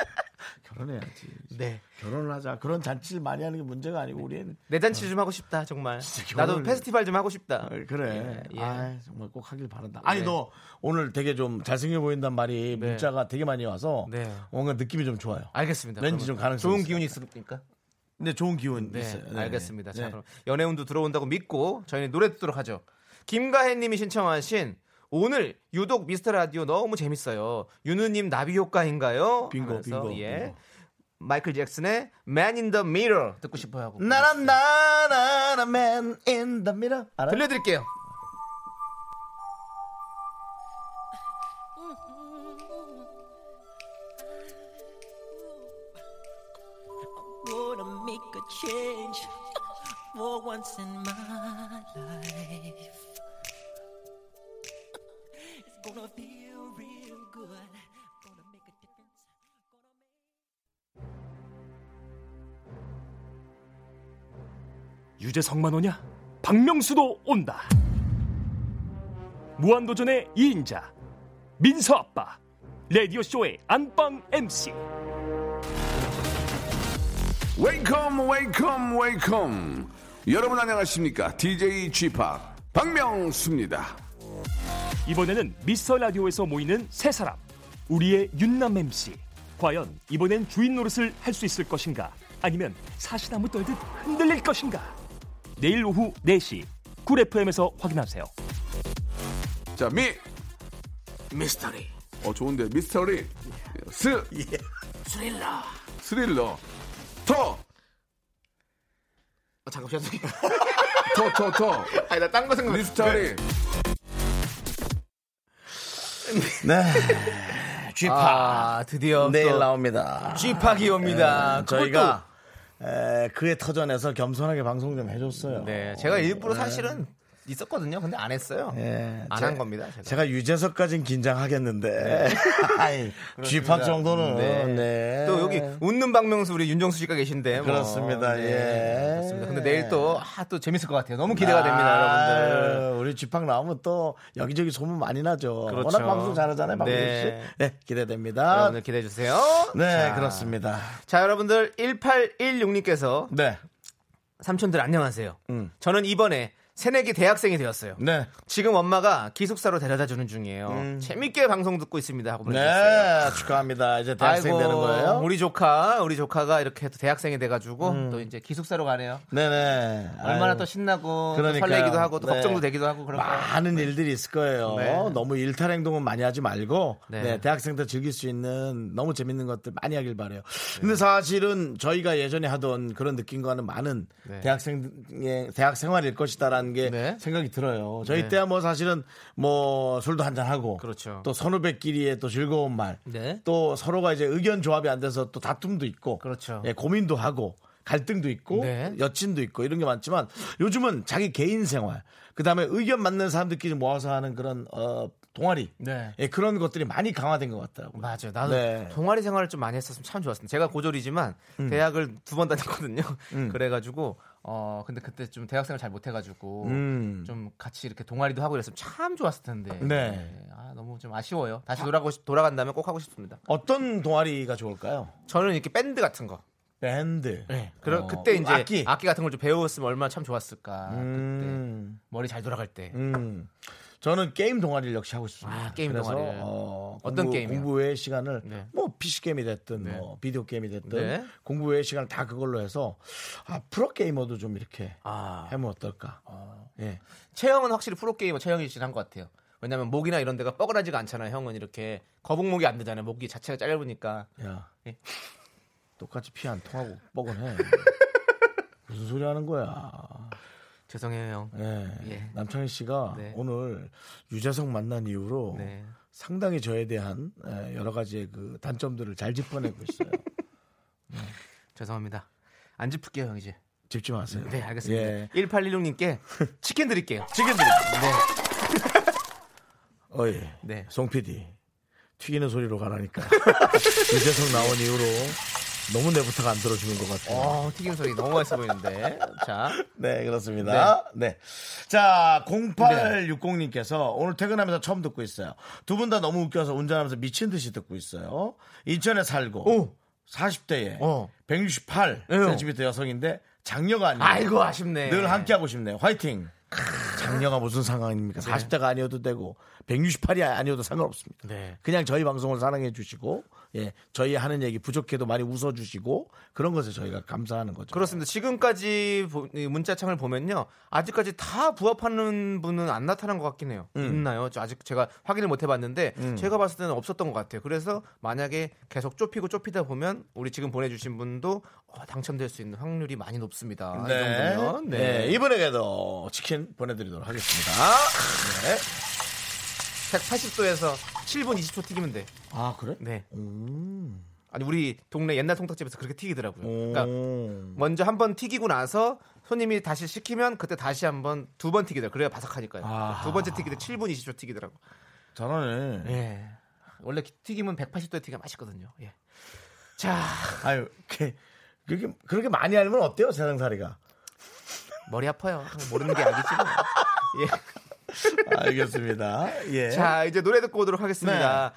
[SPEAKER 1] 결혼해야지
[SPEAKER 2] 네.
[SPEAKER 1] 결혼을 하자 그런 잔치를 많이 하는 게 문제가 아니고 우리는
[SPEAKER 2] 내 잔치 좀 하고 싶다 정말.
[SPEAKER 1] 어. 결혼을-
[SPEAKER 2] 나도 페스티벌 좀 하고 싶다.
[SPEAKER 1] 아, 그래.
[SPEAKER 2] 예, 예.
[SPEAKER 1] 아 정말 꼭 하길 바란다. 아니
[SPEAKER 2] 네.
[SPEAKER 1] 너 오늘 되게 좀 잘생겨 보인단 말이
[SPEAKER 2] 네.
[SPEAKER 1] 문자가 되게 많이 와서
[SPEAKER 2] 네.
[SPEAKER 1] 뭔가 느낌이 좀 좋아요.
[SPEAKER 2] 알겠습니다.
[SPEAKER 1] 왠지
[SPEAKER 2] 그러면
[SPEAKER 1] 좀 가능성이
[SPEAKER 2] 좋은
[SPEAKER 1] 있어요.
[SPEAKER 2] 기운이 있으니까.
[SPEAKER 1] 근데 좋은 기운
[SPEAKER 2] 네,
[SPEAKER 1] 있어요. 네.
[SPEAKER 2] 알겠습니다. 자,
[SPEAKER 1] 네.
[SPEAKER 2] 그럼 연애운도 들어온다고 믿고 저희는 노래 듣도록 하죠. 김가혜님이 신청하신 오늘 유독 미스터 라디오 너무 재밌어요. 윤우님 나비 효과인가요?
[SPEAKER 1] 빙고,
[SPEAKER 2] 하면서,
[SPEAKER 1] 빙고,
[SPEAKER 2] 예.
[SPEAKER 1] 빙고.
[SPEAKER 2] 마이클 잭슨의 Man in the Mirror 듣고 싶어요 하고
[SPEAKER 1] 나란 나란 man in the mirror. 알아?
[SPEAKER 2] 들려드릴게요.
[SPEAKER 3] Wanna make a change for once in my life. It's gonna feel real good. Gonna make a difference.
[SPEAKER 5] 유재석만 오냐? 박명수도 온다. 무한도전의 2인자 민서 아빠 라디오 쇼의 안방 MC
[SPEAKER 12] 웨이컴 웨이컴 웨이컴 여러분 안녕하십니까 DJ g 파 박명수입니다
[SPEAKER 5] 이번에는 미스터 라디오에서 모이는 세 사람 우리의 윤남 MC 과연 이번엔 주인 노릇을 할 수 있을 것인가 아니면 사시나무 떨듯 흔들릴 것인가 내일 오후 4시 쿨 FM에서 확인하세요.
[SPEAKER 12] 자미
[SPEAKER 2] 미스터리 예.
[SPEAKER 12] 어, 좋은데 미스터리 스
[SPEAKER 2] 스릴러.
[SPEAKER 12] 스릴러 터
[SPEAKER 2] 어, 잠깐 죄송해요.
[SPEAKER 12] 터 터터
[SPEAKER 2] 아니 나 딴 거 생각. 네.
[SPEAKER 12] 미스터리
[SPEAKER 1] 네. 쥐팍.
[SPEAKER 2] 아, 드디어
[SPEAKER 1] 내일
[SPEAKER 2] 또
[SPEAKER 1] 나옵니다.
[SPEAKER 2] 쥐팍이 옵니다.
[SPEAKER 1] 예,
[SPEAKER 2] 그것도-
[SPEAKER 1] 저희가 에, 그의 터전에서 겸손하게 방송 좀 해줬어요.
[SPEAKER 2] 네, 제가 일부러
[SPEAKER 1] 예.
[SPEAKER 2] 사실은 있었거든요. 근데 안 했어요.
[SPEAKER 1] 예,
[SPEAKER 2] 안
[SPEAKER 1] 제-
[SPEAKER 2] 한 겁니다. 제가.
[SPEAKER 1] 제가
[SPEAKER 2] 네.
[SPEAKER 1] 유재석까진 긴장하겠는데 아이, 쥐팍 정도는 네.
[SPEAKER 2] 또 여기 웃는 박명수 우리 윤정수 씨가 계신데. 뭐.
[SPEAKER 1] 그렇습니다. 예.
[SPEAKER 2] 그렇습니다. 근데 내일 또, 아, 또 재밌을 것 같아요. 너무 기대가 됩니다,
[SPEAKER 1] 아유,
[SPEAKER 2] 여러분들.
[SPEAKER 1] 우리 쥐팍 나오면 또 여기저기 소문 많이 나죠.
[SPEAKER 2] 그렇죠.
[SPEAKER 1] 워낙 방송 잘하잖아요, 박수
[SPEAKER 2] 네.
[SPEAKER 1] 씨. 네, 기대됩니다.
[SPEAKER 2] 여러분들 기대해 주세요.
[SPEAKER 1] 네,
[SPEAKER 2] 자,
[SPEAKER 1] 그렇습니다.
[SPEAKER 2] 자, 여러분들 1816님께서
[SPEAKER 1] 네.
[SPEAKER 2] 삼촌들 안녕하세요.
[SPEAKER 1] 음.
[SPEAKER 2] 저는 이번에 새내기 대학생이 되었어요.
[SPEAKER 1] 네.
[SPEAKER 2] 지금 엄마가 기숙사로 데려다 주는 중이에요.
[SPEAKER 1] 음.
[SPEAKER 2] 재밌게 방송 듣고 있습니다 하고 보내주셨어요.
[SPEAKER 1] 네, 축하합니다. 이제 대학생
[SPEAKER 2] 아이고,
[SPEAKER 1] 되는 거예요.
[SPEAKER 2] 우리 조카, 우리 조카가 이렇게 또 대학생이 돼가지고 또 이제 기숙사로 가네요.
[SPEAKER 1] 네네.
[SPEAKER 2] 얼마나
[SPEAKER 1] 음. 아유.
[SPEAKER 2] 또 신나고 또
[SPEAKER 1] 그러니까요.
[SPEAKER 2] 설레기도 하고 또
[SPEAKER 1] 네.
[SPEAKER 2] 걱정도 되기도 하고 그런 거.
[SPEAKER 1] 많은 일들이 있을 거예요.
[SPEAKER 2] 네.
[SPEAKER 1] 너무 일탈 행동은 많이 하지 말고
[SPEAKER 2] 네.
[SPEAKER 1] 네, 대학생 때 즐길 수 있는 너무 재밌는 것들 많이 하길 바래요.
[SPEAKER 2] 네.
[SPEAKER 1] 근데 사실은 저희가 예전에 하던 그런 느낌과는 많은
[SPEAKER 2] 네.
[SPEAKER 1] 대학생의 대학 생활일 것이다라는 게 생각이 들어요. 저희
[SPEAKER 2] 네.
[SPEAKER 1] 때야 뭐 사실은 뭐 술도 한잔 하고
[SPEAKER 2] 그렇죠.
[SPEAKER 1] 또 선후배끼리의 또 즐거운 말,
[SPEAKER 2] 네.
[SPEAKER 1] 또 서로가 이제 의견 조합이 안 돼서 또 다툼도 있고,
[SPEAKER 2] 그렇죠.
[SPEAKER 1] 예, 고민도 하고 갈등도 있고
[SPEAKER 2] 네.
[SPEAKER 1] 여친도 있고 이런 게 많지만 요즘은 자기 개인 생활, 그 다음에 의견 맞는 사람들끼리 모아서 하는 그런 어, 동아리,
[SPEAKER 2] 네.
[SPEAKER 1] 예, 그런 것들이 많이 강화된 것 같더라고요.
[SPEAKER 2] 맞아요. 나도
[SPEAKER 1] 네. 음.
[SPEAKER 2] 동아리 생활을 좀 많이 했었으면 참 좋았습니다. 제가 고졸이지만 대학을 두 번 다녔거든요. 그래가지고 어 근데 그때 좀 대학생을 잘 못해가지고
[SPEAKER 1] 음.
[SPEAKER 2] 좀 같이 이렇게 동아리도 하고 이랬으면 참 좋았을 텐데.
[SPEAKER 1] 네.
[SPEAKER 2] 아 너무 좀 아쉬워요. 다시 돌아고 돌아간다면 꼭 하고 싶습니다.
[SPEAKER 1] 어떤 동아리가 좋을까요?
[SPEAKER 2] 저는 이렇게 밴드 같은 거.
[SPEAKER 1] 밴드.
[SPEAKER 2] 네. 그러,
[SPEAKER 1] 어,
[SPEAKER 2] 그때 이제 아,
[SPEAKER 1] 악기.
[SPEAKER 2] 악기, 같은 걸 좀 배웠으면 얼마나 참 좋았을까.
[SPEAKER 1] 음.
[SPEAKER 2] 그때 머리 잘 돌아갈 때.
[SPEAKER 1] 음. 저는 게임 동아리를 역시 하고 싶습니다.
[SPEAKER 2] 아, 게임
[SPEAKER 1] 그래서,
[SPEAKER 2] 동아리를.
[SPEAKER 1] 어,
[SPEAKER 2] 어떤
[SPEAKER 1] 공부,
[SPEAKER 2] 게임이요?
[SPEAKER 1] 공부 외의 시간을
[SPEAKER 2] 네.
[SPEAKER 1] 뭐 PC 게임이 됐든 뭐 비디오 게임이 됐든
[SPEAKER 2] 네.
[SPEAKER 1] 공부 외의 시간을 다 그걸로 해서 아, 프로 게이머도 좀 이렇게
[SPEAKER 2] 아.
[SPEAKER 1] 해면 어떨까? 예.
[SPEAKER 2] 체형은 확실히 프로게이머 체형이 진한 것 같아요. 왜냐면 목이나 이런 데가 뻐근하지가 않잖아요. 형은 이렇게 거북목이 안 되잖아요. 목이 자체가 짧으니까.
[SPEAKER 1] 야.
[SPEAKER 2] 예.
[SPEAKER 1] 똑같이 피 안 통하고 뻐근해. 무슨 소리 하는 거야?
[SPEAKER 2] 죄송해요, 형.
[SPEAKER 1] 예.
[SPEAKER 2] 예.
[SPEAKER 1] 남창희 씨가
[SPEAKER 2] 네.
[SPEAKER 1] 오늘 유재석 만난 이후로
[SPEAKER 2] 네.
[SPEAKER 1] 상당히 저에 대한 예, 여러 가지의 그 단점들을 잘 짚어내고 있어요.
[SPEAKER 2] 죄송합니다. 안 짚을게요, 형 이제.
[SPEAKER 1] 짚지 마세요.
[SPEAKER 2] 네, 알겠습니다.
[SPEAKER 1] 예.
[SPEAKER 2] 1816님께 치킨 드릴게요.
[SPEAKER 1] 지금 네. 어이,
[SPEAKER 2] 네.
[SPEAKER 1] 송 PD 튀기는 소리로 가라니까 유재석 나온 이후로 너무 내 부탁 안 들어주는 것 같아요.
[SPEAKER 2] 어, 튀김 소리 너무 맛있어 보이는데. 자,
[SPEAKER 1] 네, 그렇습니다. 네. 자, 0860님께서 오늘 퇴근하면서 처음 듣고 있어요. 두 분 다 너무 웃겨서 운전하면서 미친 듯이 듣고 있어요. 인천에 살고 40대에
[SPEAKER 2] 어.
[SPEAKER 1] 168cm 여성인데 장녀가 아니에요.
[SPEAKER 2] 아이고 아쉽네.
[SPEAKER 1] 늘 함께하고 싶네요. 화이팅! 장녀가 무슨 상황입니까?
[SPEAKER 2] 네.
[SPEAKER 1] 40대가 아니어도 되고 168이 아니어도 상관없습니다.
[SPEAKER 2] 네.
[SPEAKER 1] 그냥 저희 방송을 사랑해 주시고 예, 저희 하는 얘기 부족해도 많이 웃어 주시고 그런 것에 저희가 감사하는 거죠.
[SPEAKER 2] 그렇습니다. 지금까지 보- 이 문자창을 보면요. 아직까지 다 부합하는 분은 안 나타난 것 같긴 해요.
[SPEAKER 1] 음.
[SPEAKER 2] 있나요? 저 아직 제가 확인을 못 해봤는데 제가 봤을 때는 없었던 것 같아요. 그래서 만약에 계속 좁히고 좁히다 보면 우리 지금 보내주신 분도 어, 당첨될 수 있는 확률이 많이 높습니다. 이
[SPEAKER 1] 네.
[SPEAKER 2] 정도면.
[SPEAKER 1] 네.
[SPEAKER 2] 네.
[SPEAKER 1] 이분에게도 치킨 보내드리도록 하겠습니다.
[SPEAKER 2] 180도에서 7분 20초 튀기면 돼.
[SPEAKER 1] 아, 그래?
[SPEAKER 2] 네.
[SPEAKER 1] 음.
[SPEAKER 2] 아니 우리 동네 옛날 통닭집에서 그렇게 튀기더라고요.
[SPEAKER 1] 오.
[SPEAKER 2] 그러니까
[SPEAKER 1] 음.
[SPEAKER 2] 먼저 한 번 튀기고 나서 손님이 다시 시키면 그때 다시 한 번 두 번 튀기더라고 그래야 바삭하니까요
[SPEAKER 1] 아하.
[SPEAKER 2] 두 번째 튀기 때 7분 20초 튀기더라고
[SPEAKER 1] 잘하네.
[SPEAKER 2] 예 원래 기- 튀김은 180도에 튀기면 맛있거든요 예. 자
[SPEAKER 1] 아유, 이렇게, 그렇게, 그렇게 많이 알면 어때요, 세상살이가?
[SPEAKER 2] 머리 아파요 모르는 게 아니지 뭐. 예.
[SPEAKER 1] 알겠습니다. 예.
[SPEAKER 2] 자 이제 노래 듣고 오도록
[SPEAKER 1] 네.
[SPEAKER 2] 하겠습니다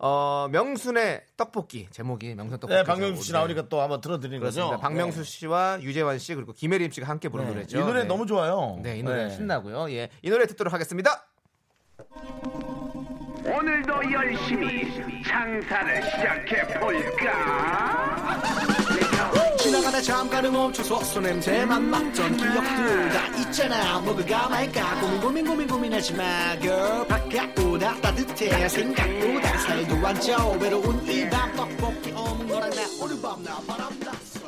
[SPEAKER 2] 어, 명순의 떡볶이 제목이 명순 떡볶이
[SPEAKER 1] 네, 박명수 씨 나오니까 또 한번 들어드리는
[SPEAKER 2] 그렇습니다
[SPEAKER 1] 거죠.
[SPEAKER 2] 박명수 씨와 유재환 씨 그리고 김혜림 씨가 함께 부른
[SPEAKER 1] 네.
[SPEAKER 2] 노래죠
[SPEAKER 1] 이 노래
[SPEAKER 2] 네.
[SPEAKER 1] 너무 좋아요.
[SPEAKER 2] 네, 이 노래 신나고요. 예, 이 노래 듣도록 하겠습니다.
[SPEAKER 13] 오늘도 열심히 장사를 시작해 볼까?
[SPEAKER 3] 지나가다 잠깐은 멈춰서 손냄새만 맡던 기억들 다 있잖아 먹을까 말까 고민 고민 고민 고민하지 마 girl 바깥보다 따뜻해 생각보다 살도 완전 외로운 이밤 떡볶이 없는 거랑 나 오늘 밤 나 바람났어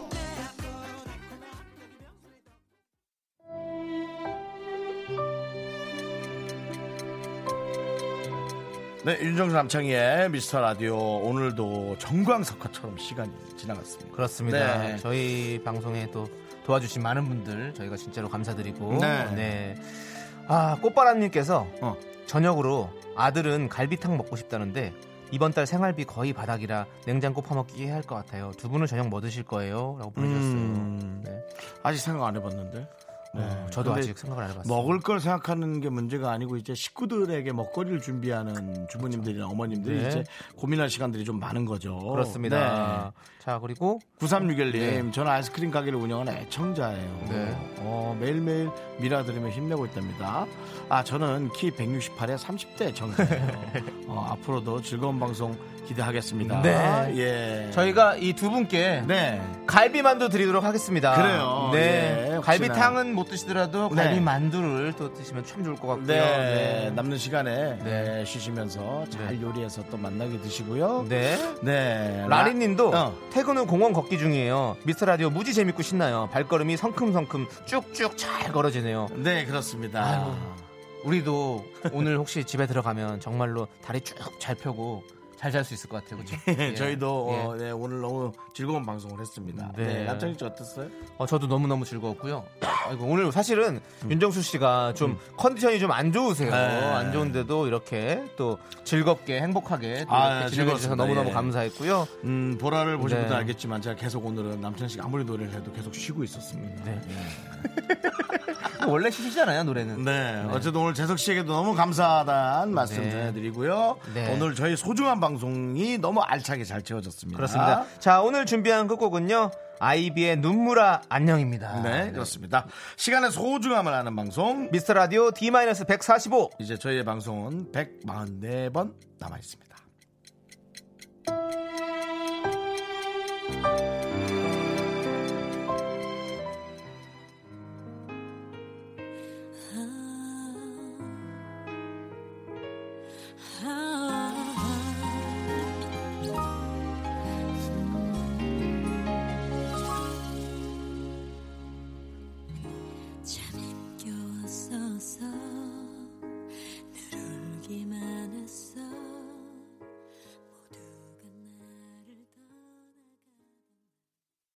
[SPEAKER 1] 네, 윤정수 남창희의 미스터 라디오 오늘도 정광석화처럼 시간이 지나갔습니다.
[SPEAKER 2] 그렇습니다.
[SPEAKER 1] 네.
[SPEAKER 2] 저희 방송에 또 도와주신 많은 분들 저희가 진짜로 감사드리고
[SPEAKER 1] 네. 어.
[SPEAKER 2] 네. 아 꽃바람님께서 저녁으로 아들은 갈비탕 먹고 싶다는데 이번 달 생활비 거의 바닥이라 냉장고 파먹기 해야 할 것 같아요. 두 분은 저녁 뭐 드실 거예요? 라고 보내주셨어요. 네.
[SPEAKER 1] 음, 아직 생각 안 해봤는데.
[SPEAKER 2] 어, 저도
[SPEAKER 1] 네, 근데
[SPEAKER 2] 아직 생각을 안 해봤어요.
[SPEAKER 1] 먹을 걸 생각하는 게 문제가 아니고 이제 식구들에게 먹거리를 준비하는 주부님들이나 어머님들이
[SPEAKER 2] 네.
[SPEAKER 1] 이제 고민할 시간들이 좀 많은 거죠. 네.
[SPEAKER 2] 그렇습니다. 자 그리고
[SPEAKER 1] 9361님,
[SPEAKER 2] 네.
[SPEAKER 1] 저는 아이스크림 가게를 운영하는 애청자예요.
[SPEAKER 2] 네.
[SPEAKER 1] 어, 매일매일 미라 들으며 힘내고 있답니다. 아, 저는 키 168에 30대 정도예요. 어, 앞으로도 즐거운 방송 기대하겠습니다.
[SPEAKER 2] 네.
[SPEAKER 1] 예.
[SPEAKER 2] 저희가 이 두 분께
[SPEAKER 1] 네.
[SPEAKER 2] 갈비만두 드리도록 하겠습니다.
[SPEAKER 1] 그래요.
[SPEAKER 2] 네.
[SPEAKER 1] 예, 혹시나.
[SPEAKER 2] 갈비탕은 못 드시더라도
[SPEAKER 1] 네.
[SPEAKER 2] 갈비만두를 또 드시면 참 좋을 것 같고요.
[SPEAKER 1] 네,
[SPEAKER 2] 네.
[SPEAKER 1] 남는 시간에 네, 쉬시면서 잘 요리해서 또 만나게 드시고요.
[SPEAKER 2] 네.
[SPEAKER 1] 네.
[SPEAKER 2] 라리 님도
[SPEAKER 1] 어.
[SPEAKER 2] 퇴근 후 공원 걷기 중이에요. 미스터 라디오 무지 재밌고 신나요. 발걸음이 성큼성큼 쭉쭉 잘 걸어지네요.
[SPEAKER 1] 네, 그렇습니다.
[SPEAKER 2] 우리도 오늘 혹시 집에 들어가면 정말로 다리 쭉 잘 펴고 잘 잘 수 있을 것 같아요. 그죠? 예.
[SPEAKER 1] 저희도
[SPEAKER 2] 예.
[SPEAKER 1] 어, 네, 오늘 너무 즐거운 방송을 했습니다.
[SPEAKER 2] 네.
[SPEAKER 1] 네. 남창희 씨 어땠어요?
[SPEAKER 2] 어, 저도 너무너무 즐거웠고요. 아이고, 오늘 사실은 윤정수 씨가 좀 컨디션이 좀 안 좋으세요.
[SPEAKER 1] 네.
[SPEAKER 2] 안 좋은데도 이렇게 또 즐겁게 행복하게 또
[SPEAKER 1] 아,
[SPEAKER 2] 이렇게 진행해 주셔서
[SPEAKER 1] 즐거웠습니다.
[SPEAKER 2] 너무너무
[SPEAKER 1] 예.
[SPEAKER 2] 감사했고요.
[SPEAKER 1] 음, 보라를 보신
[SPEAKER 2] 네.
[SPEAKER 1] 분들 알겠지만 제가 계속 오늘은 남창희 씨가 아무리 노래를 해도 계속 쉬고 있었습니다. 네.
[SPEAKER 2] 원래 쉬시잖아요, 노래는.
[SPEAKER 1] 네. 어쨌든 오늘 재석 씨에게도 너무 감사하다는 말씀
[SPEAKER 2] 네.
[SPEAKER 1] 전해드리고요.
[SPEAKER 2] 네.
[SPEAKER 1] 오늘 저희 소중한 방송이 너무 알차게 잘 채워졌습니다. 네,
[SPEAKER 2] 그렇습니다. 자, 오늘 준비한 끝곡은요. 아이비의 눈물아 안녕입니다.
[SPEAKER 1] 네, 그렇습니다. 시간의 소중함을 아는 방송
[SPEAKER 2] 미스터 라디오 D-145.
[SPEAKER 1] 이제 저희의 방송은 144번 남아 있습니다.
[SPEAKER 6] 아